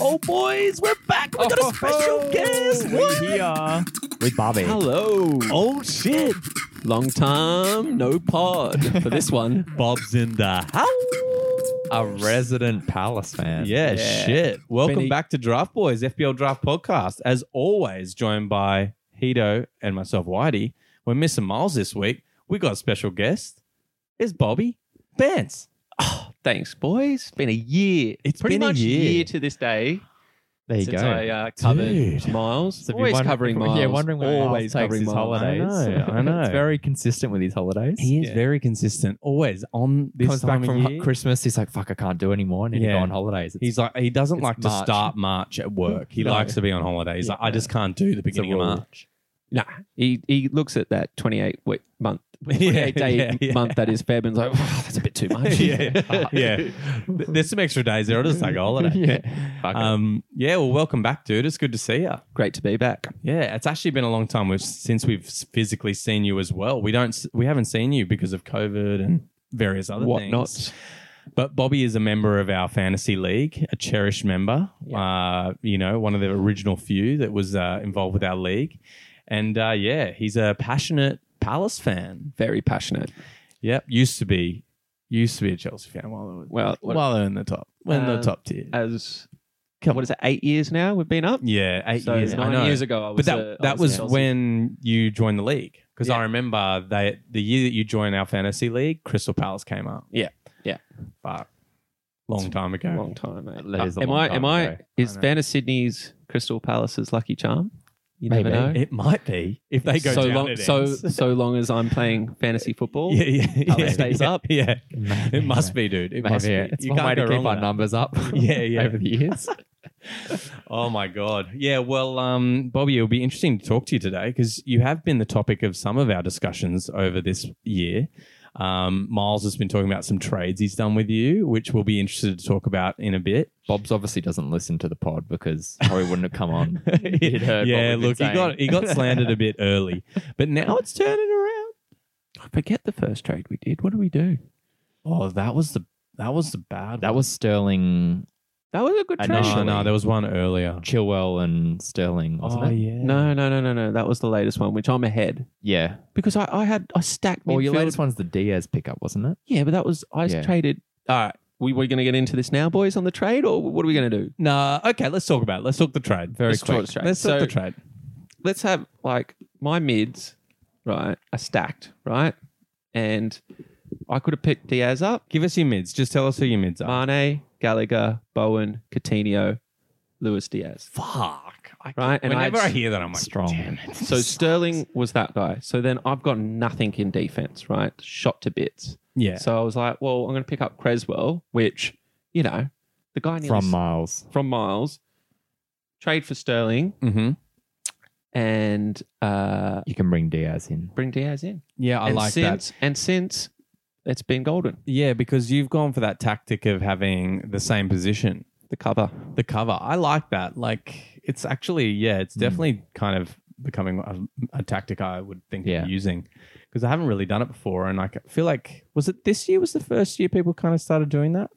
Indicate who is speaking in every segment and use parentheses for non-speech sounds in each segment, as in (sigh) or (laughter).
Speaker 1: Oh, boys, we're back. We
Speaker 2: Oh,
Speaker 1: got a
Speaker 3: Oh,
Speaker 1: special guest. What?
Speaker 3: Yeah.
Speaker 4: with Bobby.
Speaker 1: Hello.
Speaker 3: Oh shit.
Speaker 1: Long time no pod for this (laughs) one.
Speaker 3: Bob's in the house.
Speaker 2: A resident Palace fan.
Speaker 3: Yeah,
Speaker 1: Yeah.
Speaker 3: shit. Welcome
Speaker 1: Benny.
Speaker 3: back to Draft Boys FPL Draft Podcast. As always, joined by Hito and myself, Whitey. We're missing Miles this week. We got a special guest. It's Bobby Bance.
Speaker 1: Thanks, boys. It's been a year.
Speaker 3: It's
Speaker 1: pretty
Speaker 3: been a
Speaker 1: much
Speaker 3: year.
Speaker 1: to this day
Speaker 4: There you
Speaker 1: since
Speaker 4: go.
Speaker 1: I uh, covered
Speaker 3: Dude.
Speaker 1: Miles.
Speaker 2: So if you
Speaker 1: always
Speaker 2: wonder-
Speaker 1: covering
Speaker 2: if-
Speaker 1: Miles.
Speaker 2: (laughs) Yeah, wondering where
Speaker 1: always
Speaker 2: always takes
Speaker 1: covering
Speaker 2: his
Speaker 1: Miles.
Speaker 2: holidays. (laughs)
Speaker 3: know, I know.
Speaker 2: it's very consistent with his holidays.
Speaker 3: He is
Speaker 1: Yeah.
Speaker 3: very consistent. Always on this
Speaker 2: Comes
Speaker 3: time
Speaker 2: back
Speaker 3: of
Speaker 2: from
Speaker 3: year.
Speaker 2: Christmas, he's like, "Fuck, I can't do anymore," and he'd
Speaker 3: Yeah.
Speaker 2: go on holidays. It's-
Speaker 3: He's like he doesn't
Speaker 2: It's
Speaker 3: like to
Speaker 2: March.
Speaker 3: start March at work. He
Speaker 2: No.
Speaker 3: likes to be on holidays. He's like,
Speaker 2: Yeah.
Speaker 3: I just can't do the
Speaker 2: it's a
Speaker 3: beginning of
Speaker 2: rule.
Speaker 3: March.
Speaker 2: (laughs)
Speaker 1: Nah, he, he looks at that 28 week
Speaker 2: (laughs)
Speaker 1: month, 28 day
Speaker 3: yeah, yeah.
Speaker 1: month that is Feb and is like, "Oh, that's a bit too
Speaker 2: (laughs)
Speaker 1: much.
Speaker 3: (laughs) yeah, yeah. Th- There's some extra days there. I'll just take a holiday.
Speaker 2: (laughs) yeah. Fuck it.
Speaker 3: (laughs) Um, yeah. Well, welcome back, dude. It's good to see you.
Speaker 1: Great to be back.
Speaker 3: Yeah, it's actually been a long time we've, since we've s- physically seen you as well. We don't, s- we haven't seen you because of COVID and various other
Speaker 1: Whatnot.
Speaker 3: things. But Bobby is a member of our fantasy league, a cherished member. Uh, you know, one of the original few that was uh, involved with our league, and uh, yeah, he's a passionate Palace fan.
Speaker 1: Very passionate.
Speaker 3: Yep, used to be, used to be a Chelsea fan while they were
Speaker 1: Well, what-
Speaker 3: while they're in the top, in the
Speaker 1: Um,
Speaker 3: top tier.
Speaker 1: As what is it? Eight years now we've been up.
Speaker 3: yeah, eight
Speaker 1: So
Speaker 3: years. I
Speaker 1: nine
Speaker 3: know.
Speaker 1: years ago, I was.
Speaker 3: but that
Speaker 1: uh, I
Speaker 3: that
Speaker 1: a
Speaker 3: was
Speaker 1: Chelsea-
Speaker 3: when you joined the league because I
Speaker 1: Yeah.
Speaker 3: remember they the year that you joined our fantasy league, Crystal Palace came up.
Speaker 1: Yeah, yeah.
Speaker 3: but long time ago.
Speaker 1: long time, mate.
Speaker 2: That is a
Speaker 1: am
Speaker 2: long
Speaker 1: I?
Speaker 2: time
Speaker 1: Am I?
Speaker 2: ago.
Speaker 1: Is
Speaker 3: I know.
Speaker 1: Vanna Sydney's Crystal Palace's lucky charm? You
Speaker 2: um, Maybe.
Speaker 1: never know.
Speaker 3: It might be if they go
Speaker 1: so
Speaker 3: down.
Speaker 1: long,
Speaker 3: it
Speaker 1: so
Speaker 3: (laughs) ends.
Speaker 1: (laughs) so long as I'm playing fantasy football.
Speaker 3: yeah, yeah,
Speaker 1: Palace
Speaker 3: yeah,
Speaker 1: stays
Speaker 3: yeah,
Speaker 1: up.
Speaker 3: (laughs) Yeah,
Speaker 2: (laughs) Maybe,
Speaker 3: it must be, dude. It
Speaker 2: Maybe
Speaker 3: must be.
Speaker 2: it's
Speaker 3: you
Speaker 2: one way
Speaker 3: can't
Speaker 2: to
Speaker 3: go
Speaker 2: keep
Speaker 3: wrong
Speaker 2: our
Speaker 3: with that.
Speaker 2: numbers (laughs) up.
Speaker 3: Yeah, yeah.
Speaker 2: Over the years,
Speaker 3: Oh my god. Yeah, well, um, Bobby, it'll be interesting to talk to you today because you have been the topic of some of our discussions over this year. Um, Miles has been talking about some trades he's done with you, which we'll be interested to talk about in a (laughs) bit.
Speaker 2: Bob's obviously doesn't listen to the pod because probably wouldn't have
Speaker 3: (laughs)
Speaker 2: come on. He'd heard what
Speaker 3: yeah,
Speaker 2: we've been
Speaker 3: look, he got
Speaker 2: saying.
Speaker 3: he got slandered a (laughs) bit early, but now it's turning around.
Speaker 1: I forget the first trade we did. What do we do?
Speaker 3: Oh, that was the that was the bad.
Speaker 2: That was Sterling,
Speaker 1: That was a good
Speaker 2: I
Speaker 1: trade.
Speaker 2: know.
Speaker 3: no, no, there was one earlier.
Speaker 2: Chilwell, and Sterling, wasn't it?
Speaker 3: Oh, yeah,
Speaker 1: No, no, no, no, no. That was the latest one, which I'm ahead
Speaker 2: Yeah.
Speaker 1: because I, I had I stacked.
Speaker 3: Oh,
Speaker 2: Well, your
Speaker 1: midfield.
Speaker 2: latest one's the Diaz pickup, wasn't it?
Speaker 1: Yeah, but that was I
Speaker 2: Yeah.
Speaker 1: traded. All right, we we're going to get into this now, boys, on the trade, or what are we going to do?
Speaker 3: Nah, okay, let's talk about it. Let's talk the trade. Very
Speaker 1: Let's talk
Speaker 3: quick.
Speaker 1: the trade.
Speaker 3: Let's talk
Speaker 1: So-
Speaker 3: the trade.
Speaker 1: let's have like my mids, right, are stacked, right? And I could have picked Diaz up,
Speaker 3: Give us your mids. Just tell us who your mids are.
Speaker 1: Mane, Gallagher, Bowen, Coutinho, Luis Diaz.
Speaker 3: Fuck. I
Speaker 1: Right, and I
Speaker 3: Whenever I,
Speaker 1: had-
Speaker 3: hear that, I'm like,
Speaker 2: Strong.
Speaker 3: Damn
Speaker 2: (laughs)
Speaker 3: it.
Speaker 1: So Sterling was that guy. So then I've got nothing in defense, right? Shot to bits.
Speaker 3: yeah,
Speaker 1: So I was like, well, I'm going to pick up Creswell, which, you know, the guy nearly
Speaker 2: From Miles.
Speaker 1: from Miles, trade for Sterling
Speaker 3: mm-hmm.
Speaker 1: and uh,
Speaker 2: You can bring Diaz in.
Speaker 1: bring Diaz in.
Speaker 3: yeah, I
Speaker 1: and
Speaker 3: like that.
Speaker 1: since, And since it's been golden,
Speaker 3: Yeah, because you've gone for that tactic of having the same position,
Speaker 1: the cover.
Speaker 3: the cover. I like that. Like, it's actually, yeah, it's
Speaker 2: Mm.
Speaker 3: definitely kind of becoming a, a tactic I would think
Speaker 2: Yeah.
Speaker 3: of using because I haven't really done it before, and I c- feel like was it this year was the first year people kind of started doing that.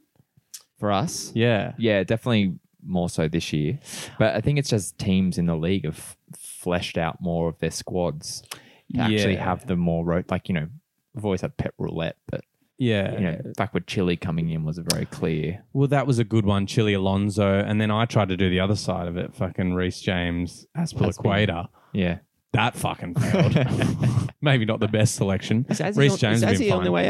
Speaker 2: For us?
Speaker 3: Yeah,
Speaker 2: Yeah, definitely more so this year. But I think it's just teams in the league have f- fleshed out more of their squads to actually
Speaker 3: Yeah.
Speaker 2: have them more ro Like, you know, we've always had pet roulette, but,
Speaker 3: yeah.
Speaker 2: you know, like with Chile coming in was a very clear.
Speaker 3: Well, that was a good one, Chili Alonso, and then I tried to do the other side of it, fucking Reese James, Aspilaqueta.
Speaker 2: Yeah.
Speaker 3: That fucking
Speaker 1: (laughs)
Speaker 3: failed. Maybe not the best selection. (laughs)
Speaker 1: Is Azzy
Speaker 3: Reece
Speaker 1: on-
Speaker 3: James
Speaker 1: is
Speaker 3: has
Speaker 1: Azzy
Speaker 3: been
Speaker 1: on the
Speaker 3: fine.
Speaker 1: way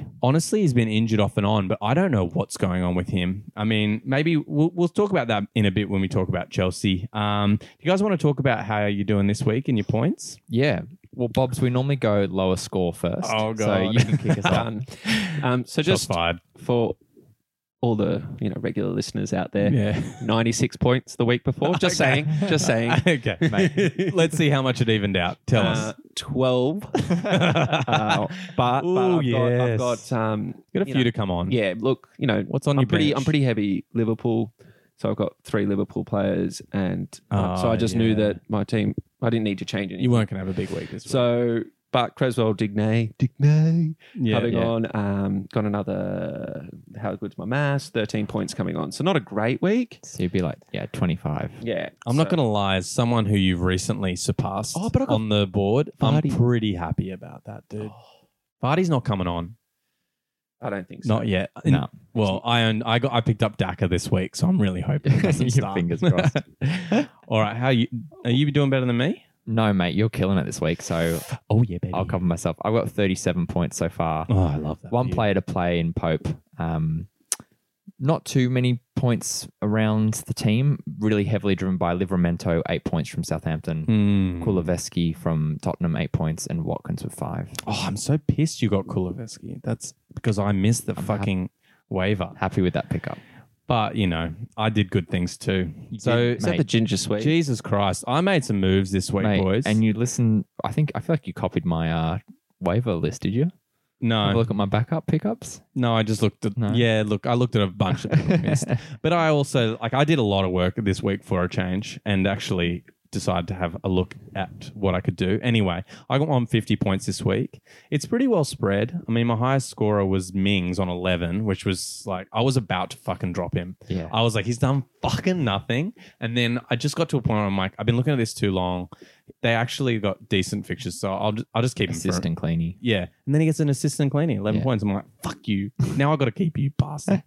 Speaker 3: (laughs)
Speaker 1: out?
Speaker 3: Honestly, he's been injured off and on, but I don't know what's going on with him. I mean, maybe we'll, we'll talk about that in a bit when we talk about Chelsea. Um, do you guys want to talk about how you're doing this week and your points?
Speaker 2: Yeah. Well, Bob's, we normally go lower score first.
Speaker 3: Oh,
Speaker 2: So
Speaker 3: God.
Speaker 2: you can kick
Speaker 3: (laughs)
Speaker 2: us off.
Speaker 1: Done. Um, so just
Speaker 3: Shots fired.
Speaker 1: for all the you know regular listeners out there,
Speaker 3: Yeah.
Speaker 1: 96 points the
Speaker 3: (laughs)
Speaker 1: week before. Just
Speaker 3: Okay.
Speaker 1: saying. Just saying.
Speaker 3: okay, mate. Let's see how much it evened out. (laughs) Tell
Speaker 1: Uh, 12.
Speaker 3: (laughs) us.
Speaker 1: (laughs)
Speaker 3: (laughs)
Speaker 1: Uh, but but
Speaker 3: Ooh,
Speaker 1: I've, got, I've
Speaker 3: yes.
Speaker 1: got um,
Speaker 3: Got a
Speaker 1: you
Speaker 3: few
Speaker 1: know,
Speaker 3: to come on.
Speaker 1: yeah. Look, you know,
Speaker 3: What's on
Speaker 1: I'm
Speaker 3: your
Speaker 1: pretty
Speaker 3: bench?
Speaker 1: I'm pretty heavy Liverpool. So I've got three Liverpool players, and um, so
Speaker 3: Oh,
Speaker 1: I just knew
Speaker 3: yeah.
Speaker 1: that my team. I didn't need to change anything.
Speaker 3: You weren't going to have a big week this week.
Speaker 1: So, but Creswell Digne, Digne
Speaker 3: Yeah,
Speaker 1: coming
Speaker 3: yeah.
Speaker 1: on, um, got another. How good's my mass? Thirteen points coming on. So not a great week.
Speaker 2: So you'd be like, yeah, 25.
Speaker 1: Yeah,
Speaker 3: I'm not going to lie, as someone who you've recently surpassed
Speaker 1: Oh, but I got
Speaker 3: on the board,
Speaker 2: Vardy.
Speaker 3: I'm pretty happy about that, dude. Vardy's not coming on.
Speaker 1: I don't think so.
Speaker 3: Not yet.
Speaker 2: No.
Speaker 3: Well, I own, I got I picked up Daka this week, so I'm really hoping it doesn't
Speaker 2: Your
Speaker 3: start.
Speaker 2: fingers crossed.
Speaker 3: (laughs) All right, how you are you doing better than me?
Speaker 2: No, mate, you're killing it this week. So
Speaker 3: Oh yeah, baby.
Speaker 2: I'll cover myself. I've got 37 points so far.
Speaker 3: Oh, I love that.
Speaker 2: One
Speaker 3: for you.
Speaker 2: player to play in Pope. Um, not too many points around the team. Really heavily driven by Livermento, eight points from Southampton.
Speaker 3: Hmm.
Speaker 2: Kulaveski from Tottenham, eight points, and Watkins with five.
Speaker 3: Oh, I'm so pissed you got Kulaveski. That's because I missed the fucking waiver.
Speaker 2: Happy with that pickup.
Speaker 3: But you know, I did good things too. So
Speaker 1: Is that the ginger sweet?
Speaker 3: Jesus Christ, I made some moves this week,
Speaker 2: Mate,
Speaker 3: boys.
Speaker 2: And you listen, I think, I feel like you copied my uh, waiver list, did you? Have a
Speaker 3: no,
Speaker 2: look at my backup pickups.
Speaker 3: no, I just looked at
Speaker 2: No.
Speaker 3: yeah, look, I looked at a bunch of people I
Speaker 2: (laughs)
Speaker 3: missed. But I also like I did a lot of work this week for a change, and actually decided to have a look at what I could do. Anyway, I got on 50 points this week. It's pretty well spread. I mean, my highest scorer was Mings on 11, which was like I was about to fucking drop him.
Speaker 2: Yeah.
Speaker 3: I was like, he's done fucking nothing. And then I just got to a point where I'm like, I've been looking at this too long. They actually got decent fixtures, so I'll just, I'll just keep him. For,
Speaker 2: Assistant cleaning.
Speaker 3: yeah, and then he gets an assistant cleaning, eleven
Speaker 2: Yeah.
Speaker 3: points. I'm like, fuck you. Now I got to keep you,
Speaker 1: (laughs)
Speaker 3: bastard.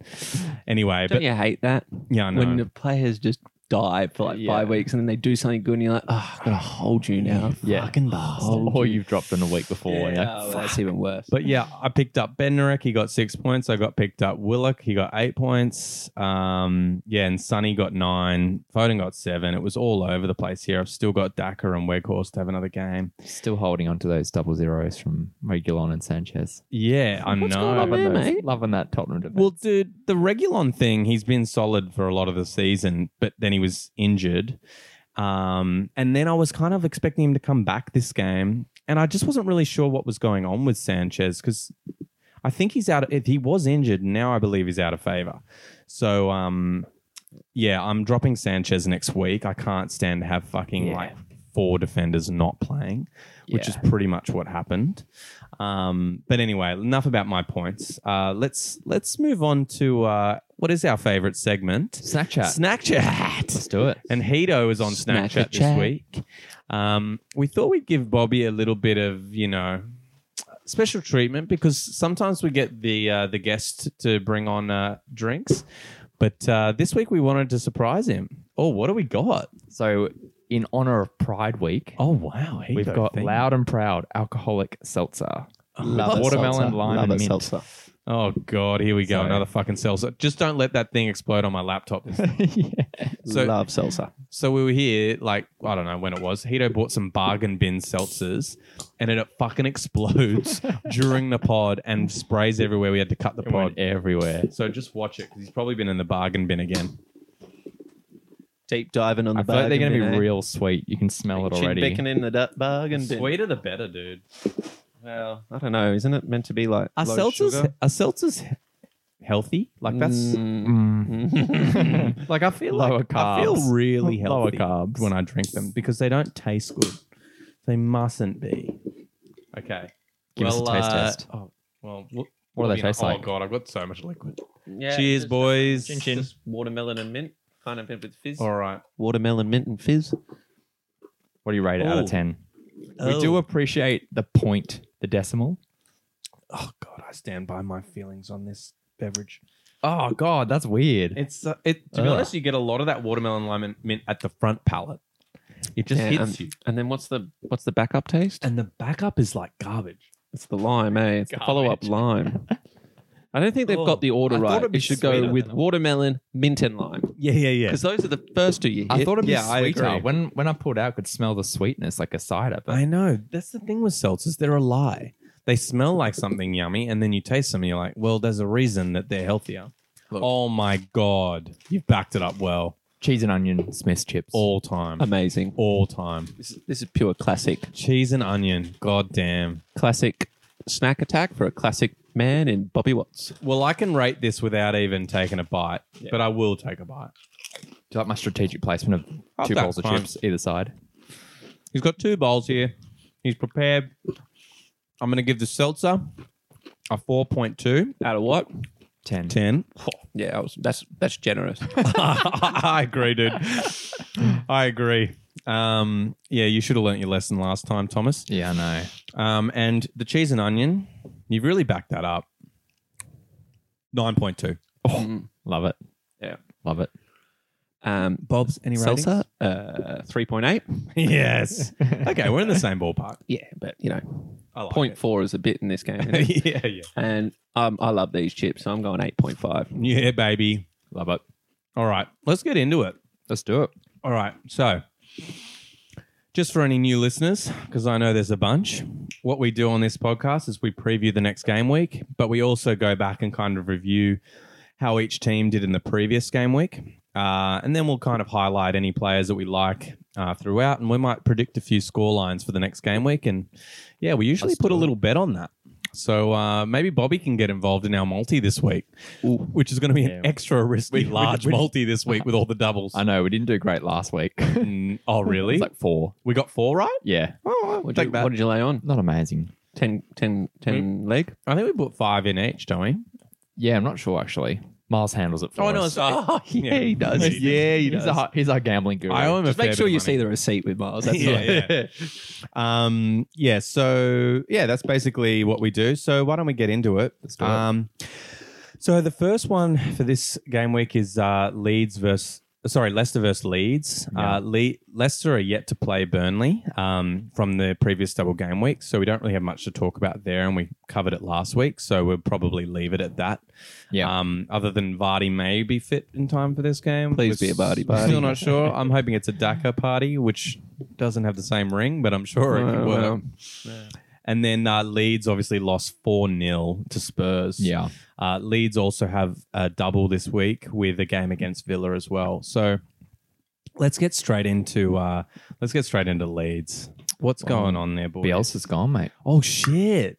Speaker 3: anyway,
Speaker 1: Don't
Speaker 3: but
Speaker 1: you hate that
Speaker 3: yeah, I know.
Speaker 1: when the players just die for like
Speaker 2: Yeah.
Speaker 1: five weeks and then they do something good and you're like, oh, I've got to hold you now.
Speaker 2: Yeah.
Speaker 1: Fucking hold
Speaker 2: Or you've dropped in a week before.
Speaker 1: Yeah,
Speaker 2: and you're like,
Speaker 1: oh, that's even worse.
Speaker 3: But yeah, I picked up Bednarek. He got six points. I got picked up Willock. He got eight points. Um, yeah, and Sonny got nine. Foden got seven. It was all over the place here. I've still got Daka and Weghorst to have another game.
Speaker 2: Still holding on to those double zeros from Regulon and Sanchez.
Speaker 3: Yeah, I
Speaker 1: What's
Speaker 3: know.
Speaker 1: going on
Speaker 3: but-
Speaker 1: there?
Speaker 2: loving, those,
Speaker 1: mate.
Speaker 2: loving that Tottenham defense.
Speaker 3: Well, dude, the Regulon thing, he's been solid for a lot of the season, but then he was injured. Um, and then I was kind of expecting him to come back this game, and I just wasn't really sure what was going on with Sanchez because I think he's out. If he was injured, now I believe he's out of favor. So, um, yeah, I'm dropping Sanchez next week. I can't stand to have fucking
Speaker 2: Yeah.
Speaker 3: like four defenders not playing, which
Speaker 2: Yeah.
Speaker 3: is pretty much what happened. Um, but anyway, enough about my points. Uh, let's let's move on to uh, what is our favorite segment?
Speaker 2: Snapchat.
Speaker 3: Snack
Speaker 2: Let's
Speaker 3: chat.
Speaker 2: do it.
Speaker 3: And Hito is on
Speaker 1: Snack
Speaker 3: Snapchat this
Speaker 1: Chat.
Speaker 3: week. Um, we thought we'd give Bobby a little bit of you know special treatment because sometimes we get the uh, the guest to bring on uh, drinks, but uh, this week we wanted to surprise him. Oh, what do we got?
Speaker 2: So, in honor of Pride Week,
Speaker 3: Oh wow, Hito
Speaker 2: we've got
Speaker 3: thing.
Speaker 2: Loud and Proud Alcoholic
Speaker 3: (laughs)
Speaker 2: Seltzer.
Speaker 1: Love it,
Speaker 2: watermelon,
Speaker 1: seltzer.
Speaker 2: lime,
Speaker 1: Love
Speaker 2: and
Speaker 1: it,
Speaker 2: mint.
Speaker 1: seltzer.
Speaker 3: Oh god, here we go,
Speaker 2: So-
Speaker 3: another fucking salsa. Just don't let that thing explode on my laptop. (laughs)
Speaker 2: yeah.
Speaker 3: So-
Speaker 1: Love salsa.
Speaker 3: So we were here, like, I don't know when it was. Hito bought some bargain bin seltzers and it fucking explodes during the pod and sprays everywhere. We had to cut the
Speaker 2: It went
Speaker 3: pod.
Speaker 2: everywhere.
Speaker 3: So just watch it because he's probably been in the bargain bin again.
Speaker 1: Deep diving on the
Speaker 2: I feel like they're going
Speaker 1: bargain
Speaker 2: to be
Speaker 1: bin, eh?
Speaker 2: real sweet. You can smell it
Speaker 1: Chin
Speaker 2: already.
Speaker 1: Beckoning the du- bargain bin.
Speaker 3: Sweeter the better, dude.
Speaker 1: Well, I don't know. Isn't it meant to be like
Speaker 3: Are
Speaker 1: low
Speaker 3: seltzers,
Speaker 1: sugar?
Speaker 3: are seltzers he- healthy? Like, that's (laughs)
Speaker 1: Mm.
Speaker 2: Mm.
Speaker 3: like I feel
Speaker 2: Lower
Speaker 3: like, I feel
Speaker 2: carbs.
Speaker 3: really
Speaker 2: (laughs) Lower
Speaker 3: healthy
Speaker 2: carbs.
Speaker 3: when I drink them because they don't taste good. They mustn't be. Okay.
Speaker 2: Give us a taste test.
Speaker 3: Oh, well, what,
Speaker 2: uh, What do they taste
Speaker 3: oh,
Speaker 2: like?
Speaker 3: Oh god, I've got so much liquid.
Speaker 1: Yeah,
Speaker 3: Cheers,
Speaker 1: just-
Speaker 3: boys.
Speaker 1: Chin chin. Just watermelon and mint, kind of with fizz.
Speaker 3: All right.
Speaker 1: Watermelon, mint, and fizz.
Speaker 2: What do you rate it out
Speaker 3: Ooh.
Speaker 2: of 10?
Speaker 3: Oh.
Speaker 2: We do appreciate the point, the decimal.
Speaker 3: Oh god, I stand by my feelings on this beverage.
Speaker 2: Oh, God, that's weird.
Speaker 3: It's uh, it. To be
Speaker 2: Ugh.
Speaker 3: honest, you get a lot of that watermelon lime and mint at the front palate. It just
Speaker 1: Yeah,
Speaker 3: hits you,
Speaker 1: And then what's the what's the backup taste?
Speaker 3: and the backup is like garbage.
Speaker 1: It's the lime, eh? It's the
Speaker 2: Garbage.
Speaker 1: follow up lime. (laughs) I don't think they've
Speaker 3: Oh,
Speaker 1: got the order
Speaker 3: I thought
Speaker 1: right.
Speaker 3: it'd
Speaker 1: It
Speaker 3: be
Speaker 1: should
Speaker 3: sweeter
Speaker 1: go
Speaker 3: than
Speaker 1: with
Speaker 3: that.
Speaker 1: watermelon, mint, and lime
Speaker 3: Yeah, yeah, yeah.
Speaker 1: because those are the first two you hit.
Speaker 2: I thought it'd be
Speaker 3: Yeah, I
Speaker 2: sweeter.
Speaker 3: agree.
Speaker 2: When when I pulled out, I could smell the sweetness like a cider. But
Speaker 3: I know. That's the thing with seltzers. They're a lie. They smell like something yummy, and then you taste them, and you're like, well, there's a reason that they're healthier.
Speaker 2: Look.
Speaker 3: Oh my God. You've backed it up well.
Speaker 2: cheese and onion Smith's chips.
Speaker 3: All time.
Speaker 1: amazing.
Speaker 3: All time.
Speaker 1: This is, this is pure classic,
Speaker 3: Cheese and onion. God damn.
Speaker 1: classic snack attack for a classic man in Bobby Watts.
Speaker 3: Well, I can rate this without even taking a bite, but I will take a bite.
Speaker 2: Do you like my strategic placement
Speaker 3: Oh,
Speaker 2: of two
Speaker 3: that's
Speaker 2: bowls of
Speaker 3: fine.
Speaker 2: chips either side?
Speaker 3: He's got two bowls here. He's prepared. I'm going to give the Seltzer a 4.2 out of what?
Speaker 2: 10.
Speaker 3: 10.
Speaker 1: Yeah, I was, that's that's generous.
Speaker 3: (laughs) I agree, dude. I agree. Um, yeah, you should have learnt your lesson last time, Thomas.
Speaker 2: Yeah, I know.
Speaker 3: Um, and the cheese and onion, you've really backed that up. 9.2.
Speaker 1: Mm.
Speaker 2: Love it.
Speaker 1: Yeah.
Speaker 2: Love it.
Speaker 1: Um,
Speaker 3: Bob's, any
Speaker 1: salsa, uh, three point eight.
Speaker 3: (laughs) yes. Okay, we're in the same ballpark.
Speaker 1: Yeah, but you know,
Speaker 3: I like
Speaker 1: point four is a bit in this game,
Speaker 3: (laughs)
Speaker 1: isn't it?
Speaker 3: it. yeah, yeah.
Speaker 1: and um, I love these chips, so I'm going eight point five.
Speaker 3: Yeah, baby.
Speaker 2: Love it.
Speaker 3: All right, let's get into it.
Speaker 2: Let's do it.
Speaker 3: All right. So, just for any new listeners, because I know there's a bunch, what we do on this podcast is we preview the next game week, but we also go back and kind of review how each team did in the previous game week. Uh, and then we'll kind of highlight any players that we like uh, throughout, and we might predict a few score lines for the next game week. And yeah, we usually
Speaker 2: Let's
Speaker 3: put a
Speaker 2: do it.
Speaker 3: little bet on that. So uh, maybe Bobby can get involved in our multi this week, which is going to be an
Speaker 2: Yeah.
Speaker 3: extra risky large
Speaker 2: we-
Speaker 3: multi this week with all the doubles.
Speaker 2: I know we didn't do great last week. (laughs) It
Speaker 3: Mm, (laughs) oh, really?
Speaker 2: was like four.
Speaker 3: we got four right?
Speaker 2: Yeah.
Speaker 3: Oh,
Speaker 1: What did, you, what did you lay on?
Speaker 2: Not amazing.
Speaker 1: 10, 10, 10 leg?
Speaker 3: I think we put five in each, don't we?
Speaker 2: Yeah, I'm not sure actually. Miles handles it for us.
Speaker 3: Oh, (laughs) yeah, he does.
Speaker 2: Yeah, he does. He's our, he's our gambling guru.
Speaker 3: I owe him a
Speaker 1: Just
Speaker 3: fair
Speaker 1: make sure
Speaker 3: bit
Speaker 1: you
Speaker 3: of
Speaker 1: see
Speaker 3: money.
Speaker 1: the receipt with (laughs) Miles. That's
Speaker 3: Yeah,
Speaker 1: all.
Speaker 3: yeah. Um, yeah, so yeah, that's basically what we do. So why don't we get into it?
Speaker 2: Let's do it.
Speaker 3: Um, so the first one for this game week is uh, Leeds versus sorry Leicester versus Leeds.
Speaker 2: Yeah.
Speaker 3: Uh, Le- Leicester are yet to play Burnley um, from the previous double game week, so we don't really have much to talk about there, and we covered it last week, so we'll probably leave it at that.
Speaker 2: Yeah.
Speaker 3: Um, other than Vardy may be fit in time for this game.
Speaker 1: Please be a Vardy
Speaker 3: We're Still
Speaker 1: party.
Speaker 3: not sure. I'm hoping it's a Dakar party, which doesn't have the same ring, but I'm sure it can
Speaker 1: Well,
Speaker 3: work.
Speaker 1: well.
Speaker 3: And then uh, Leeds obviously lost 4 0 to Spurs.
Speaker 2: yeah.
Speaker 3: Uh, Leeds also have a double this week with a game against Villa as well. So let's get straight into uh, let's get straight into Leeds. What's going on there, boys?
Speaker 2: Bielsa's gone, mate.
Speaker 3: Oh shit!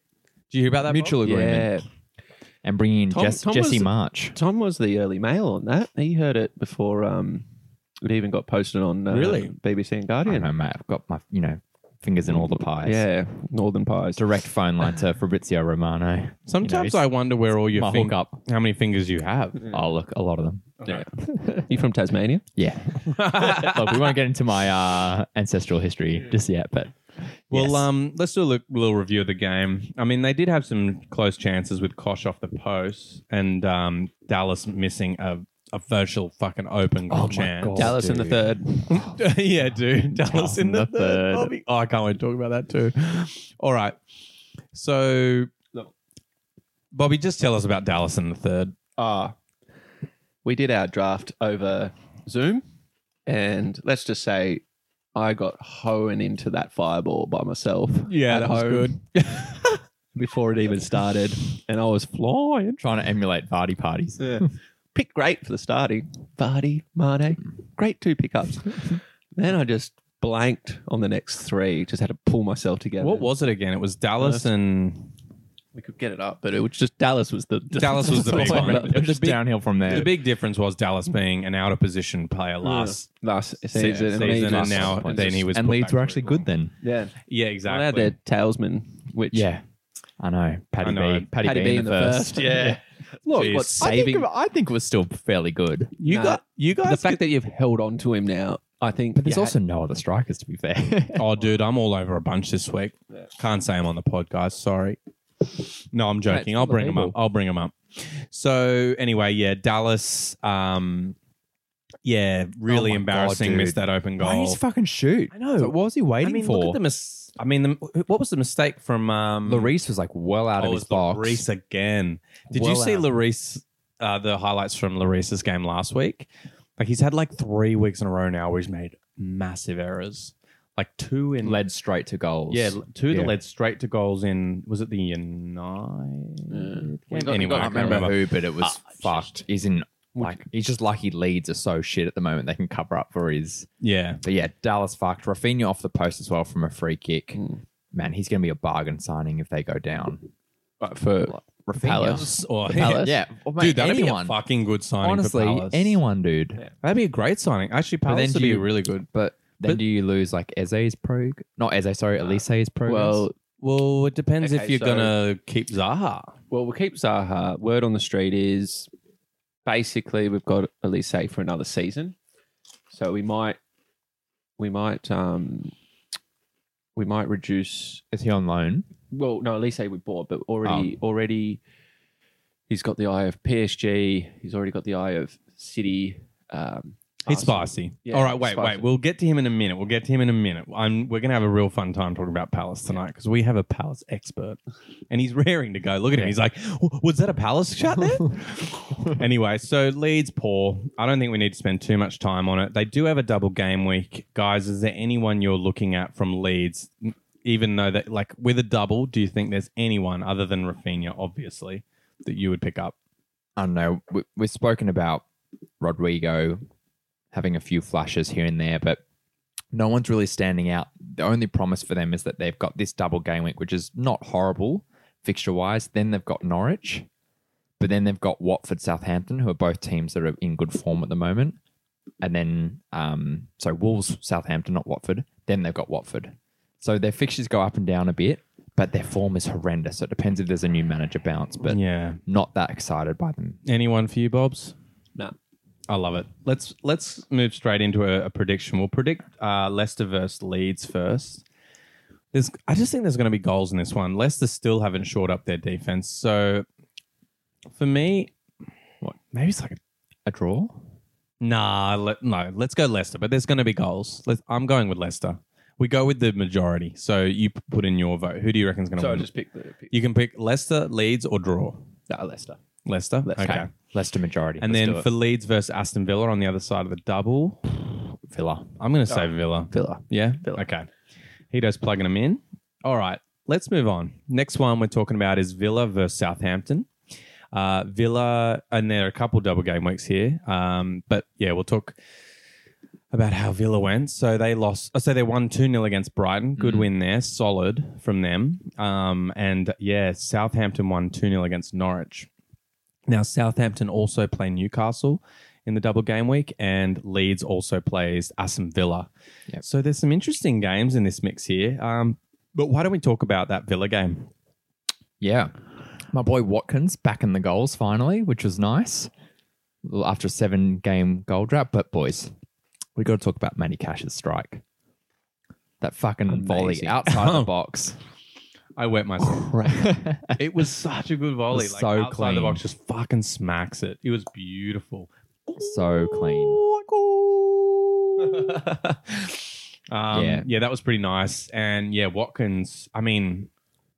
Speaker 3: Do you hear about that? Bob?
Speaker 2: Mutual agreement.
Speaker 1: Yeah.
Speaker 2: And bringing in
Speaker 1: Tom-
Speaker 2: Jess,
Speaker 1: Tom
Speaker 2: Jesse
Speaker 1: was-
Speaker 2: March.
Speaker 1: Tom was the early mail on that. He heard it before um, it even got posted on uh,
Speaker 3: Really?
Speaker 1: BBC and
Speaker 2: I don't
Speaker 1: Guardian.
Speaker 2: know, mate. I've got my, you know, fingers in all the pies.
Speaker 1: Yeah, Northern Pies.
Speaker 2: Direct phone line to Fabrizio Romano.
Speaker 3: Sometimes
Speaker 2: You know,
Speaker 3: I wonder where all your
Speaker 2: my
Speaker 3: fing-
Speaker 2: hookup.
Speaker 3: how many fingers you have.
Speaker 2: Oh, look, a lot of them.
Speaker 1: Yeah. you
Speaker 3: (laughs)
Speaker 1: from Tasmania?
Speaker 2: Yeah. look, we won't get into my uh, ancestral history just yet, but
Speaker 3: Well,
Speaker 2: Yes.
Speaker 3: um, let's do a look, little review of the game. I mean, they did have some close chances with Kosh off the post and um, Dallas missing a, a virtual fucking open goal
Speaker 2: Oh my
Speaker 3: chance.
Speaker 2: God.
Speaker 1: Dallas in the
Speaker 2: dude.
Speaker 3: (laughs)
Speaker 1: third.
Speaker 3: yeah, dude. Dallas, in the, third. Bobby. Oh, I can't wait to talk about that too. All right. So, Bobby, just tell us about Dallas in the third.
Speaker 1: (laughs) Ah, we did our draft over Zoom, and let's just say I got hoeing into that fireball by myself.
Speaker 3: Yeah,
Speaker 1: at
Speaker 3: that was
Speaker 1: home
Speaker 3: good.
Speaker 1: (laughs) Before it even started, (laughs) and I was flying.
Speaker 2: trying to emulate Vardy parties.
Speaker 1: Picked great for the starting. Vardy, Mane, great two pickups. then I just blanked on the next three. Just had to pull myself together.
Speaker 3: What was it again? It was Dallas
Speaker 1: First.
Speaker 3: and
Speaker 1: we could get it up, but it was just Dallas was the
Speaker 3: Dallas was
Speaker 1: (laughs)
Speaker 3: the big
Speaker 1: all I
Speaker 3: one.
Speaker 1: remember.
Speaker 2: It was just downhill from there.
Speaker 3: the big difference was Dallas being an out of position player last
Speaker 1: last
Speaker 3: se-
Speaker 1: season, and
Speaker 3: season, and
Speaker 1: Leeds-
Speaker 3: now
Speaker 2: Points.
Speaker 3: then he was
Speaker 2: and
Speaker 3: put
Speaker 2: Leeds
Speaker 3: back
Speaker 2: were
Speaker 3: very
Speaker 2: actually
Speaker 3: well.
Speaker 2: good then.
Speaker 1: yeah.
Speaker 3: Yeah,
Speaker 1: Well,
Speaker 3: exactly.
Speaker 1: They had their talisman, which
Speaker 2: Yeah. I know. Patty
Speaker 3: I know.
Speaker 2: B. Patty,
Speaker 1: Paddy
Speaker 2: B, in the first.
Speaker 1: (laughs) Yeah.
Speaker 2: Look,
Speaker 3: Jeez.
Speaker 2: what saving. I think, it- I think it was still fairly good.
Speaker 3: you
Speaker 1: Nah.
Speaker 3: got you guys.
Speaker 1: the fact that you've held on to him now, I think.
Speaker 2: But there's
Speaker 1: you
Speaker 2: also no other strikers, to be fair. (laughs)
Speaker 3: could- oh, dude, I'm all over a bunch this week. Can't say I'm on the podcast. Sorry. No, I'm joking.
Speaker 1: it's
Speaker 3: I'll bring them up.
Speaker 1: unbelievable.
Speaker 3: I'll bring them up. So anyway, yeah, Dallas. Um, yeah, really
Speaker 2: Oh my God,
Speaker 3: embarrassing.
Speaker 2: dude.
Speaker 3: missed that open
Speaker 2: Why didn't
Speaker 3: goal.
Speaker 2: he just fucking shoot?
Speaker 3: I know.
Speaker 2: So what was he
Speaker 3: I
Speaker 2: waiting
Speaker 3: mean,
Speaker 2: for?
Speaker 3: look at the mis- I mean, the, what was the mistake from um,
Speaker 2: Lloris was like well out
Speaker 3: Oh,
Speaker 2: of
Speaker 3: it
Speaker 2: his
Speaker 3: was
Speaker 2: box.
Speaker 3: Lloris again. Did you
Speaker 2: Well
Speaker 3: see
Speaker 2: out.
Speaker 3: Lloris? Uh, the highlights from Lloris's game last week. Like he's had like three weeks in a row now where he's made massive errors. Like two in
Speaker 2: led straight to goals.
Speaker 3: Yeah, l- two
Speaker 2: Yeah.
Speaker 3: that led straight to goals in was it the United?
Speaker 1: We got- we
Speaker 3: anyway,
Speaker 1: got-
Speaker 3: I can't
Speaker 2: I can't
Speaker 1: remember
Speaker 2: remember, who, but it was fucked. He's in like he's just lucky Leeds are so shit at the moment they can cover up for his.
Speaker 3: Yeah.
Speaker 2: But yeah, Dallas fucked. Rafinha off the post as well from a free kick.
Speaker 1: Mm.
Speaker 2: Man, he's gonna be a bargain signing if they go down.
Speaker 1: had- for
Speaker 2: Rafinha,
Speaker 1: Palace.
Speaker 3: Or, (laughs)
Speaker 1: Palace?
Speaker 2: yeah, or, mate,
Speaker 3: Dude, that'd
Speaker 2: anyone.
Speaker 3: be a fucking good signing for
Speaker 2: Honestly,
Speaker 3: Palace.
Speaker 2: anyone, dude.
Speaker 3: That'd be a great signing. Actually,
Speaker 2: then
Speaker 3: Palace
Speaker 2: do
Speaker 3: would be
Speaker 2: you-
Speaker 3: really good.
Speaker 2: But then
Speaker 3: But-
Speaker 2: do you lose like Eze's prog? Not Eze, sorry, Elise's progress.
Speaker 1: well,
Speaker 3: Well, it depends if
Speaker 1: Okay,
Speaker 3: you're
Speaker 1: so-
Speaker 3: gonna keep Zaha.
Speaker 1: Well, we'll keep Zaha. Word on the street is basically we've got Elise for another season. So we might we might um we might reduce
Speaker 2: Is he on loan?
Speaker 1: well no Elise we bought, but
Speaker 3: Um.
Speaker 1: already already he's got the eye of PSG, he's already got the eye of City. Um
Speaker 3: He's
Speaker 1: Arsenal.
Speaker 3: spicy.
Speaker 1: Yeah,
Speaker 3: All right, wait,
Speaker 1: spicy.
Speaker 3: wait. We'll get to him in a minute. We'll get to him in a minute. I'm, we're gonna have a real fun time talking about Palace tonight because we have a Palace expert, and he's (laughs) raring to go. Look at him.
Speaker 2: Yeah.
Speaker 3: He's like, "W- "Was that a Palace shot (laughs) there?" anyway, so Leeds poor. I don't think we need to spend too much time on it. They do have a double game week, guys. Is there anyone you're looking at from Leeds? M- Even though that, like, with a double, do you think there's anyone other than Rafinha, obviously, that you would pick up?
Speaker 2: I don't know. We, we've spoken about Rodrigo having a few flashes here and there, but no one's really standing out. The only promise for them is that they've got this double game week, which is not horrible fixture wise. Then they've got Norwich, but then they've got Watford, Southampton, who are both teams that are in good form at the moment. And then, um, so Wolves, Southampton, not Watford. Then they've got Watford. So their fixtures go up and down a bit, but their form is horrendous. So it depends if there's a new manager bounce, but
Speaker 3: yeah,
Speaker 2: not that excited by them
Speaker 3: anyone for you, Bob's?
Speaker 1: No.
Speaker 3: I love it. Let's let's move straight into a, a prediction. We'll predict uh, Leicester versus Leeds first. There's, I just think there's going to be goals in this one. Leicester still haven't shored up their defense, so for me, what maybe it's like a
Speaker 2: a draw.
Speaker 3: Nah, let, no. Let's go Leicester, but there's going to be goals. Let's, I'm going with Leicester. We go with the majority. So you p- put in your vote. Who do you reckon's going to
Speaker 1: So I
Speaker 3: win?
Speaker 1: just pick the pick
Speaker 3: you can pick Leicester, Leeds, or draw.
Speaker 1: no, Leicester.
Speaker 3: Leicester.
Speaker 1: Leicester.
Speaker 3: Okay.
Speaker 2: Leicester majority.
Speaker 3: And
Speaker 2: Let's do
Speaker 3: then
Speaker 2: it.
Speaker 3: for Leeds versus Aston Villa on the other side of the double,
Speaker 2: Villa.
Speaker 3: I'm going to say Villa.
Speaker 1: Villa.
Speaker 3: Yeah.
Speaker 1: Villa.
Speaker 3: Okay. Hito's plugging them in. All right. Let's move on. Next one we're talking about is Villa versus Southampton. Uh, Villa, and there are a couple double game weeks here. Um, but yeah, we'll talk about how Villa went. So they lost. oh, So they won 2 0 against Brighton. Good win there. Solid from them. Um, and yeah, Southampton won 2 0 against Norwich. Now, Southampton also play Newcastle in the double game week, and Leeds also plays Aston Villa.
Speaker 2: Yep.
Speaker 3: So there's some interesting games in this mix here. Um, but why don't we talk about that Villa game?
Speaker 2: Yeah. My boy Watkins back in the goals finally, which was nice. Well, After a seven game goal drought. But boys, we gotta talk about Manny Cash's strike. That fucking volley
Speaker 1: (laughs) Amazing.
Speaker 2: outside the box. (laughs)
Speaker 3: I wet (laughs) myself.
Speaker 2: Right.
Speaker 3: it was such a good volley.
Speaker 2: It was
Speaker 3: Like
Speaker 2: so
Speaker 3: outside the
Speaker 2: clean.
Speaker 3: box, just fucking smacks it. It was beautiful.
Speaker 2: so clean.
Speaker 3: (laughs) um, yeah.
Speaker 2: Yeah.
Speaker 3: that was pretty nice. And yeah, Watkins, I mean,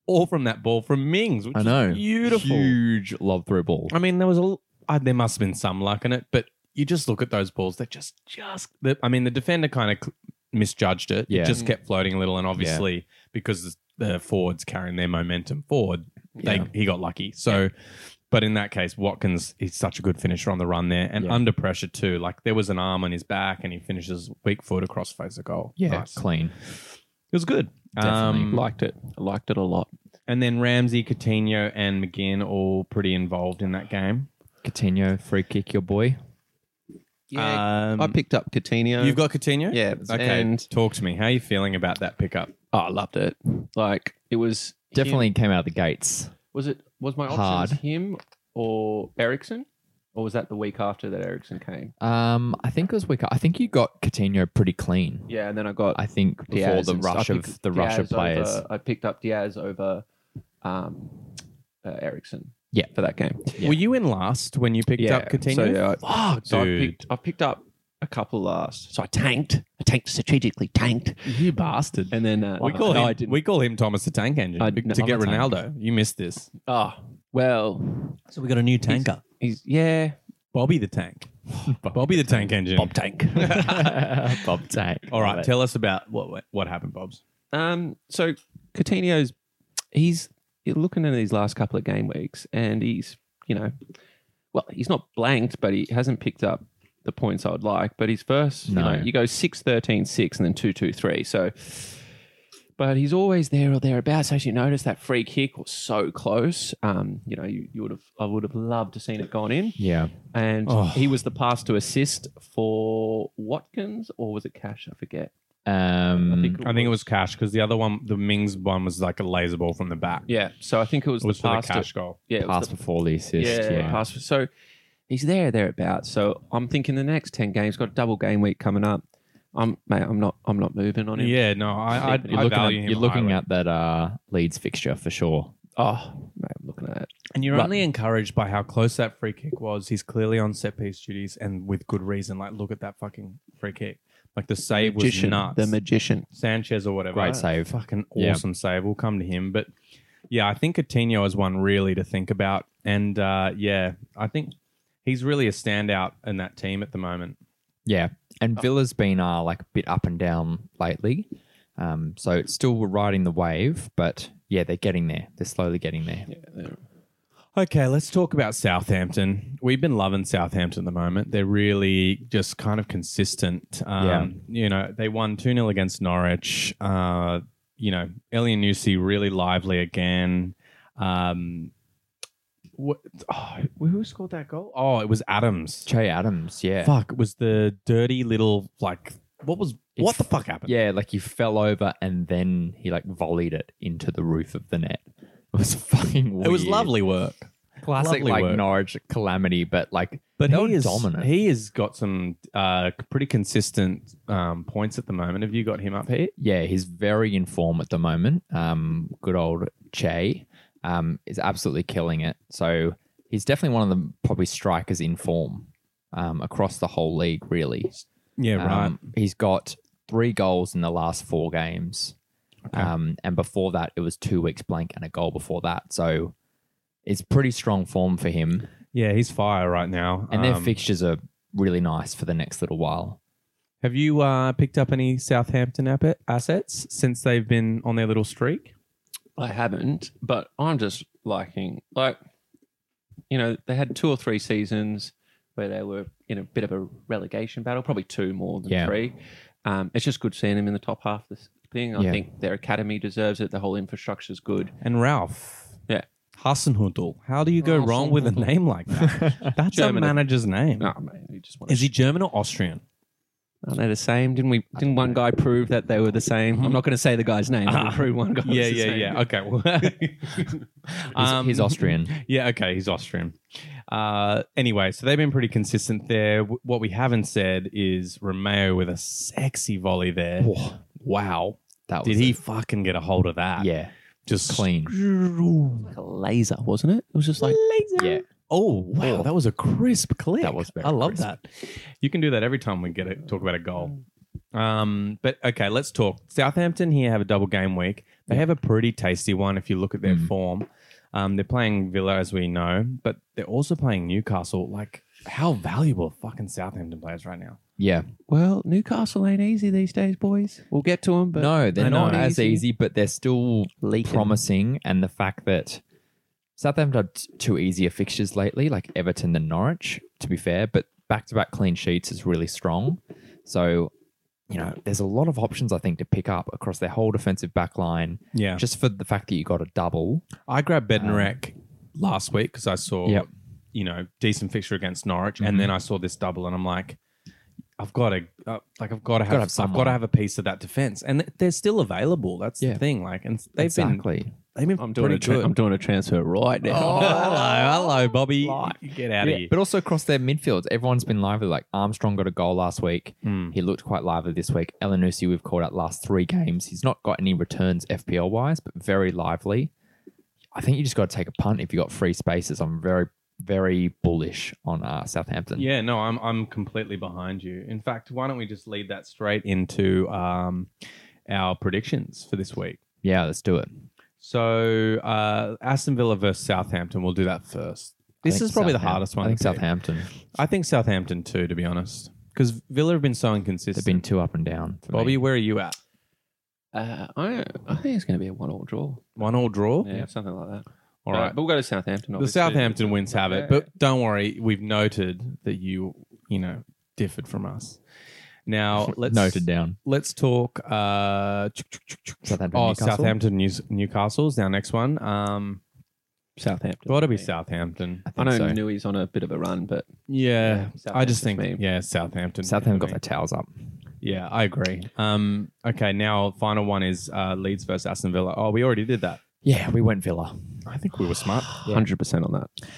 Speaker 3: all from that ball from Mings, which
Speaker 2: I know.
Speaker 3: is beautiful.
Speaker 2: Huge lob through ball.
Speaker 3: I mean, there was a l- uh, there must have been some luck in it, but you just look at those balls. They're just just. The, I mean, the defender kind of cl- misjudged it.
Speaker 2: Yeah.
Speaker 3: It just kept floating a little, and obviously because the forwards carrying their momentum forward,
Speaker 2: Yeah.
Speaker 3: they, he got lucky. So. But in that case, Watkins is such a good finisher on the run there and
Speaker 2: Yeah.
Speaker 3: under pressure too. Like there was an arm on his back and he finishes weak foot across face of goal.
Speaker 2: Yeah,
Speaker 3: Nice. It
Speaker 2: clean.
Speaker 3: was good. Um,
Speaker 2: Definitely.
Speaker 1: Liked it. I liked it a lot.
Speaker 3: and then Ramsey, Coutinho, and McGinn all pretty involved in that game.
Speaker 2: Coutinho, free kick your boy.
Speaker 3: um,
Speaker 1: I picked up Coutinho.
Speaker 3: You've got Coutinho?
Speaker 1: yeah,
Speaker 3: Okay.
Speaker 1: and-
Speaker 3: Talk to me. How are you feeling about that pickup?
Speaker 1: Oh, I loved it. Like it was
Speaker 2: Definitely came out of the gates.
Speaker 1: Was it was my
Speaker 2: Hard.
Speaker 1: options him or Ericsson? Or was that the week after that Ericsson came?
Speaker 2: Um, I think it was week. I think you got Coutinho pretty clean.
Speaker 1: Yeah, and then I got
Speaker 2: I think before
Speaker 1: Diaz
Speaker 2: the
Speaker 1: and stuff.
Speaker 2: rush
Speaker 1: I
Speaker 2: of
Speaker 1: picked
Speaker 2: the rush of
Speaker 1: Diaz over-
Speaker 2: players.
Speaker 1: I picked up Diaz over um, uh, Ericsson.
Speaker 2: Yeah.
Speaker 1: for that game.
Speaker 2: Yeah.
Speaker 3: Were you in last when you picked
Speaker 1: yeah,
Speaker 3: up Coutinho?
Speaker 1: So, yeah, I,
Speaker 3: Fuck,
Speaker 1: so I
Speaker 3: dude.
Speaker 1: picked I picked up a couple last. So I tanked. I tanked strategically tanked,
Speaker 3: you bastard.
Speaker 1: and then uh,
Speaker 3: we
Speaker 1: no,
Speaker 3: call
Speaker 1: no,
Speaker 3: him.
Speaker 1: I didn't.
Speaker 3: We call him Thomas the Tank Engine
Speaker 1: I-
Speaker 3: to
Speaker 1: no,
Speaker 3: get
Speaker 1: I'm a tank.
Speaker 3: Ronaldo. You missed this.
Speaker 1: oh well,
Speaker 3: So we got a new
Speaker 1: tanker. he's yeah.
Speaker 3: Bobby the
Speaker 1: (laughs)
Speaker 3: Tank. Bobby the Tank Engine. Bob Tank.
Speaker 1: (laughs)
Speaker 2: Bob Tank.
Speaker 3: All
Speaker 2: Love
Speaker 3: right,
Speaker 2: it.
Speaker 3: tell us about what what happened, Bob's.
Speaker 1: Um, so Coutinho's he's you're looking at these last couple of game weeks, and he's you know, well, he's not blanked, but he hasn't picked up the points I would like. But his first,
Speaker 2: No.
Speaker 1: you know, you go 6, 13, 6, and then 2, 2, 3. So, but he's always there or thereabouts. As you notice, that free kick was so close. Um, you know, you, you would have, I would have loved to seen it gone in.
Speaker 2: Yeah.
Speaker 1: And
Speaker 3: Oh.
Speaker 1: he was the pass to assist for Watkins, or was it Cash? I forget.
Speaker 2: Um,
Speaker 1: I think-
Speaker 3: Mm, I think it was cash because the other one, the Mings one, was like a laser ball from the back.
Speaker 1: Yeah, so I think it was,
Speaker 3: it was
Speaker 1: the
Speaker 3: for the
Speaker 1: pass. to-
Speaker 3: cash goal.
Speaker 1: yeah, it was
Speaker 2: pass
Speaker 1: the-
Speaker 2: before the assist. Yeah,
Speaker 1: yeah, pass. So he's there, thereabouts. So I'm thinking the next ten games got a double game week coming up. I'm mate, I'm not, I'm not moving on him.
Speaker 3: Yeah, no, I, I,
Speaker 1: But
Speaker 2: You're
Speaker 3: I
Speaker 2: looking, at,
Speaker 3: value him.
Speaker 2: you're looking
Speaker 3: highly.
Speaker 2: at that uh, Leeds fixture for sure.
Speaker 1: Oh, mate, I'm looking at that.
Speaker 3: and you're
Speaker 2: But-
Speaker 3: only encouraged by how close that free kick was. He's clearly on set piece duties and with good reason. Like, look at that fucking free kick. Like the save was
Speaker 1: Magician,
Speaker 3: nuts.
Speaker 1: the magician.
Speaker 3: Sanchez or whatever.
Speaker 2: Great save.
Speaker 3: Fucking
Speaker 2: Yeah.
Speaker 3: awesome save. We'll come to him. But yeah, I think Coutinho is one really to think about. And uh, yeah, I think he's really a standout in that team at the moment.
Speaker 2: Yeah,
Speaker 1: Oh.
Speaker 2: and Villa's been uh, like a bit up and down lately, um, so it's still we're riding the wave. But yeah, they're getting there. They're slowly getting there.
Speaker 3: Okay, let's talk about Southampton. We've been loving Southampton at the moment. They're really just kind of consistent. Um,
Speaker 2: Yeah.
Speaker 3: You know, they won 2 0 against Norwich. Uh, you know, Elian Nusi really lively again. Um, what, oh, who scored that goal? Oh, it was Adams.
Speaker 2: Che Adams, yeah,
Speaker 3: Fuck, it was the dirty little, like, what was, what the fuck happened?
Speaker 2: yeah, like he fell over and then he like volleyed it into the roof of the net. It was (laughs) fucking. Weird.
Speaker 3: It was lovely work.
Speaker 2: classic
Speaker 3: lovely
Speaker 2: like
Speaker 3: work.
Speaker 2: Norwich calamity, but like
Speaker 3: But
Speaker 2: They were
Speaker 3: he is
Speaker 2: dominant.
Speaker 3: He has got some uh, pretty consistent um, points at the moment. Have you got him up here?
Speaker 2: yeah, he's very in form at the moment. Um, good old Che um, is absolutely killing it. So he's definitely one of the probably strikers in form um, across the whole league, really.
Speaker 3: Yeah,
Speaker 2: Um, he's got three goals in the last four games.
Speaker 3: Okay.
Speaker 2: Um, and before that, it was two weeks blank and a goal before that. So it's pretty strong form for him.
Speaker 3: yeah, he's fire right now.
Speaker 2: And their
Speaker 3: Um,
Speaker 2: fixtures are really nice for the next little while.
Speaker 3: Have you uh, picked up any Southampton appe- assets since they've been on their little streak?
Speaker 1: I haven't, but I'm just liking like you know, they had two or three seasons where they were in a bit of a relegation battle, probably two more than
Speaker 2: Yeah.
Speaker 1: three. Um, it's just good seeing them in the top half of this thing. I
Speaker 2: Yeah.
Speaker 1: think their academy deserves it. The whole infrastructure's good.
Speaker 3: And Ralph,
Speaker 1: Yeah.
Speaker 3: Hassenhudel. How do you go wrong with a
Speaker 1: Hasenhüttl.
Speaker 3: name like that? That's
Speaker 1: German.
Speaker 3: a manager's name.
Speaker 1: No, mate, you just want
Speaker 3: Is he German or Austrian?
Speaker 1: Aren't they the same? Didn't we? Didn't one guy prove that they were the same? I'm not going to say the guy's name. But we
Speaker 3: Ah.
Speaker 1: proved
Speaker 3: (laughs)
Speaker 1: one guy. was the same.
Speaker 3: Okay, (laughs) Um,
Speaker 2: He's, he's Austrian.
Speaker 3: Yeah, okay, he's Austrian. Uh, anyway, so they've been pretty consistent there. W- what we haven't said is Romeo with a sexy volley there. Wow.
Speaker 2: That was
Speaker 3: Did he
Speaker 2: it.
Speaker 3: fucking get a hold of that?
Speaker 2: Yeah,
Speaker 3: Just (laughs)
Speaker 2: clean.
Speaker 1: Like a laser, wasn't it? It was just like
Speaker 2: Yeah.
Speaker 3: Oh, wow. That was a crisp click.
Speaker 2: That was very
Speaker 3: I love
Speaker 2: crisp.
Speaker 3: that. You can do that every time we get it, talk about a goal. Um, but okay, let's talk. Southampton here have a double game week. They have a pretty tasty one if you look at their
Speaker 2: Mm.
Speaker 3: form. Um, they're playing Villa as we know, but they're also playing Newcastle. Like, how valuable are fucking Southampton players right now?
Speaker 2: Yeah.
Speaker 1: Well, Newcastle ain't easy these days, boys. We'll get to them, but
Speaker 2: no, they're
Speaker 3: I know.
Speaker 2: not as
Speaker 1: Easy.
Speaker 2: easy, but they're still
Speaker 1: Leaking.
Speaker 2: promising. And the fact that Southampton had t- two easier fixtures lately, like Everton and Norwich, to be fair, but back to back clean sheets is really strong. So, you know, there's a lot of options, I think, to pick up across their whole defensive back line,
Speaker 3: Yeah.
Speaker 2: just for the fact that you got a double.
Speaker 3: I grabbed Bednarek last week because I saw,
Speaker 2: Um, Yep. Mm-hmm.
Speaker 3: you know, decent fixture against Norwich, and then I saw this double, and I'm like, I've got to, uh, like, I've got to
Speaker 2: Gotta
Speaker 3: have,
Speaker 2: have
Speaker 3: I've
Speaker 2: someone.
Speaker 3: got to have a piece of that defense, and th- they're still available. That's
Speaker 2: Yeah.
Speaker 3: the thing, like, and they've
Speaker 2: exactly.
Speaker 3: been, they've been
Speaker 1: I'm doing
Speaker 3: pretty
Speaker 1: a tra-
Speaker 3: good.
Speaker 1: I'm doing a transfer right now.
Speaker 3: Oh, (laughs) hello, hello, Bobby, get out
Speaker 2: Yeah,
Speaker 3: of here.
Speaker 2: But also across their midfields, everyone's been lively. Like Armstrong got a goal last week.
Speaker 3: Hmm.
Speaker 2: He looked quite lively this week. Elanusi, we've called out last three games. He's not got any returns FPL wise, but very lively. I think you just got to take a punt if you got free spaces. I'm very, very bullish on uh, Southampton.
Speaker 3: Yeah, no, I'm I'm completely behind you. In fact, why don't we just lead that straight into um, our predictions for this week?
Speaker 2: Yeah, let's do it.
Speaker 3: So uh, Aston Villa versus Southampton. We'll do that first.
Speaker 2: I
Speaker 3: This
Speaker 2: think
Speaker 3: is probably the
Speaker 2: Southampton-
Speaker 3: hardest one.
Speaker 2: I think
Speaker 3: to pick.
Speaker 2: Southampton.
Speaker 3: I think Southampton too, to be honest, because Villa have been so
Speaker 2: They've
Speaker 3: inconsistent.
Speaker 2: been two up and down. For
Speaker 3: Bobby,
Speaker 2: me.
Speaker 3: where are you at?
Speaker 1: Uh, I, I think it's going to be a one-all draw.
Speaker 3: One all draw.
Speaker 1: Yeah, something like that.
Speaker 3: All right.
Speaker 1: but we'll go to Southampton.
Speaker 3: the
Speaker 1: Obviously.
Speaker 3: Southampton wins have
Speaker 1: Yeah.
Speaker 3: it, but don't worry. We've noted that you, you know, differed from us.
Speaker 2: (laughs)
Speaker 3: Now let's
Speaker 2: noted down.
Speaker 3: Let's talk. Uh,
Speaker 2: Southampton,
Speaker 3: oh,
Speaker 2: Newcastle?
Speaker 3: Southampton, News, Newcastle's our next one. Um,
Speaker 1: Southampton.
Speaker 3: got to be Southampton.
Speaker 2: I think
Speaker 1: I know
Speaker 2: so.
Speaker 1: Nui's on a bit of a run, but
Speaker 3: Yeah, I just
Speaker 1: Southampton
Speaker 3: think
Speaker 1: for me.
Speaker 3: yeah, Southampton.
Speaker 2: Southampton got
Speaker 3: I
Speaker 2: their towels up.
Speaker 3: mean, Yeah, I agree. Um, okay, now final one is uh, Leeds versus Aston Villa. Oh, we already did that.
Speaker 2: Yeah, we went Villa.
Speaker 3: I think we were (sighs) smart.
Speaker 2: Yeah.
Speaker 1: 100% on that.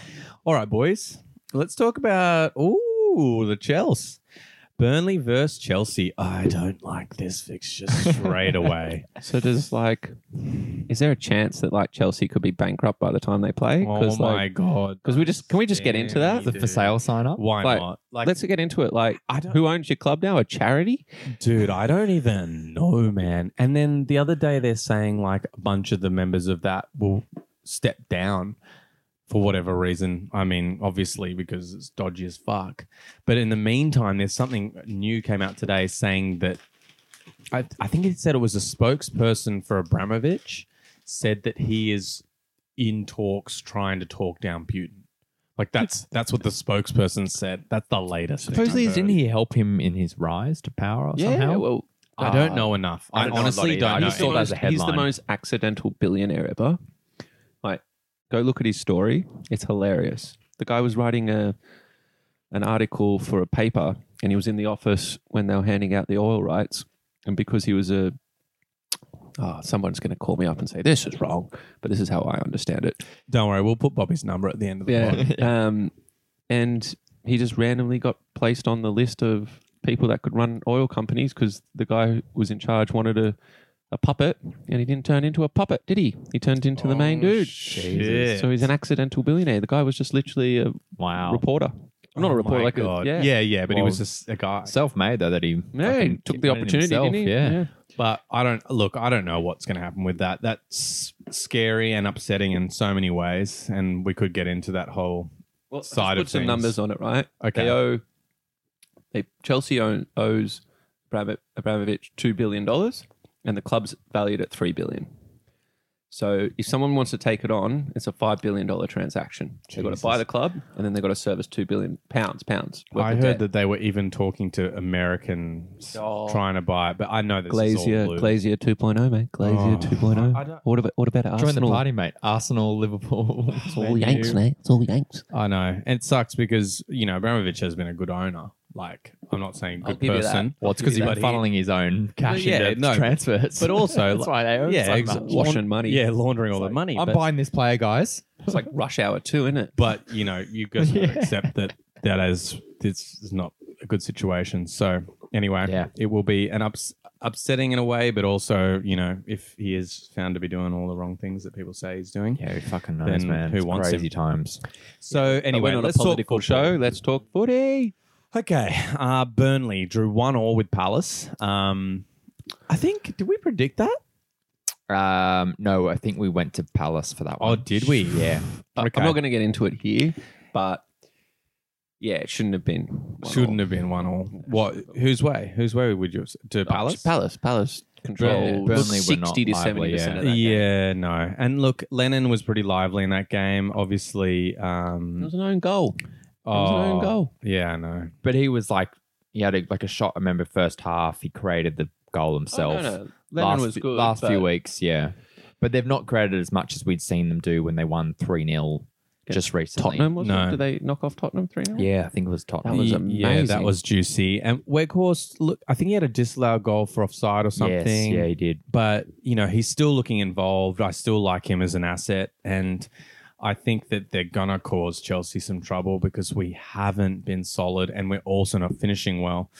Speaker 3: All right, boys. Let's talk about ooh the Chelsea, Burnley versus Chelsea. I don't like this fixture
Speaker 1: (laughs)
Speaker 3: straight away.
Speaker 1: So does like, is there a chance that like Chelsea could be bankrupt by the time they play?
Speaker 3: oh my god!
Speaker 1: 'cause we just- can we just get into that?
Speaker 2: The for sale sign up.
Speaker 3: Why
Speaker 1: Like,
Speaker 3: not?
Speaker 1: like,
Speaker 3: Like,
Speaker 1: let's get into it. Like,
Speaker 3: I don't,
Speaker 1: who owns your club now? A charity?
Speaker 3: dude. I don't even know, man. And then the other day they're saying like a bunch of the members of that will step down for whatever reason. I mean, obviously because it's dodgy as fuck. But in the meantime, there's something new came out today saying that I, I think it said it was a spokesperson for Abramovich said that he is in talks trying to talk down Putin. Like that's that's what the spokesperson said. That's the latest. thing
Speaker 2: Supposedly,
Speaker 3: I've
Speaker 2: didn't
Speaker 3: heard.
Speaker 2: he help him in his rise to power or somehow?
Speaker 1: Well,
Speaker 3: I don't know enough. I,
Speaker 2: I don't know a lot
Speaker 3: honestly
Speaker 2: either. I
Speaker 3: don't know.
Speaker 2: just saw
Speaker 1: the
Speaker 2: that as a
Speaker 1: most- he's the
Speaker 2: headline.
Speaker 1: most accidental billionaire ever. Like, go look at his story. It's hilarious. The guy was writing a an article for a paper, and he was in the office when they were handing out the oil rights. And because he was a oh, someone's going to call me up and say this is wrong, but this is how I understand it.
Speaker 3: Don't worry, we'll put Bobby's number at the end of the (laughs) pod.
Speaker 1: (laughs) um, and he just randomly got placed on the list of people that could run oil companies because the guy who was in charge wanted a, a puppet and he didn't turn into a puppet, did he? He turned into the main
Speaker 3: Oh,
Speaker 1: dude.
Speaker 3: shit.
Speaker 1: So he's an accidental billionaire. The guy was just literally a
Speaker 2: Wow.
Speaker 1: reporter. not
Speaker 3: Oh
Speaker 1: a reporter,
Speaker 3: my
Speaker 1: like
Speaker 3: God.
Speaker 1: a. Yeah.
Speaker 3: yeah, yeah, but he
Speaker 2: Well,
Speaker 3: was just a guy.
Speaker 2: Self-made though that he
Speaker 1: Yeah, he
Speaker 2: fucking
Speaker 1: took the
Speaker 2: invented
Speaker 1: opportunity,
Speaker 2: himself,
Speaker 1: didn't he?
Speaker 2: Yeah.
Speaker 3: But I don't look. I don't know what's going to happen with that. That's scary and upsetting in so many ways, and we could get into that whole.
Speaker 1: Well,
Speaker 3: Side of
Speaker 1: just put some
Speaker 3: things.
Speaker 1: numbers on it, right?
Speaker 3: Okay,
Speaker 1: They owe. They, Chelsea own, owes Abramo- Abramovich two billion dollars, and the club's valued at three billion. So if someone wants to take it on, it's a five billion dollar transaction. They've got to
Speaker 3: Jesus.
Speaker 1: buy the club, and then they've got to service two billion pounds. Pounds. worth
Speaker 3: I
Speaker 1: of
Speaker 3: heard
Speaker 1: debt.
Speaker 3: that they were even talking to Americans
Speaker 1: Oh.
Speaker 3: trying to buy it, but I know this is all
Speaker 1: Glazier,
Speaker 3: blue.
Speaker 1: Glazier 2.0, mate. Glazier
Speaker 3: Oh,
Speaker 1: 2.0.
Speaker 3: I- I don't-
Speaker 1: what about what about
Speaker 2: Join
Speaker 1: Arsenal?
Speaker 2: the party, mate. Arsenal, Liverpool.
Speaker 1: It's all Yanks, mate. It's all Yanks.
Speaker 3: I know, and it sucks because you know Abramovich has been a good owner. Like I'm not saying
Speaker 1: I'll
Speaker 3: good
Speaker 1: give you that.
Speaker 3: person,
Speaker 2: Well, it's because he's
Speaker 3: But he-
Speaker 2: funneling his own cash
Speaker 3: Yeah,
Speaker 2: into
Speaker 3: no,
Speaker 2: transfers.
Speaker 3: but also
Speaker 2: (laughs) that's
Speaker 3: like-
Speaker 2: why they own
Speaker 3: yeah,
Speaker 2: so
Speaker 3: ex-
Speaker 2: much.
Speaker 3: Laun-
Speaker 1: Washing money.
Speaker 3: yeah, laundering all the
Speaker 1: like,
Speaker 3: money.
Speaker 2: I'm
Speaker 3: but-
Speaker 2: buying this player, guys.
Speaker 1: It's like rush hour two, isn't it?
Speaker 3: but you know you guys
Speaker 2: Yeah.
Speaker 3: gotta accept that that is this is not a good situation so anyway
Speaker 2: Yeah.
Speaker 3: it will be an ups- upsetting in a way but also you know if he is found to be doing all the wrong things that people say he's doing
Speaker 2: Yeah, who fucking
Speaker 3: knows, man? It's crazy
Speaker 2: times?
Speaker 3: so
Speaker 1: But
Speaker 3: anyway
Speaker 1: we're not
Speaker 3: let's
Speaker 1: a political
Speaker 3: talk
Speaker 1: show.
Speaker 3: football.
Speaker 1: Let's talk footy.
Speaker 3: okay uh burnley drew one all with palace um i think did we predict that
Speaker 2: Um, no, I think we went to Palace for that one.
Speaker 3: oh did we yeah
Speaker 1: I-
Speaker 3: Okay.
Speaker 1: I'm not going to get into it here, but yeah, it shouldn't have been. one
Speaker 3: shouldn't
Speaker 1: all.
Speaker 3: have been one all what whose way whose way would you to
Speaker 1: Oh,
Speaker 3: palace
Speaker 1: Palace, Palace
Speaker 2: Yeah,
Speaker 1: control
Speaker 2: Burnley were not
Speaker 1: sixty to
Speaker 2: lively,
Speaker 1: seventy percent
Speaker 2: yeah.
Speaker 1: of that. game.
Speaker 3: yeah, no. And look, Lennon was pretty lively in that game. Obviously,
Speaker 1: It
Speaker 3: um,
Speaker 1: was an own goal. It was an own
Speaker 3: oh,
Speaker 1: goal.
Speaker 3: Yeah, I know.
Speaker 2: But he was like, he had a, like a shot. I remember first half, he created the goal himself.
Speaker 1: Oh, no, no. Lennon
Speaker 2: last,
Speaker 1: was good.
Speaker 2: Last few
Speaker 1: but
Speaker 2: weeks, yeah. But they've not created as much as we'd seen them do when they won 3 0
Speaker 1: Yeah.
Speaker 2: just recently.
Speaker 1: Tottenham was
Speaker 3: No.
Speaker 1: it? Did they knock off Tottenham three 0
Speaker 2: Yeah, I think it was Tottenham.
Speaker 1: That was
Speaker 3: Y- Yeah, that
Speaker 1: amazing.
Speaker 3: was juicy. And Weghorst, look, I think he had a disallowed goal for offside or something.
Speaker 2: Yes, yeah, he did.
Speaker 3: But you know, he's still looking involved. I still like him as an asset, and I think that they're gonna cause Chelsea some trouble because we haven't been solid, and we're also not finishing well.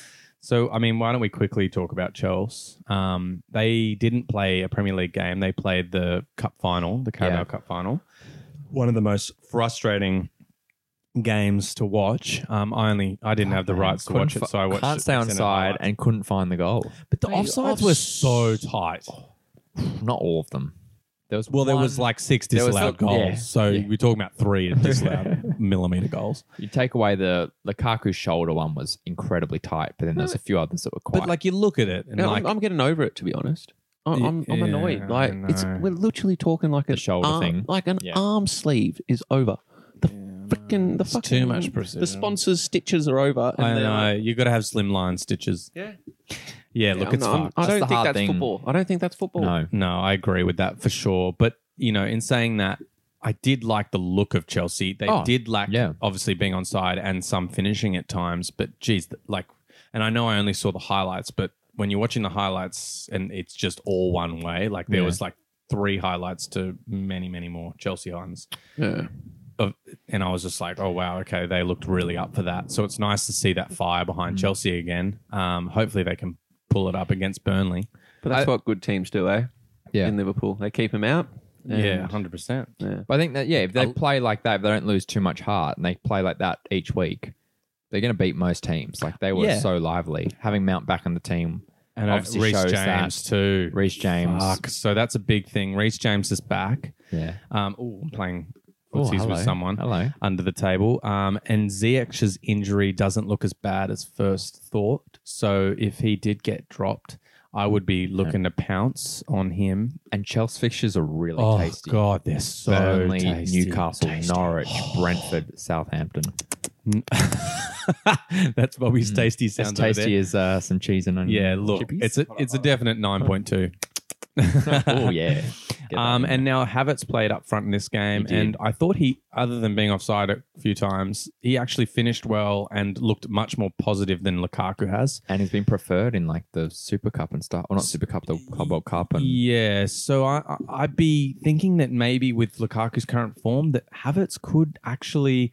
Speaker 3: So, I mean, why don't we quickly talk about Chelsea? Um, they didn't play a Premier League game. They played the Cup final, the Carabao
Speaker 2: Yeah.
Speaker 3: Cup final. One of the most frustrating games to watch. Um, I only I didn't have the
Speaker 2: Man,
Speaker 3: rights to
Speaker 2: couldn't
Speaker 3: watch it,
Speaker 2: fi-
Speaker 3: so I watched.
Speaker 2: Can't
Speaker 3: it
Speaker 2: stay on
Speaker 3: instead of
Speaker 2: side
Speaker 3: highlights.
Speaker 2: and couldn't find the goal.
Speaker 3: But the
Speaker 2: Mate,
Speaker 3: offsides
Speaker 2: offs-
Speaker 3: were so tight.
Speaker 2: Not all of them. There was
Speaker 3: Well, there was
Speaker 2: one-
Speaker 3: like six
Speaker 2: There was
Speaker 3: disallowed
Speaker 2: some-
Speaker 3: goals.
Speaker 2: yeah,
Speaker 3: so
Speaker 2: yeah.
Speaker 3: we're talking about three disallowed millimeter goals.
Speaker 2: You take away the Lukaku shoulder one was incredibly tight, but then there's a few others that were quite.
Speaker 3: But like you look at it and
Speaker 1: No,
Speaker 3: like
Speaker 1: I'm, I'm getting over it to be honest. I'm, I'm, I'm
Speaker 3: Yeah,
Speaker 1: annoyed. Like
Speaker 3: I
Speaker 1: it's
Speaker 3: know.
Speaker 1: we're literally talking like a
Speaker 2: The shoulder
Speaker 1: arm-
Speaker 2: thing.
Speaker 1: like an
Speaker 2: Yeah.
Speaker 1: arm sleeve is over. The freaking the
Speaker 3: It's
Speaker 1: fucking
Speaker 3: too much precision.
Speaker 1: The sponsors' stitches are over.
Speaker 3: I
Speaker 1: they're like-
Speaker 3: know uh, you got to have slim line stitches.
Speaker 1: Yeah.
Speaker 3: Yeah,
Speaker 1: Yeah,
Speaker 3: look,
Speaker 1: I'm
Speaker 3: it's
Speaker 1: not- I'm-
Speaker 3: fucked.
Speaker 1: I
Speaker 2: That's
Speaker 1: don't
Speaker 2: the
Speaker 1: think
Speaker 2: hard
Speaker 1: that's
Speaker 2: thing.
Speaker 1: football. I don't think that's football.
Speaker 2: no,
Speaker 3: No, I agree with that for sure. But you know, in saying that, I did like the look of Chelsea. They
Speaker 2: Oh,
Speaker 3: did lack,
Speaker 2: yeah.
Speaker 3: obviously, being on side and some finishing at times. But geez, th- like And I know I only saw the highlights, but when you're watching the highlights and it's just all one way, like there
Speaker 2: Yeah.
Speaker 3: was like three highlights to many, many more Chelsea ones.
Speaker 1: Yeah.
Speaker 3: And I was just like, oh, wow, okay, they looked really up for that. So it's nice to see that fire behind
Speaker 2: Mm.
Speaker 3: Chelsea again. Um, hopefully they can pull it up against Burnley.
Speaker 1: But that's what good teams do, eh?
Speaker 2: Yeah.
Speaker 1: In Liverpool, they keep them out. and-
Speaker 3: yeah, 100%.
Speaker 1: yeah.
Speaker 2: But I think that yeah, if they
Speaker 3: I-
Speaker 2: play like that, if they don't lose too much heart, and they play like that each week, they're going to beat most teams. Like they were
Speaker 3: Yeah.
Speaker 2: so lively, having Mount back on the team.
Speaker 3: And
Speaker 2: Obviously
Speaker 3: obviously Reece
Speaker 2: shows
Speaker 3: James
Speaker 2: that.
Speaker 3: too.
Speaker 2: Reece James.
Speaker 3: Fuck. So that's a big thing. Reece James is back.
Speaker 2: Yeah.
Speaker 3: Um, ooh, I'm playing
Speaker 2: Oh,
Speaker 3: footsies
Speaker 2: hello.
Speaker 3: with someone
Speaker 2: Hello.
Speaker 3: under the table. Um, and Ziyech's injury doesn't look as bad as first thought. So if he did get dropped, I would be looking to pounce on him.
Speaker 2: And Chelsea fixtures are really
Speaker 3: oh
Speaker 2: tasty.
Speaker 3: God, they're so
Speaker 2: Burnley,
Speaker 3: tasty.
Speaker 2: Newcastle,
Speaker 3: Tasty. Oh.
Speaker 2: Norwich, Brentford, Southampton.
Speaker 3: (laughs) That's Bobby's
Speaker 2: Mm.
Speaker 3: tasty
Speaker 2: As
Speaker 3: sound. over there.
Speaker 2: tasty as uh, some cheese and onion.
Speaker 3: Yeah, look,
Speaker 2: chippies.
Speaker 3: it's a it's a definite nine point two.
Speaker 2: (laughs)
Speaker 3: (laughs)
Speaker 2: oh yeah. Get that
Speaker 3: Um,
Speaker 2: in
Speaker 3: and now Havertz played up front in this game,
Speaker 2: He did.
Speaker 3: and I thought he, other than being offside a few times, he actually finished well and looked much more positive than Lukaku has.
Speaker 2: and he's been preferred in like the Super Cup and stuff. Or not Super Cup, the Club World Cup. And
Speaker 3: Yeah, so I, I- I'd be thinking that maybe with Lukaku's current form, that Havertz could actually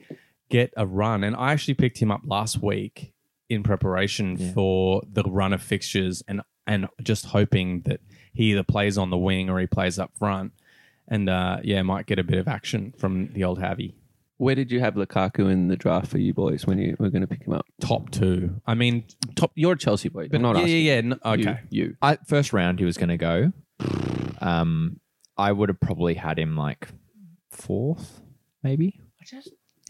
Speaker 3: get a run. And I actually picked him up last week in preparation
Speaker 2: Yeah.
Speaker 3: for the run of fixtures, and and just hoping that he either plays on the wing or he plays up front, and uh, yeah, might get a bit of action from the old Havy.
Speaker 1: Where did you have Lukaku in the draft for you boys when you were going to pick him up?
Speaker 3: Top two. I mean, top.
Speaker 1: You're a Chelsea boy,
Speaker 3: But
Speaker 1: I'm not
Speaker 3: yeah,
Speaker 1: asking.
Speaker 3: yeah, yeah. no- okay.
Speaker 1: You, you.
Speaker 2: I, first round he was going to go. Um, I would have probably had him like fourth, maybe.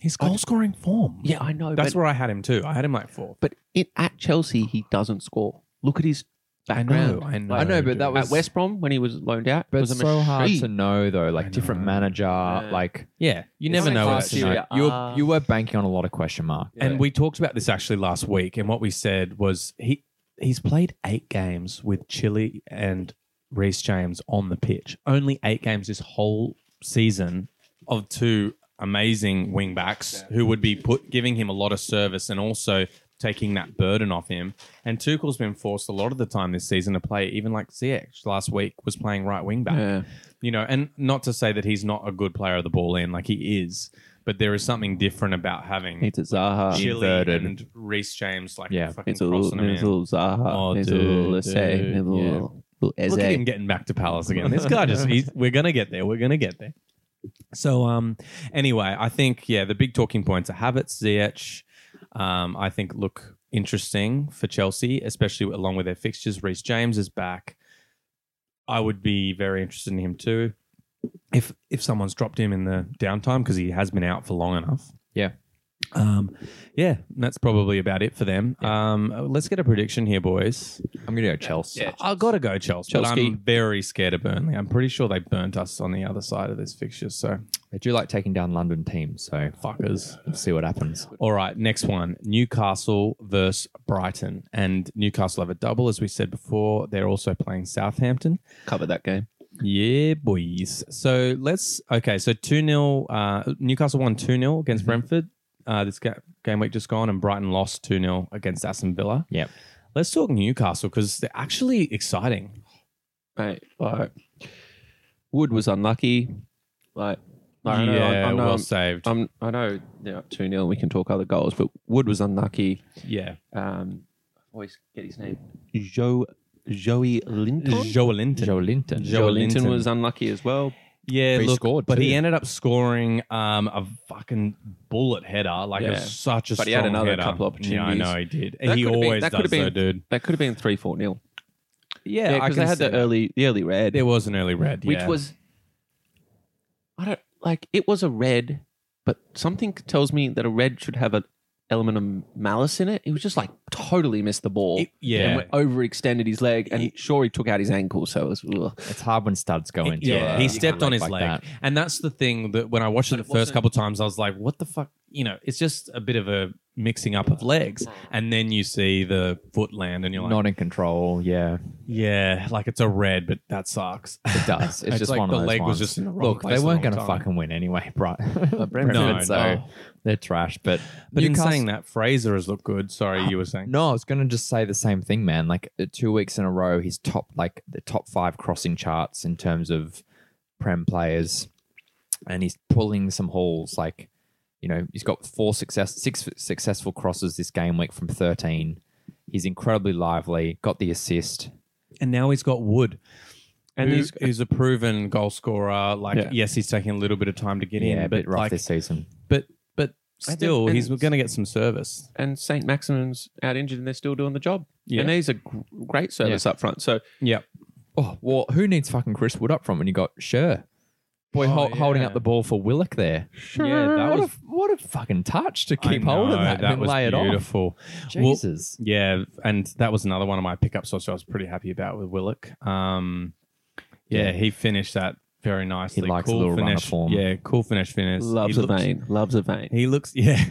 Speaker 3: His goal scoring form.
Speaker 1: Yeah, I know.
Speaker 3: That's
Speaker 1: but,
Speaker 3: where I had him too. I had him like fourth.
Speaker 1: but it, at Chelsea, he doesn't score. Look at his background.
Speaker 3: I know,
Speaker 2: I know, but that
Speaker 3: dude.
Speaker 2: was-
Speaker 1: At West Brom, when he was loaned out,
Speaker 2: But
Speaker 1: was a
Speaker 2: it's so hard
Speaker 1: machine.
Speaker 2: to know though. Like different
Speaker 3: know.
Speaker 2: manager,
Speaker 1: Yeah.
Speaker 2: like
Speaker 3: Yeah, you
Speaker 2: It's
Speaker 3: never
Speaker 2: so
Speaker 3: know.
Speaker 2: hard
Speaker 3: what
Speaker 2: to
Speaker 3: to
Speaker 2: know.
Speaker 3: know.
Speaker 1: Yeah.
Speaker 2: You're,
Speaker 1: Ah.
Speaker 2: you were banking on a lot of question mark.
Speaker 3: And we talked about this actually last week, and what we said was he he's played eight games with Chile and Reece James on the pitch. Only eight games this whole season of two amazing wing backs who would be put giving him a lot of service and also taking that burden off him. And Tuchel's been forced a lot of the time this season to play even like Ziyech last week was playing right wing back.
Speaker 1: Yeah.
Speaker 3: you know, and not to say that he's not a good player of the ball in, like he is, but there is something different about having
Speaker 1: It's a Zaha.
Speaker 3: Chile
Speaker 2: inverted.
Speaker 3: and Reese James, like
Speaker 2: Yeah.
Speaker 3: fucking
Speaker 1: It's a little,
Speaker 3: crossing him
Speaker 1: it's a
Speaker 3: in.
Speaker 1: little Zaha.
Speaker 3: Oh,
Speaker 1: it's a
Speaker 3: dude,
Speaker 1: little Eze.
Speaker 3: dude,
Speaker 1: It's a
Speaker 3: yeah.
Speaker 1: little, little Eze.
Speaker 3: Look at him getting back to Palace again. This guy just, he's, we're gonna get there. We're gonna get there. So, um, anyway, I think yeah, the big talking points are Havertz, Ziyech. Um, I think look interesting for Chelsea, especially along with their fixtures. Reese James is back. I would be very interested in him too. If if someone's dropped him in the downtime because he has been out for long enough.
Speaker 2: Yeah.
Speaker 3: Um, yeah, that's probably about it for them. Um, let's get a prediction here, boys.
Speaker 2: I'm gonna go Chelsea.
Speaker 3: I gotta go Chelsea, but
Speaker 1: Chelsea.
Speaker 3: I'm very scared of Burnley. I'm pretty sure they burnt us on the other side of this fixture. So
Speaker 2: They do like taking down London teams, so
Speaker 3: fuckers.
Speaker 2: we'll see what happens.
Speaker 3: All right, next one: Newcastle versus Brighton, and Newcastle have a double, as we said before. They're also playing Southampton.
Speaker 1: Cover that game.
Speaker 3: Yeah, boys. So let's okay. So two 0 uh, Newcastle won two 0
Speaker 1: Mm-hmm.
Speaker 3: against Brentford. Uh, this ga- game week just gone, and Brighton lost two 0 against Aston Villa.
Speaker 2: Yep.
Speaker 3: Let's talk Newcastle because they're actually exciting.
Speaker 1: Mate, like, Wood was unlucky. Like, I know, I,
Speaker 3: yeah,
Speaker 1: I know, Um,
Speaker 3: well
Speaker 1: I'm-
Speaker 3: saved.
Speaker 1: I'm, I know they're up 2 0. We can talk other goals, but Wood was unlucky.
Speaker 3: yeah.
Speaker 1: Um, I always get his name. Joe, Joey Linton.
Speaker 3: Joe Linton.
Speaker 2: Joe Linton.
Speaker 3: Jo-
Speaker 1: Joe
Speaker 3: Joe
Speaker 1: Linton,
Speaker 3: Linton.
Speaker 1: was unlucky as well.
Speaker 3: yeah,
Speaker 2: But he
Speaker 3: look,
Speaker 2: scored
Speaker 3: but he
Speaker 2: too.
Speaker 3: ended up scoring um, a fucking bullet header. Like it
Speaker 1: Yeah.
Speaker 3: was such a
Speaker 1: But
Speaker 3: strong
Speaker 1: he had another
Speaker 3: header.
Speaker 1: couple opportunities.
Speaker 3: Yeah, I know he did.
Speaker 1: That
Speaker 3: he
Speaker 1: could've been-
Speaker 3: always
Speaker 1: that
Speaker 3: does
Speaker 1: could've been-
Speaker 3: though, dude.
Speaker 1: That could have been 3 4 0.
Speaker 3: Yeah,
Speaker 1: Yeah, because they had the early, the early red,
Speaker 3: There was an early red,
Speaker 1: which
Speaker 3: yeah.
Speaker 1: was, I don't like. It was a red, but something tells me that a red should have an element of malice in it. It was just like totally missed the ball.
Speaker 3: It- yeah.
Speaker 1: and went- overextended his leg, and sure he took out his ankle, so it was. ugh.
Speaker 2: It's hard when studs go into.
Speaker 3: yeah,
Speaker 2: a-
Speaker 3: he stepped on his
Speaker 2: uh,
Speaker 3: leg,
Speaker 2: like that.
Speaker 3: and that's the thing that when I watched it the
Speaker 1: it
Speaker 3: first couple times, I was like, "What the fuck?" you know, it's just a bit of a mixing up of legs. And then you see the foot land and you're like,
Speaker 2: Not in control. Yeah,
Speaker 3: yeah, like it's a red, but that sucks.
Speaker 2: it does. It's, just
Speaker 3: like
Speaker 2: one
Speaker 3: the
Speaker 2: of those
Speaker 3: leg was
Speaker 2: ones.
Speaker 3: just in the wrong
Speaker 2: Look,
Speaker 3: place
Speaker 2: they
Speaker 3: the
Speaker 2: weren't
Speaker 3: wrong
Speaker 2: going to
Speaker 3: time.
Speaker 2: fucking win anyway, (laughs) right? Brentford,
Speaker 3: No,
Speaker 2: so
Speaker 3: no.
Speaker 2: they're trash. But
Speaker 3: But (laughs) in
Speaker 2: Newcastle-
Speaker 3: saying that, Fraser has looked good. Sorry, you were saying.
Speaker 2: No, I was going to just say the same thing, man. Like uh, two weeks in a row, he's top like the top five crossing charts in terms of prem players, and he's pulling some hauls. Like you know, he's got four success, six successful crosses this game week from thirteen. He's incredibly lively. Got the assist.
Speaker 3: And now he's got Wood.
Speaker 1: And
Speaker 3: And
Speaker 1: he's-
Speaker 3: he's, a proven goal scorer. Like,
Speaker 1: Yeah.
Speaker 3: yes, he's taking a little bit of time to get
Speaker 2: Yeah,
Speaker 3: in,
Speaker 2: a bit
Speaker 3: but
Speaker 2: rough
Speaker 3: like,
Speaker 2: this season.
Speaker 3: but but
Speaker 1: And
Speaker 3: still,
Speaker 1: then-
Speaker 3: he's
Speaker 1: and-
Speaker 3: going to get some service.
Speaker 1: and St. Maximin's out injured and they're still doing the job.
Speaker 3: Yeah.
Speaker 1: And he's a gr- great service up front. So
Speaker 3: Yeah,
Speaker 2: Oh well, who needs fucking Chris Wood up front when you got Sure? Boy,
Speaker 3: Oh,
Speaker 2: hol- holding
Speaker 3: yeah.
Speaker 2: up the ball for Willock there.
Speaker 1: Sure.
Speaker 3: that
Speaker 2: what
Speaker 3: was-
Speaker 2: a what a fucking touch to keep hold of that, and then
Speaker 3: was
Speaker 2: lay it off.
Speaker 3: beautiful. Well,
Speaker 2: Jesus.
Speaker 3: Yeah, and that was another one of my pickups. Also, I was pretty happy about with Willock. Um, yeah,
Speaker 2: Yeah.
Speaker 3: he finished that very nicely.
Speaker 2: likes a little run of
Speaker 3: finesse.
Speaker 2: form.
Speaker 3: Yeah, cool finish. Finish.
Speaker 1: Loves
Speaker 3: he
Speaker 1: a
Speaker 3: looks-
Speaker 1: vein. Loves a vein.
Speaker 3: He looks, (laughs) yeah,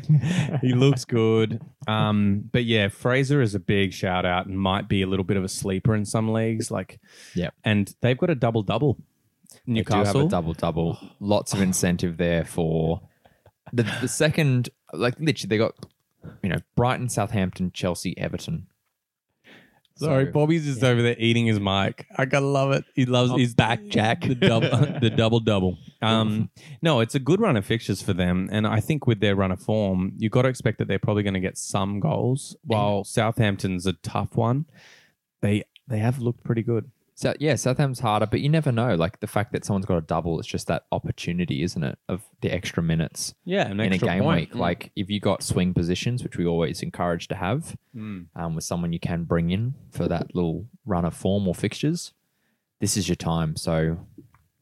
Speaker 2: (laughs)
Speaker 3: he looks good. Um, but yeah, Fraser is a big shout out and might be a little bit of a sleeper in some leagues. Like,
Speaker 2: Yep.
Speaker 3: and they've got a double double.
Speaker 2: They do
Speaker 3: Newcastle,
Speaker 2: have a double double. (sighs) Lots of incentive there for the, the second. Like literally, they got you know Brighton, Southampton, Chelsea, Everton.
Speaker 3: Sorry,
Speaker 2: So-
Speaker 3: Bobby's just over there eating his mic. I gotta love it. He
Speaker 2: Oh,
Speaker 3: loves his back jack. (laughs) The double, the double double. Um, no, it's a good run of fixtures for them, and I think with their run of form, you got to expect that they're probably going to get some goals. While Southampton's a tough one, they they have looked pretty good.
Speaker 2: So yeah, Southampton's harder, but you never know. Like the fact that someone's got a double, it's just that opportunity, isn't it, of the extra minutes
Speaker 3: Yeah, an
Speaker 2: in a game week.
Speaker 1: Mm.
Speaker 2: Like if you got swing positions, which we always encourage to have, um, with someone you can bring in for that little run of form or fixtures, this is your time. So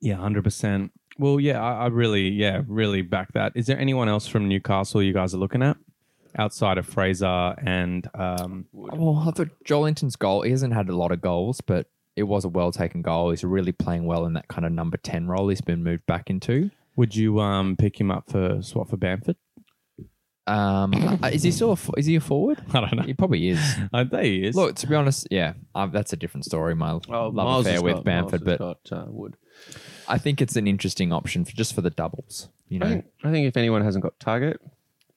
Speaker 3: Yeah, hundred percent. Well, yeah, I, I really, yeah, really back that. Is there anyone else from Newcastle you guys are looking at outside of Fraser and? Um,
Speaker 2: Well, oh, I thought Joelinton's goal, he hasn't had a lot of goals, but it was a well taken goal. He's really playing well in that kind of number 10 role he's been moved back into.
Speaker 3: would you um, pick him up for swap for Bamford? (laughs)
Speaker 2: Um, uh, is he still a, fo- is he a forward?
Speaker 3: I don't know.
Speaker 2: He probably is.
Speaker 3: I think he is.
Speaker 2: Look, to be honest, yeah, i that's a different story. My
Speaker 1: Oh,
Speaker 2: love affair with Bamford, but
Speaker 1: got, uh, Wood.
Speaker 2: I think it's an interesting option for just for the doubles. You
Speaker 1: I,
Speaker 2: know,
Speaker 1: think, I think if anyone hasn't got Target,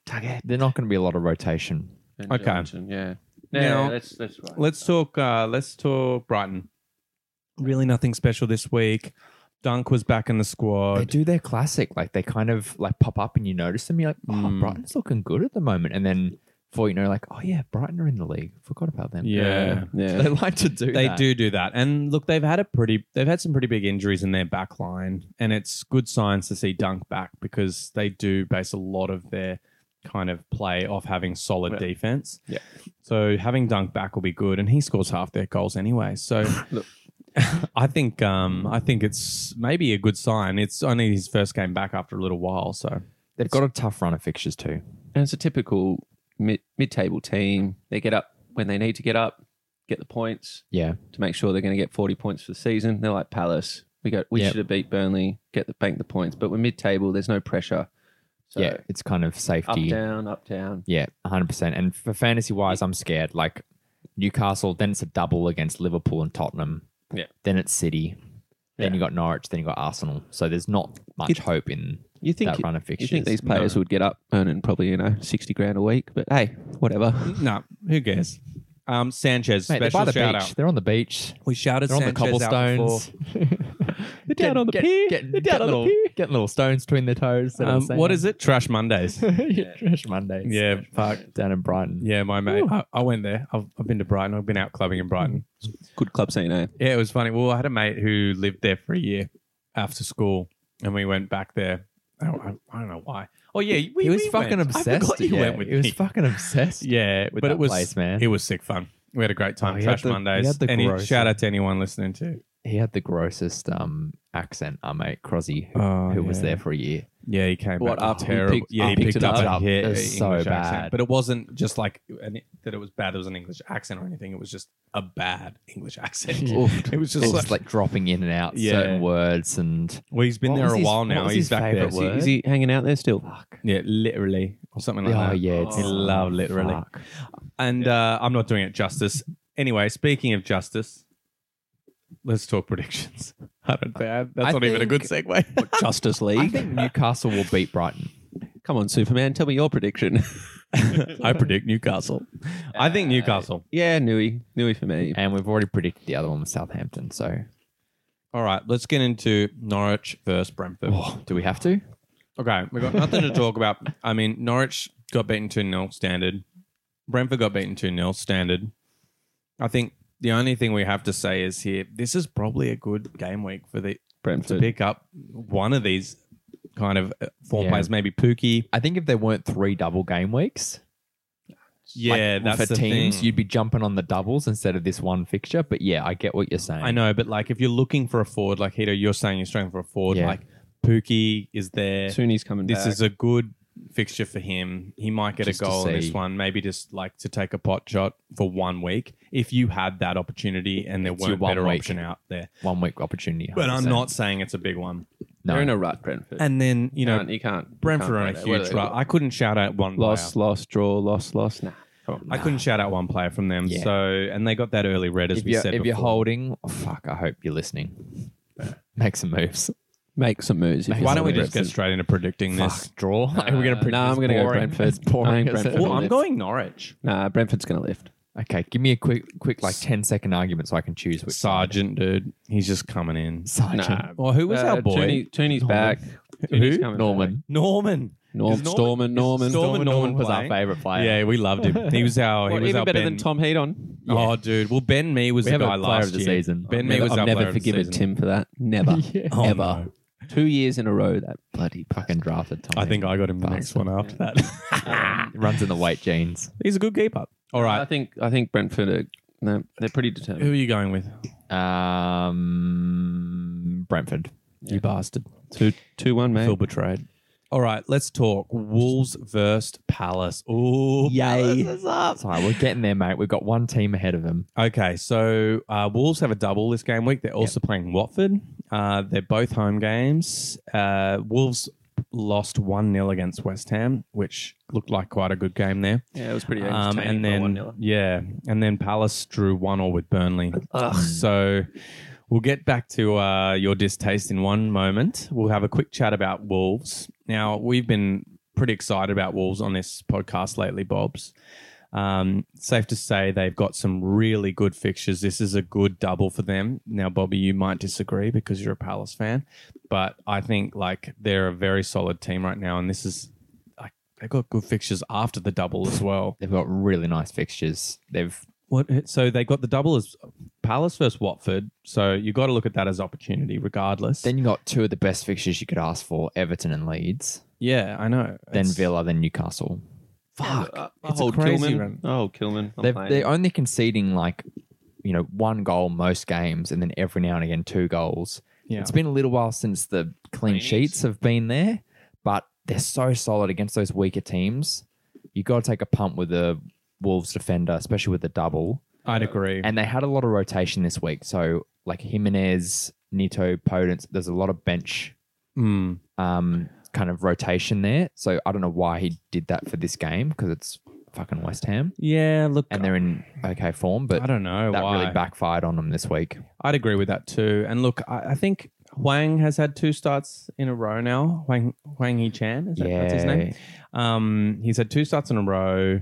Speaker 1: Target.
Speaker 2: they're not going to be a lot of rotation.
Speaker 1: and
Speaker 3: Okay.
Speaker 1: Johnson, yeah. No,
Speaker 3: Now-
Speaker 1: no, that's that's right.
Speaker 3: let's talk. Uh, let's talk Brighton. Really, nothing special this week. Dunk was back in the
Speaker 2: They
Speaker 3: squad.
Speaker 2: do their classic, like they kind of like pop up and you notice them. You're like, oh,
Speaker 3: Mm.
Speaker 2: Brighton's looking good at the moment, and then before you know, like, oh yeah, Brighton are in the league. Forgot about them.
Speaker 3: Yeah.
Speaker 1: yeah.
Speaker 2: (laughs) they like to do
Speaker 3: They
Speaker 2: that.
Speaker 3: do do that, and look, they've had a pretty, they've had some pretty big injuries in their back line, and it's good signs to see Dunk back because they do base a lot of their kind of play off having solid
Speaker 1: Yeah.
Speaker 3: defense.
Speaker 1: Yeah.
Speaker 3: So having Dunk back will be good, and he scores half their goals anyway.
Speaker 2: (laughs)
Speaker 3: So (laughs)
Speaker 1: Look.
Speaker 3: I think, um, I think it's maybe a good sign. It's only his first game back after a little while, so
Speaker 2: They've got a tough run of fixtures too.
Speaker 1: And it's a typical mid mid table team. They get up when they need to get up, get the points
Speaker 2: Yeah,
Speaker 1: to make sure they're going to get forty points for the season. They're like Palace. We go. We
Speaker 2: Yep.
Speaker 1: should have beat Burnley. Get the bank the points, but we're mid table. There's no pressure. So
Speaker 2: yeah. It's kind of
Speaker 1: Up
Speaker 2: safety.
Speaker 1: down, up down.
Speaker 2: Yeah, hundred percent. And for fantasy wise, I'm scared. Like Newcastle, then it's a double against Liverpool and Tottenham.
Speaker 1: Yeah.
Speaker 2: Then it's City. Then
Speaker 1: Yeah.
Speaker 2: you got Norwich. Then you got Arsenal. So there's not much
Speaker 1: It-
Speaker 2: hope in
Speaker 1: You think
Speaker 2: that run of
Speaker 1: you
Speaker 2: fixtures.
Speaker 1: think these players would get up earning probably you know sixty grand a week? But hey, whatever.
Speaker 2: (laughs)
Speaker 3: No, who cares? Um, Sanchez,
Speaker 2: Mate, they're
Speaker 3: special
Speaker 2: by the
Speaker 3: shout
Speaker 2: beach.
Speaker 3: out.
Speaker 2: They're on the beach.
Speaker 3: We shouted
Speaker 2: They're on the
Speaker 3: Sanchez out before.
Speaker 2: cobblestones. (laughs) they're
Speaker 3: down on the pier. They're down on the
Speaker 2: little,
Speaker 3: pier.
Speaker 2: Getting little stones between their toes.
Speaker 3: Um, what is it? Trash Mondays.
Speaker 2: (laughs) it? Trash Mondays.
Speaker 3: yeah, fuck.
Speaker 2: Down in Brighton.
Speaker 3: Yeah, my mate. I, I went there. I've, I've been to Brighton. I've been out clubbing in Brighton.
Speaker 1: Good club scene, eh?
Speaker 3: Yeah, it was funny. Well, I had a mate who lived there for a year after school, and we went back there. I, I, I don't know why. Oh yeah, we,
Speaker 2: he was
Speaker 3: we
Speaker 2: fucking
Speaker 3: went. I
Speaker 2: obsessed.
Speaker 3: forgot you
Speaker 2: yeah.
Speaker 3: went with
Speaker 2: he was
Speaker 3: me.
Speaker 2: fucking obsessed.
Speaker 3: yeah,
Speaker 2: with
Speaker 3: but
Speaker 2: that
Speaker 3: it was
Speaker 2: place, man.
Speaker 3: it was sick fun. We had a great time.
Speaker 2: Oh, he had
Speaker 3: Trash
Speaker 2: the- he
Speaker 3: Mondays.
Speaker 2: had the
Speaker 3: Any
Speaker 2: gross-
Speaker 3: shout out to anyone listening to.
Speaker 2: He had the grossest um accent, our mate Crosby, who,
Speaker 3: Oh,
Speaker 2: who was
Speaker 3: yeah.
Speaker 2: there for a year.
Speaker 3: Yeah, he came
Speaker 1: What,
Speaker 3: back with
Speaker 1: after he
Speaker 3: terrible.
Speaker 1: picked-
Speaker 3: yeah, he
Speaker 1: after he
Speaker 3: picked,
Speaker 1: picked
Speaker 3: up,
Speaker 1: it
Speaker 3: a
Speaker 2: up?
Speaker 3: yeah,
Speaker 2: It was
Speaker 3: English
Speaker 2: so
Speaker 3: accent.
Speaker 2: bad.
Speaker 3: But it wasn't just like an, that it was bad. It was an English accent or anything. It was just a bad English accent.
Speaker 2: Oof.
Speaker 3: It was just
Speaker 2: It's
Speaker 3: like,
Speaker 2: like, dropping in and out
Speaker 3: Yeah.
Speaker 2: certain words and
Speaker 3: well, he's been
Speaker 2: What
Speaker 3: there
Speaker 2: was
Speaker 3: a
Speaker 2: his-
Speaker 3: while
Speaker 2: what
Speaker 3: now.
Speaker 2: was
Speaker 3: He's
Speaker 2: his
Speaker 3: back there.
Speaker 2: favourite
Speaker 1: Is he,
Speaker 2: word?
Speaker 1: is he hanging out there still?
Speaker 2: (laughs)
Speaker 3: Yeah, literally or something like
Speaker 2: oh
Speaker 3: that.
Speaker 2: yeah, it's
Speaker 3: He loved literally.
Speaker 2: fuck.
Speaker 3: And uh, I'm not doing it justice. Anyway, speaking of justice, let's talk predictions. (laughs) I don't think that's
Speaker 2: I
Speaker 3: not even a good
Speaker 1: (laughs)
Speaker 3: segue. (laughs)
Speaker 1: Justice
Speaker 2: I
Speaker 1: League.
Speaker 2: think Newcastle will beat Brighton.
Speaker 1: Come on, Superman, tell me your prediction. (laughs)
Speaker 3: I predict Newcastle. I think
Speaker 2: Uh,
Speaker 3: Newcastle.
Speaker 1: yeah, Nui, Nui for me.
Speaker 2: And we've already predicted the other one was Southampton. So
Speaker 3: All right, let's get into Norwich versus Brentford.
Speaker 2: Oh, do we have to?
Speaker 3: Okay, we've got nothing to talk about. I mean, Norwich got beaten 2 0 standard. Brentford got beaten 2 0 standard. I think the only thing we have to say is here this is probably a good game week for the to
Speaker 1: Brentford.
Speaker 3: pick up one of these kind of uh, form
Speaker 2: Yeah.
Speaker 3: players, maybe Pookie.
Speaker 2: I think if there weren't three double game weeks, like, for teams, you'd be jumping on the doubles instead of this one fixture. But yeah, I get what you're saying.
Speaker 3: I know, but like if you're looking for a forward, like Hito, you're saying you're straying for a forward,
Speaker 2: Yeah.
Speaker 3: like Pookie is there.
Speaker 1: Suni's coming
Speaker 3: this
Speaker 1: back.
Speaker 3: is a good fixture for him. He might get
Speaker 2: Just
Speaker 3: a
Speaker 2: to
Speaker 3: goal in this
Speaker 2: see.
Speaker 3: one, maybe just like to take a pot shot for one week if you had that opportunity and there
Speaker 2: It's your
Speaker 3: weren't
Speaker 2: one
Speaker 3: better
Speaker 2: week.
Speaker 3: option out there.
Speaker 2: One week opportunity.
Speaker 3: But I'm
Speaker 2: 100%.
Speaker 3: not saying it's a big one.
Speaker 1: They're in
Speaker 2: No,
Speaker 1: a rut, Brentford.
Speaker 3: And then, you know,
Speaker 1: Can't- you can't.
Speaker 3: Brentford are
Speaker 1: can't
Speaker 3: on
Speaker 1: play
Speaker 3: a
Speaker 1: that. What
Speaker 3: huge
Speaker 1: are they-
Speaker 3: run. I couldn't shout out one player.
Speaker 1: Loss, loss, draw, loss, loss. Nah. Come on.
Speaker 3: I couldn't shout out one player from them.
Speaker 2: Yeah.
Speaker 3: So, and they got that early red, as
Speaker 2: if
Speaker 3: we
Speaker 2: you're,
Speaker 3: said
Speaker 2: if you're
Speaker 3: before.
Speaker 2: holding, oh, fuck. I hope you're listening. Make some moves.
Speaker 1: Make some moves. if
Speaker 2: Make
Speaker 1: you
Speaker 3: Why
Speaker 2: some
Speaker 1: want
Speaker 3: don't we
Speaker 1: to
Speaker 3: just get straight into predicting this? (laughs)
Speaker 2: Fuck, draw. We're gonna
Speaker 1: no,
Speaker 2: predict
Speaker 1: I'm
Speaker 2: it's
Speaker 1: gonna go
Speaker 2: boring.
Speaker 1: Brentford.
Speaker 2: It's boring.
Speaker 1: I think
Speaker 2: isn't it?
Speaker 1: Brentford.
Speaker 3: Well, I'm going Norwich.
Speaker 1: Nah, Brentford's going to lift.
Speaker 2: Okay, give me a quick, quick, like 10 second argument so I can choose which
Speaker 3: Sergeant, dude. He's just coming in.
Speaker 2: Sergeant.
Speaker 1: Nah.
Speaker 3: Well, who was
Speaker 1: Uh,
Speaker 3: our boy?
Speaker 1: Tooney- Tooney's back. Tooney's coming back.
Speaker 2: Norman.
Speaker 3: Norman.
Speaker 1: Norm,
Speaker 3: Is Norman-
Speaker 1: Storman,
Speaker 3: is
Speaker 1: Norman.
Speaker 3: Storm- Norman Norman was
Speaker 2: was
Speaker 3: our
Speaker 2: our favorite player.
Speaker 3: Yeah, we loved him. He was our. He
Speaker 1: What,
Speaker 3: was
Speaker 1: even
Speaker 3: our
Speaker 1: better
Speaker 3: ben.
Speaker 1: than Tom Heaton.
Speaker 3: Oh, dude. Well, Ben Mee was
Speaker 2: We
Speaker 3: the
Speaker 2: have a
Speaker 3: guy
Speaker 2: player
Speaker 3: last
Speaker 2: of the
Speaker 3: year.
Speaker 2: season.
Speaker 3: Ben
Speaker 1: I've
Speaker 3: Mee
Speaker 1: never,
Speaker 3: was our
Speaker 1: I've
Speaker 3: player
Speaker 1: never
Speaker 3: of the
Speaker 1: forgiven
Speaker 3: season.
Speaker 1: Tim for that.
Speaker 3: (laughs)
Speaker 1: Never,
Speaker 2: Yeah.
Speaker 3: Oh,
Speaker 1: ever.
Speaker 3: no.
Speaker 1: Two years in a row. That bloody
Speaker 2: Fucking drafted Tom.
Speaker 3: I think I got him the next one after that.
Speaker 2: runs in the white jeans.
Speaker 3: (laughs) He's a good keeper. All
Speaker 1: I
Speaker 3: right.
Speaker 1: think I think Brentford are no, they're pretty
Speaker 3: Who
Speaker 1: determined.
Speaker 3: are you going with?
Speaker 2: Um, Brentford.
Speaker 3: You bastard.
Speaker 1: Two two one
Speaker 3: Feel
Speaker 1: man.
Speaker 3: betrayed. All right, let's talk Wolves versus Palace. Ooh,
Speaker 1: Yay.
Speaker 3: Palace is up.
Speaker 2: Sorry, we're getting there, mate. We've got one team ahead of them.
Speaker 3: Okay, so uh, Wolves have a double this game week. They're also playing Watford. Uh, they're both home games. Uh, Wolves lost 1 0 against West Ham, which looked like quite a good game there.
Speaker 1: Yeah, it was pretty
Speaker 3: Um, and then, yeah, and then Palace drew 1 0 with Burnley. So we'll get back to uh, your distaste in one moment. We'll have a quick chat about Wolves. Now, we've been pretty excited about Wolves on this podcast lately, Bobs. Um, safe to say they've got some really good fixtures. This is a good double for them. Now, Bobby, you might disagree because you're a Palace fan, but I think like they're a very solid team right now, and this is like they've got good fixtures after the double as well.
Speaker 2: They've got really nice fixtures. They've
Speaker 3: What? So they got the double as Palace versus Watford. So you got to look at that as opportunity, regardless.
Speaker 2: then you got two of the best fixtures you could ask for: Everton and Leeds.
Speaker 3: yeah, I know.
Speaker 2: Then
Speaker 3: It's-
Speaker 2: Villa, then Newcastle.
Speaker 1: fuck.
Speaker 3: It's a
Speaker 1: oh,
Speaker 3: crazy
Speaker 1: Kilman.
Speaker 3: run.
Speaker 1: Oh, Kilman. I'm
Speaker 2: They've,
Speaker 1: playing.
Speaker 2: they're only conceding like, you know, one goal most games, and then every now and again two goals.
Speaker 3: Yeah.
Speaker 2: It's been a little while since the clean sheets have been there, but they're so solid against those weaker teams. You got to take a punt with the Wolves defender, especially with the double.
Speaker 3: I'd agree.
Speaker 2: And they had a lot of rotation this week. So like Jimenez, Nito, Podence, there's a lot of bench
Speaker 3: Mm.
Speaker 2: um, kind of rotation there. So I don't know why he did that for this game because it's fucking West Ham
Speaker 3: Yeah, look,
Speaker 2: and they're in okay form, but
Speaker 3: I don't know
Speaker 2: that
Speaker 3: why.
Speaker 2: really backfired on them this week.
Speaker 3: I'd agree with that too. And look, I, I think Huang has had two starts in a row now. Huang Huang He Chan, is that that's his name? Um, he's had two starts in a row.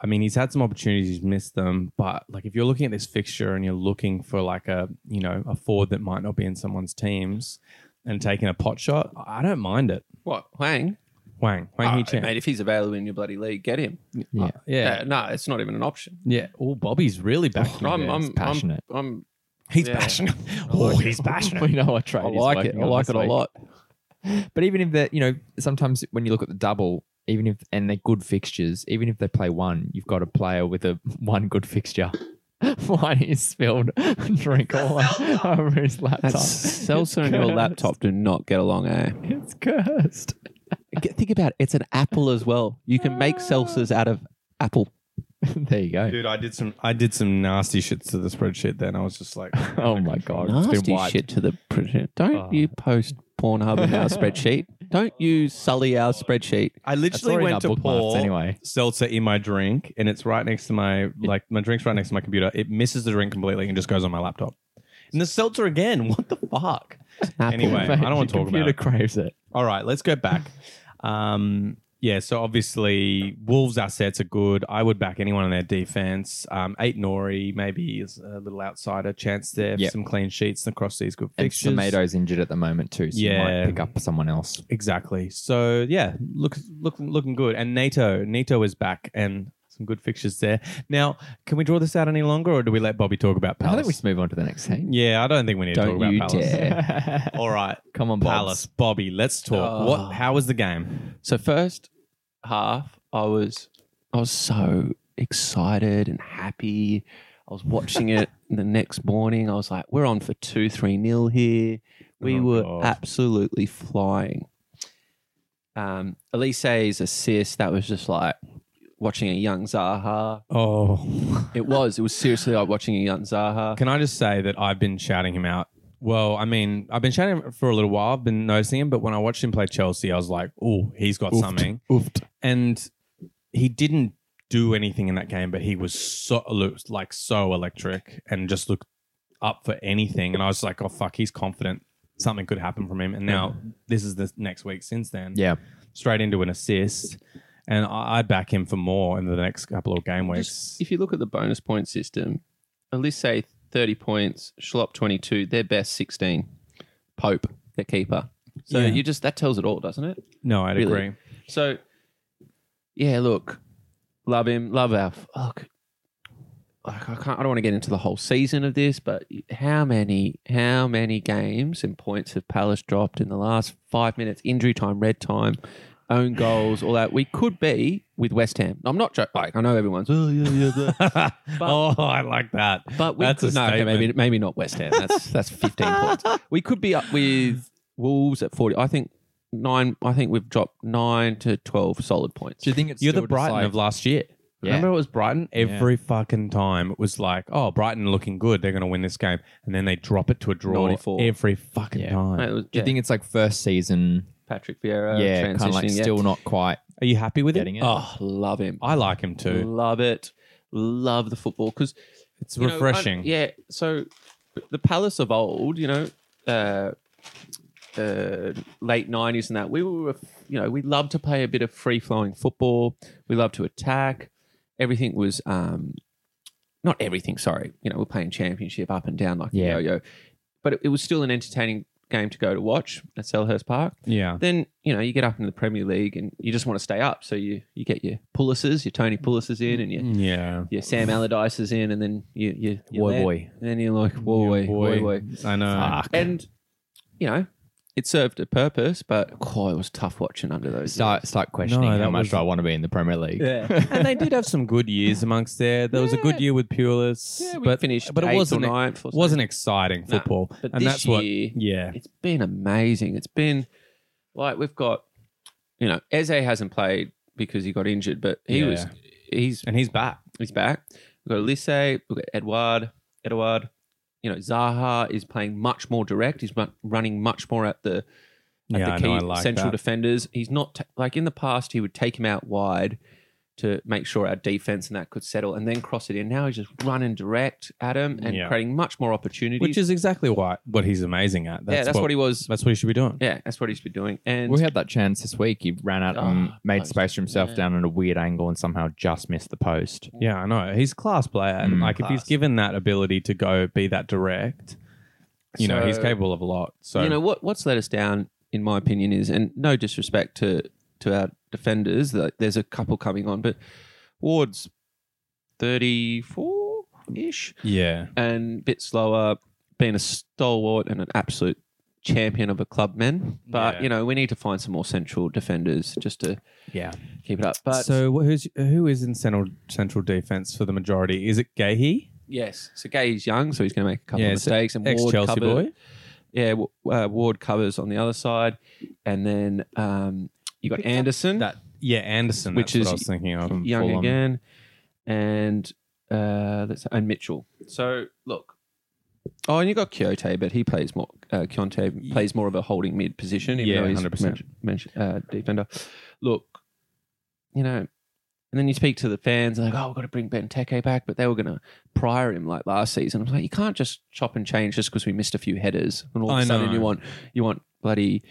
Speaker 3: I mean, he's had some opportunities, he's missed them. But like, if you're looking at this fixture and you're looking for like a you know a forward that might not be in someone's teams and taking a pot shot, I don't mind it.
Speaker 1: what Huang?
Speaker 3: Huang Huang He
Speaker 1: Oh,
Speaker 3: Chan,
Speaker 1: mate, if he's available in your bloody league, get him.
Speaker 2: Yeah.
Speaker 3: yeah,
Speaker 1: Uh, no, it's not even an option.
Speaker 3: yeah. Oh, Bobby's really back.
Speaker 1: I'm, I'm
Speaker 2: passionate.
Speaker 1: I'm, I'm,
Speaker 3: he's
Speaker 1: yeah.
Speaker 3: passionate. Um, Oh, he's
Speaker 1: (laughs)
Speaker 3: passionate.
Speaker 2: (laughs) we know what trade
Speaker 1: I
Speaker 2: he's
Speaker 1: like it.
Speaker 2: working
Speaker 1: I
Speaker 2: on
Speaker 1: like
Speaker 2: this
Speaker 1: it a
Speaker 2: week.
Speaker 1: lot.
Speaker 2: But even if they're, you know, sometimes when you look at the double, even if and they're good fixtures, even if they play one, you've got a player with a (laughs) one good fixture. (laughs) Wine is spilled (laughs) drink all (laughs) over his laptop.
Speaker 1: (laughs) That's Celso and your
Speaker 2: cursed.
Speaker 1: laptop do not get along, eh?
Speaker 2: It's cursed. (laughs)
Speaker 1: G- Think about it. It's an apple as well. You can make seltzers out of apple.
Speaker 2: there you go.
Speaker 3: Dude, I did some I did some nasty shits to the spreadsheet then. I was just
Speaker 1: (laughs)
Speaker 3: like,
Speaker 2: Oh my god, it's been
Speaker 1: Nasty
Speaker 2: wiped.
Speaker 1: shit to the. pre- Don't
Speaker 3: Oh.
Speaker 1: you post Pornhub in (laughs) our spreadsheet. Don't you sully our spreadsheet.
Speaker 3: I
Speaker 2: That's
Speaker 3: literally
Speaker 2: already in
Speaker 3: went
Speaker 2: our
Speaker 3: to
Speaker 2: bookmarks
Speaker 3: pour
Speaker 2: anyway.
Speaker 3: seltzer in my drink and it's right next to my like my drink's right next to my computer. It misses the drink completely and just goes on my laptop. And the seltzer again. (laughs) What the fuck?
Speaker 2: (laughs)
Speaker 1: Apple.
Speaker 3: Anyway, I don't want to talk about
Speaker 2: computer
Speaker 3: it.
Speaker 2: craves it.
Speaker 3: All right, let's go back. Um, yeah, so obviously Wolves assets are good. I would back anyone in their defense. Um, eight Nori maybe is a little outsider chance there. for
Speaker 2: Yep.
Speaker 3: Some clean sheets and across these good
Speaker 2: And
Speaker 3: fixtures.
Speaker 2: Tomato's injured at the moment too, so you
Speaker 3: Yeah.
Speaker 2: might pick up someone else.
Speaker 3: Exactly. So yeah, look, look, looking good. And NATO, NATO is back, and some good fixtures there. Now, can we draw this out any longer, or do we let Bobby talk about
Speaker 2: I
Speaker 3: Palace?
Speaker 2: think we should move on to the next team.
Speaker 3: yeah, I don't think we need to
Speaker 1: Don't
Speaker 3: talk about
Speaker 1: you
Speaker 3: Palace.
Speaker 1: dare.
Speaker 3: All right,
Speaker 2: (laughs) Come on,
Speaker 3: Palace,
Speaker 2: Palace.
Speaker 3: Bobby, let's talk.
Speaker 1: Oh.
Speaker 3: What? How was the game?
Speaker 1: So first half, I was I was so excited and happy. I was
Speaker 3: (laughs)
Speaker 1: watching it the next morning. I was like, "We're on for two, three nil here." We
Speaker 3: Oh,
Speaker 1: were
Speaker 3: God.
Speaker 1: absolutely flying. Um, Elise's assist that was just like watching a young Zaha.
Speaker 3: Oh,
Speaker 1: It was. It was seriously like watching a young Zaha.
Speaker 3: Can I just say that I've been shouting him out? Well, I mean, I've been shouting him for a little while. I've been noticing him, but when I watched him play Chelsea, I was like, "Oh, he's got something."
Speaker 2: Oofed.
Speaker 3: And he didn't do anything in that game, but he was so looked like so electric and just looked up for anything. And I was like, "Oh fuck, he's confident. Something could happen from him." And now this is the next week since then,
Speaker 2: Yeah.
Speaker 3: straight into an assist. And I- I'd back him for more in the next couple of game weeks.
Speaker 1: Just, if you look at the bonus point system, Elise thirty points, Schlopp twenty two, their best sixteen, Pope their keeper. So
Speaker 3: Yeah.
Speaker 1: you just that tells it all, doesn't it?
Speaker 3: no, I'd
Speaker 1: Really?
Speaker 3: agree.
Speaker 1: So, yeah, look, love him, love Alf. Look, like, I can't. I don't want to get into the whole season of this, but how many, how many games and points have Palace dropped in the last five minutes? Injury time, red time, own goals, all that. We could be with West Ham. I'm not joking. Like, I know everyone's, "Oh, yeah, yeah, yeah."
Speaker 3: (laughs) oh, I like that.
Speaker 1: but we
Speaker 3: That's a
Speaker 1: could, no, okay, maybe
Speaker 3: statement.
Speaker 1: maybe not West Ham. That's (laughs) that's 15 points. We could be up with Wolves at 40. I think. Nine. I think we've dropped nine to twelve solid points.
Speaker 2: Do you think it's
Speaker 3: You're
Speaker 2: still
Speaker 3: the
Speaker 2: just
Speaker 3: Brighton
Speaker 2: like-
Speaker 3: of last year.
Speaker 2: Yeah.
Speaker 3: Remember it was Brighton? Every fucking time it was like, oh, Brighton looking good. They're going to win this game. And then they drop it to a draw
Speaker 1: 94.
Speaker 3: every fucking
Speaker 2: Yeah.
Speaker 3: time.
Speaker 1: Mate, it was-
Speaker 2: Do you
Speaker 1: yeah,
Speaker 2: think it's like first season?
Speaker 1: Patrick
Speaker 3: Uh,
Speaker 1: Vieira?
Speaker 2: yeah,
Speaker 1: transitioning,
Speaker 2: kind of like
Speaker 1: yeah.
Speaker 2: still not quite
Speaker 3: Are you happy with
Speaker 2: getting
Speaker 3: it?
Speaker 2: it.
Speaker 1: Oh, love him.
Speaker 3: I like him too.
Speaker 1: Love it. Love the football because
Speaker 3: It's refreshing.
Speaker 1: yeah. So the Palace of old, you know, uh, uh, late nineties and that we were, you know, we loved to play a bit of free flowing football. We loved to attack. Everything was, um, not everything. Sorry, you know, we're playing championship up and down like
Speaker 2: Yeah.
Speaker 1: a yo-yo, but it, it was still an entertaining game to go to watch at Selhurst Park.
Speaker 3: yeah.
Speaker 1: then you know you get up into the Premier League and you just want to stay up. So you you get your Pulises, your Tony Pulises in, and your
Speaker 3: Yeah.
Speaker 1: your Sam Allardyces in, and then you you you
Speaker 2: Boy,
Speaker 1: land-
Speaker 2: boy.
Speaker 1: and then you're like boy boy boy boy,
Speaker 3: I know.
Speaker 2: Fuck.
Speaker 1: and you know it served a purpose, but oh, it was tough watching under those.
Speaker 2: Start start questioning
Speaker 3: that
Speaker 2: how much
Speaker 3: was-
Speaker 2: do I want to be in the Premier League.
Speaker 1: Yeah.
Speaker 3: and they did have some good years amongst there. There was a good year with Pulis,
Speaker 1: Yeah, we
Speaker 3: but
Speaker 1: finished
Speaker 3: but it
Speaker 1: eighth or
Speaker 3: wasn't
Speaker 1: ninth or something.
Speaker 3: wasn't exciting
Speaker 1: Nah,
Speaker 3: football.
Speaker 1: but
Speaker 3: and
Speaker 1: this
Speaker 3: that's what
Speaker 1: year-
Speaker 3: yeah.
Speaker 1: It's been amazing. It's been like we've got you know Eze hasn't played because he got injured, but he was
Speaker 3: Yeah.
Speaker 1: he's
Speaker 3: And he's back.
Speaker 1: He's back. We've got Elise, we've got Edouard. Edouard, you know, Zaha is playing much more direct. He's mu- running much more at the at
Speaker 3: Yeah,
Speaker 1: the key
Speaker 3: I know. I like
Speaker 1: central
Speaker 3: that.
Speaker 1: defenders. He's not ta- like in the past. He would take him out wide to make sure our defense and that could settle, and then cross it in. Now he's just running direct at him and
Speaker 3: Yeah.
Speaker 1: creating much more opportunities.
Speaker 3: Which is exactly why what he's amazing at. That's
Speaker 1: yeah, that's what, he was.
Speaker 3: That's what he should be doing.
Speaker 1: Yeah, that's what he's been doing. And
Speaker 2: We had that chance this week. He ran out and
Speaker 1: Oh,
Speaker 3: Ah,
Speaker 2: made
Speaker 1: post.
Speaker 2: space for himself
Speaker 1: Yeah.
Speaker 2: down at a weird angle and somehow just missed the post.
Speaker 3: Yeah, I know. He's a class player. And
Speaker 2: Mm.
Speaker 3: like if he's
Speaker 1: Class.
Speaker 3: given that ability to go be that direct, you know, he's
Speaker 1: So-
Speaker 3: capable of a lot. So
Speaker 1: You know what? What's let us down, in my opinion, is and no disrespect to to our defenders. like, There's a couple coming on, but Ward's thirty four ish
Speaker 3: Yeah.
Speaker 1: and a bit slower. Being a stalwart and an absolute champion of a clubman, but
Speaker 3: Yeah.
Speaker 1: you know we need to find some more central defenders just to
Speaker 3: Yeah.
Speaker 1: keep it up. But
Speaker 3: so wh- who's who is in central central defense for the majority? Is it Gahey?
Speaker 1: yes, so Gay's young, so he's going to make a couple
Speaker 3: Yeah,
Speaker 1: of
Speaker 3: so
Speaker 1: mistakes. And
Speaker 3: Ex
Speaker 1: Ward
Speaker 3: Chelsea
Speaker 1: covered-
Speaker 3: boy?
Speaker 1: yeah, w- uh, Ward covers on the other side, and then um, You got
Speaker 2: picked up
Speaker 1: Anderson,
Speaker 3: That yeah, Anderson,
Speaker 1: Which
Speaker 3: which is
Speaker 1: is
Speaker 3: what I was thinking of.
Speaker 2: from
Speaker 1: young
Speaker 2: Fulham.
Speaker 1: again, and uh, let's and Mitchell. So look, oh, and you got Keote, but he plays more. Uh, Keontae plays more of a holding mid position, even
Speaker 3: Yeah,
Speaker 1: though he's
Speaker 3: 100%.
Speaker 1: men- men- uh, defender. Look, you know, and then you speak to the fans, and like, oh, we've got to bring Ben Teke back, but they were going to prior him like last season. I was like, you can't just chop and change just because we missed a few headers, and all of
Speaker 3: I
Speaker 1: a sudden
Speaker 3: know.
Speaker 1: you want you want bloody.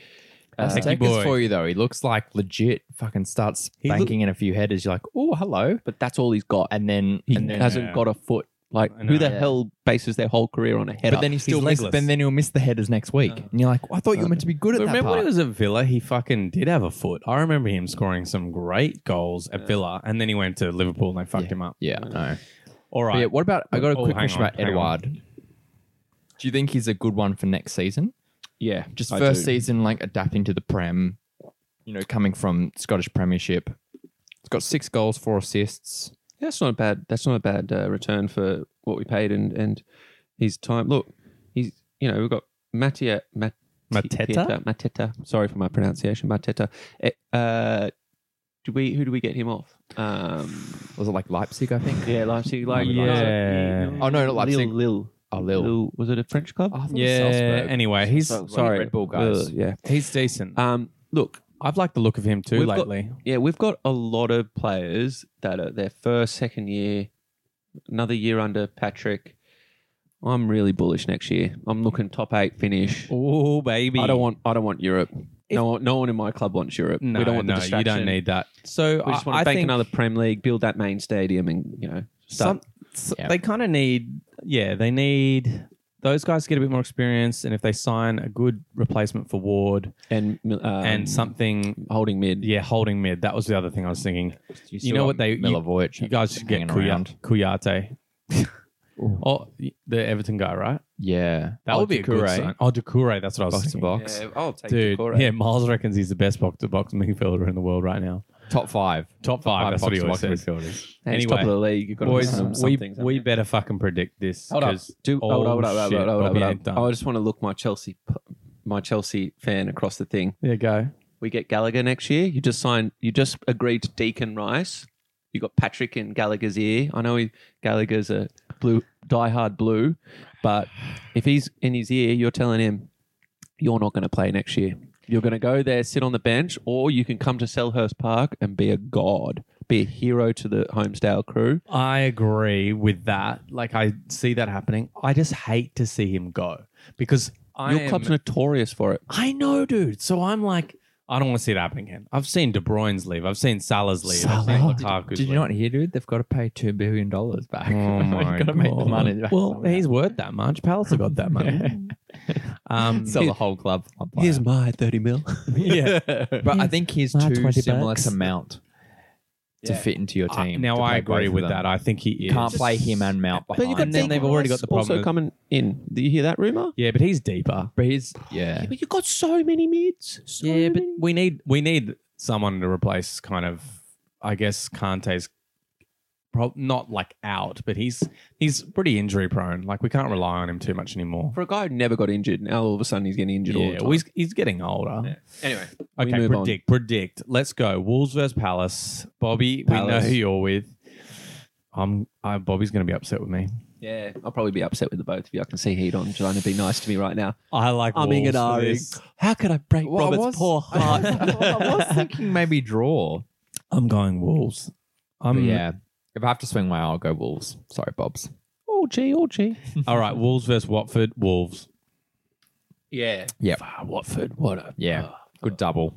Speaker 2: That's
Speaker 1: uh,
Speaker 3: Teke
Speaker 2: takers
Speaker 3: boy.
Speaker 2: for you though. He looks like legit. Fucking starts
Speaker 3: He look-
Speaker 2: banking in a few headers. You're like, oh, hello,
Speaker 1: but that's all he's got.
Speaker 2: and then
Speaker 1: He
Speaker 2: and then,
Speaker 1: hasn't
Speaker 3: Yeah.
Speaker 1: got a foot. Like,
Speaker 3: uh, I
Speaker 1: who
Speaker 3: know.
Speaker 1: the
Speaker 2: Yeah.
Speaker 1: hell bases their whole career on a header?
Speaker 2: but then he still
Speaker 3: He's
Speaker 2: miss,
Speaker 3: legless.
Speaker 2: but then he'll miss the headers next week,
Speaker 3: Yeah.
Speaker 2: and you're like, I thought you were meant to be good at
Speaker 3: But
Speaker 2: that
Speaker 3: remember when
Speaker 2: part.
Speaker 3: he was at Villa, he fucking did have a foot. I remember him scoring some great goals at
Speaker 1: Yeah.
Speaker 3: Villa, and then he went to Liverpool and they fucked him up.
Speaker 2: yeah, no.
Speaker 3: All
Speaker 2: But
Speaker 3: right,
Speaker 2: yeah, what about? I got a
Speaker 3: Oh,
Speaker 2: quick
Speaker 3: hang
Speaker 2: question
Speaker 3: on,
Speaker 2: about
Speaker 3: hang on.
Speaker 2: Eduard. Do you think he's a good one for next season?
Speaker 1: yeah,
Speaker 2: Just
Speaker 1: I
Speaker 2: first
Speaker 1: do.
Speaker 2: season, like adapting to the Prem. You know, coming from Scottish Premiership, he's got six goals, four assists.
Speaker 1: That's not a bad. That's not a bad uh, return for what we paid and and his time. Look, he's you know we've got Mattia Mat-
Speaker 3: Mateta?
Speaker 1: Mateta. Sorry for my pronunciation, Mateta. Eh, Uh, do we who do we get him off? Um,
Speaker 2: Was it like Leipzig? I think.
Speaker 1: yeah, Leipzig. Like
Speaker 3: Yeah.
Speaker 2: Oh, no, not Leipzig.
Speaker 1: Lille, Lille,
Speaker 2: Oh, Lil.
Speaker 1: Lille. Was it a French club?
Speaker 2: Oh, I thought it was
Speaker 3: yeah.
Speaker 2: Salzburg.
Speaker 3: Anyway, he's
Speaker 1: So-
Speaker 3: sorry.
Speaker 2: Red Bull guys.
Speaker 1: Ugh, yeah.
Speaker 3: He's decent.
Speaker 1: Um, look,
Speaker 3: I've liked the look of him too
Speaker 1: We've got-
Speaker 3: lately.
Speaker 1: Yeah, we've got a lot of players that are their first, second year, another year under Patrick. I'm really bullish next year. I'm looking top eight finish.
Speaker 3: oh baby,
Speaker 1: I don't want. I don't want Europe. no, one, no one in my club wants Europe.
Speaker 3: No,
Speaker 1: we don't want
Speaker 3: no,
Speaker 1: the
Speaker 3: you
Speaker 1: distraction.
Speaker 3: don't need that. So
Speaker 1: We just
Speaker 3: I,
Speaker 1: want to
Speaker 3: I
Speaker 1: bank
Speaker 3: think
Speaker 1: another Prem League, build that main stadium, and you know,
Speaker 3: some,
Speaker 1: start.
Speaker 3: s-
Speaker 2: Yeah.
Speaker 3: they kind of need yeah they need those guys to get a bit more experience and if they sign a good replacement for ward
Speaker 1: and um,
Speaker 3: and something
Speaker 1: holding mid.
Speaker 3: yeah holding mid that was the other thing i was thinking
Speaker 2: You,
Speaker 3: know what they- you-
Speaker 2: Milivojevic.
Speaker 3: you guys should get
Speaker 2: hanging
Speaker 3: Kuya-
Speaker 2: around.
Speaker 3: kuyate oh the everton guy right
Speaker 2: Yeah,
Speaker 3: that would be a good sign oh Doucouré, that's what i was
Speaker 2: Box to
Speaker 3: thinking
Speaker 2: box,
Speaker 1: I'll take
Speaker 3: dude yeah miles reckons he's the best box to box midfielder in the world right now
Speaker 2: top five.
Speaker 3: top five, Ah, that's what he always
Speaker 2: box-to-box
Speaker 3: says
Speaker 2: midfielders.
Speaker 1: anyway, top of
Speaker 3: anyway,
Speaker 1: the league. You've got to
Speaker 3: boys
Speaker 1: some, some
Speaker 3: we,
Speaker 1: things, haven't
Speaker 3: we
Speaker 1: you?
Speaker 3: better fucking predict this
Speaker 1: Hold up.
Speaker 3: 'cause
Speaker 1: Do
Speaker 3: oh,
Speaker 1: hold up, hold up, hold
Speaker 3: shit,
Speaker 1: up, hold up,
Speaker 3: Bobby
Speaker 1: hold
Speaker 3: ain't
Speaker 1: up.
Speaker 3: done.
Speaker 1: I just want to look my Chelsea, my Chelsea fan across the thing.
Speaker 3: there you go
Speaker 1: We get Gallagher next year. You just signed. You just agreed to Deacon Rice. You got Patrick in Gallagher's ear. I know he, Gallagher's a blue, diehard blue, but if he's in his ear, you're telling him you're not going to play next year. You're going to go there, sit on the bench, or you can come to Selhurst Park and be a god, be a hero to the Homesdale crew.
Speaker 3: I agree with that. Like I see that happening. I just hate to see him go because I
Speaker 1: Your
Speaker 3: am-
Speaker 1: club's notorious for it.
Speaker 3: I know, dude. So I'm like, I don't want to see it happen again. I've seen De Bruyne's leave. I've seen Salah's leave. I've seen
Speaker 2: Salah?
Speaker 3: Lukaku's
Speaker 2: Did you
Speaker 3: leave.
Speaker 2: not hear, dude? They've got to pay two billion dollars back. (laughs)
Speaker 3: Oh my
Speaker 2: You've got to make the
Speaker 3: God.
Speaker 2: money. Back
Speaker 3: Well,
Speaker 2: somehow.
Speaker 3: he's worth that much. Palace have got that
Speaker 2: (laughs)
Speaker 3: money. um,
Speaker 2: sell the whole club. for one player.
Speaker 1: Here's my 30 mil.
Speaker 3: yeah.
Speaker 2: but I think he's
Speaker 3: my
Speaker 2: too
Speaker 3: 20
Speaker 2: similar
Speaker 3: bucks.
Speaker 2: to Mount to fit into your
Speaker 3: (laughs) I-
Speaker 2: team.
Speaker 3: now
Speaker 2: to
Speaker 3: I
Speaker 2: play
Speaker 3: agree
Speaker 2: both of
Speaker 3: with
Speaker 2: them.
Speaker 3: that. I think he is.
Speaker 2: Can't play him and Mount
Speaker 1: But
Speaker 2: behind.
Speaker 1: you got
Speaker 3: And then
Speaker 1: Deacon
Speaker 3: they've already got the problem
Speaker 1: Also
Speaker 3: of-
Speaker 1: coming in. Do you hear that rumor?
Speaker 3: Yeah, but he's deeper.
Speaker 2: but he's yeah.
Speaker 1: but you got so many mids. So
Speaker 3: Yeah, but we need we need someone to replace kind of I guess Kante's prob- not like out, but he's he's pretty injury prone. Like we can't rely on him too much anymore.
Speaker 1: for a guy who never got injured, now all of a sudden he's getting injured all the
Speaker 3: Yeah,
Speaker 1: time.
Speaker 3: well, he's, he's getting older.
Speaker 1: Anyway, we
Speaker 3: Okay,
Speaker 1: move on.
Speaker 3: predict, predict. Let's go. Wolves versus Palace. Bobby, we know
Speaker 1: Palace.
Speaker 3: who you're with. I'm. I, Bobby's going to be upset with me.
Speaker 1: Yeah, I'll probably be upset with the both of you. I can see heat on trying to be nice to me right now.
Speaker 3: I like.
Speaker 1: I'm in
Speaker 3: Wolves
Speaker 1: an
Speaker 3: for
Speaker 1: Ari.
Speaker 3: this.
Speaker 1: How could I break
Speaker 2: Well, I
Speaker 1: Robert's
Speaker 2: was- (laughs)
Speaker 1: poor heart?
Speaker 2: I (laughs) was thinking maybe draw.
Speaker 3: I'm going Wolves.
Speaker 2: But
Speaker 3: I'm
Speaker 2: yeah, if I have to swing my, I'll go Wolves. Sorry, Bob's.
Speaker 1: oh gee, oh gee.
Speaker 3: all right. Wolves versus Watford. Wolves.
Speaker 1: Yeah.
Speaker 2: Yep.
Speaker 1: Ah, Watford, what a
Speaker 2: Yeah, good double.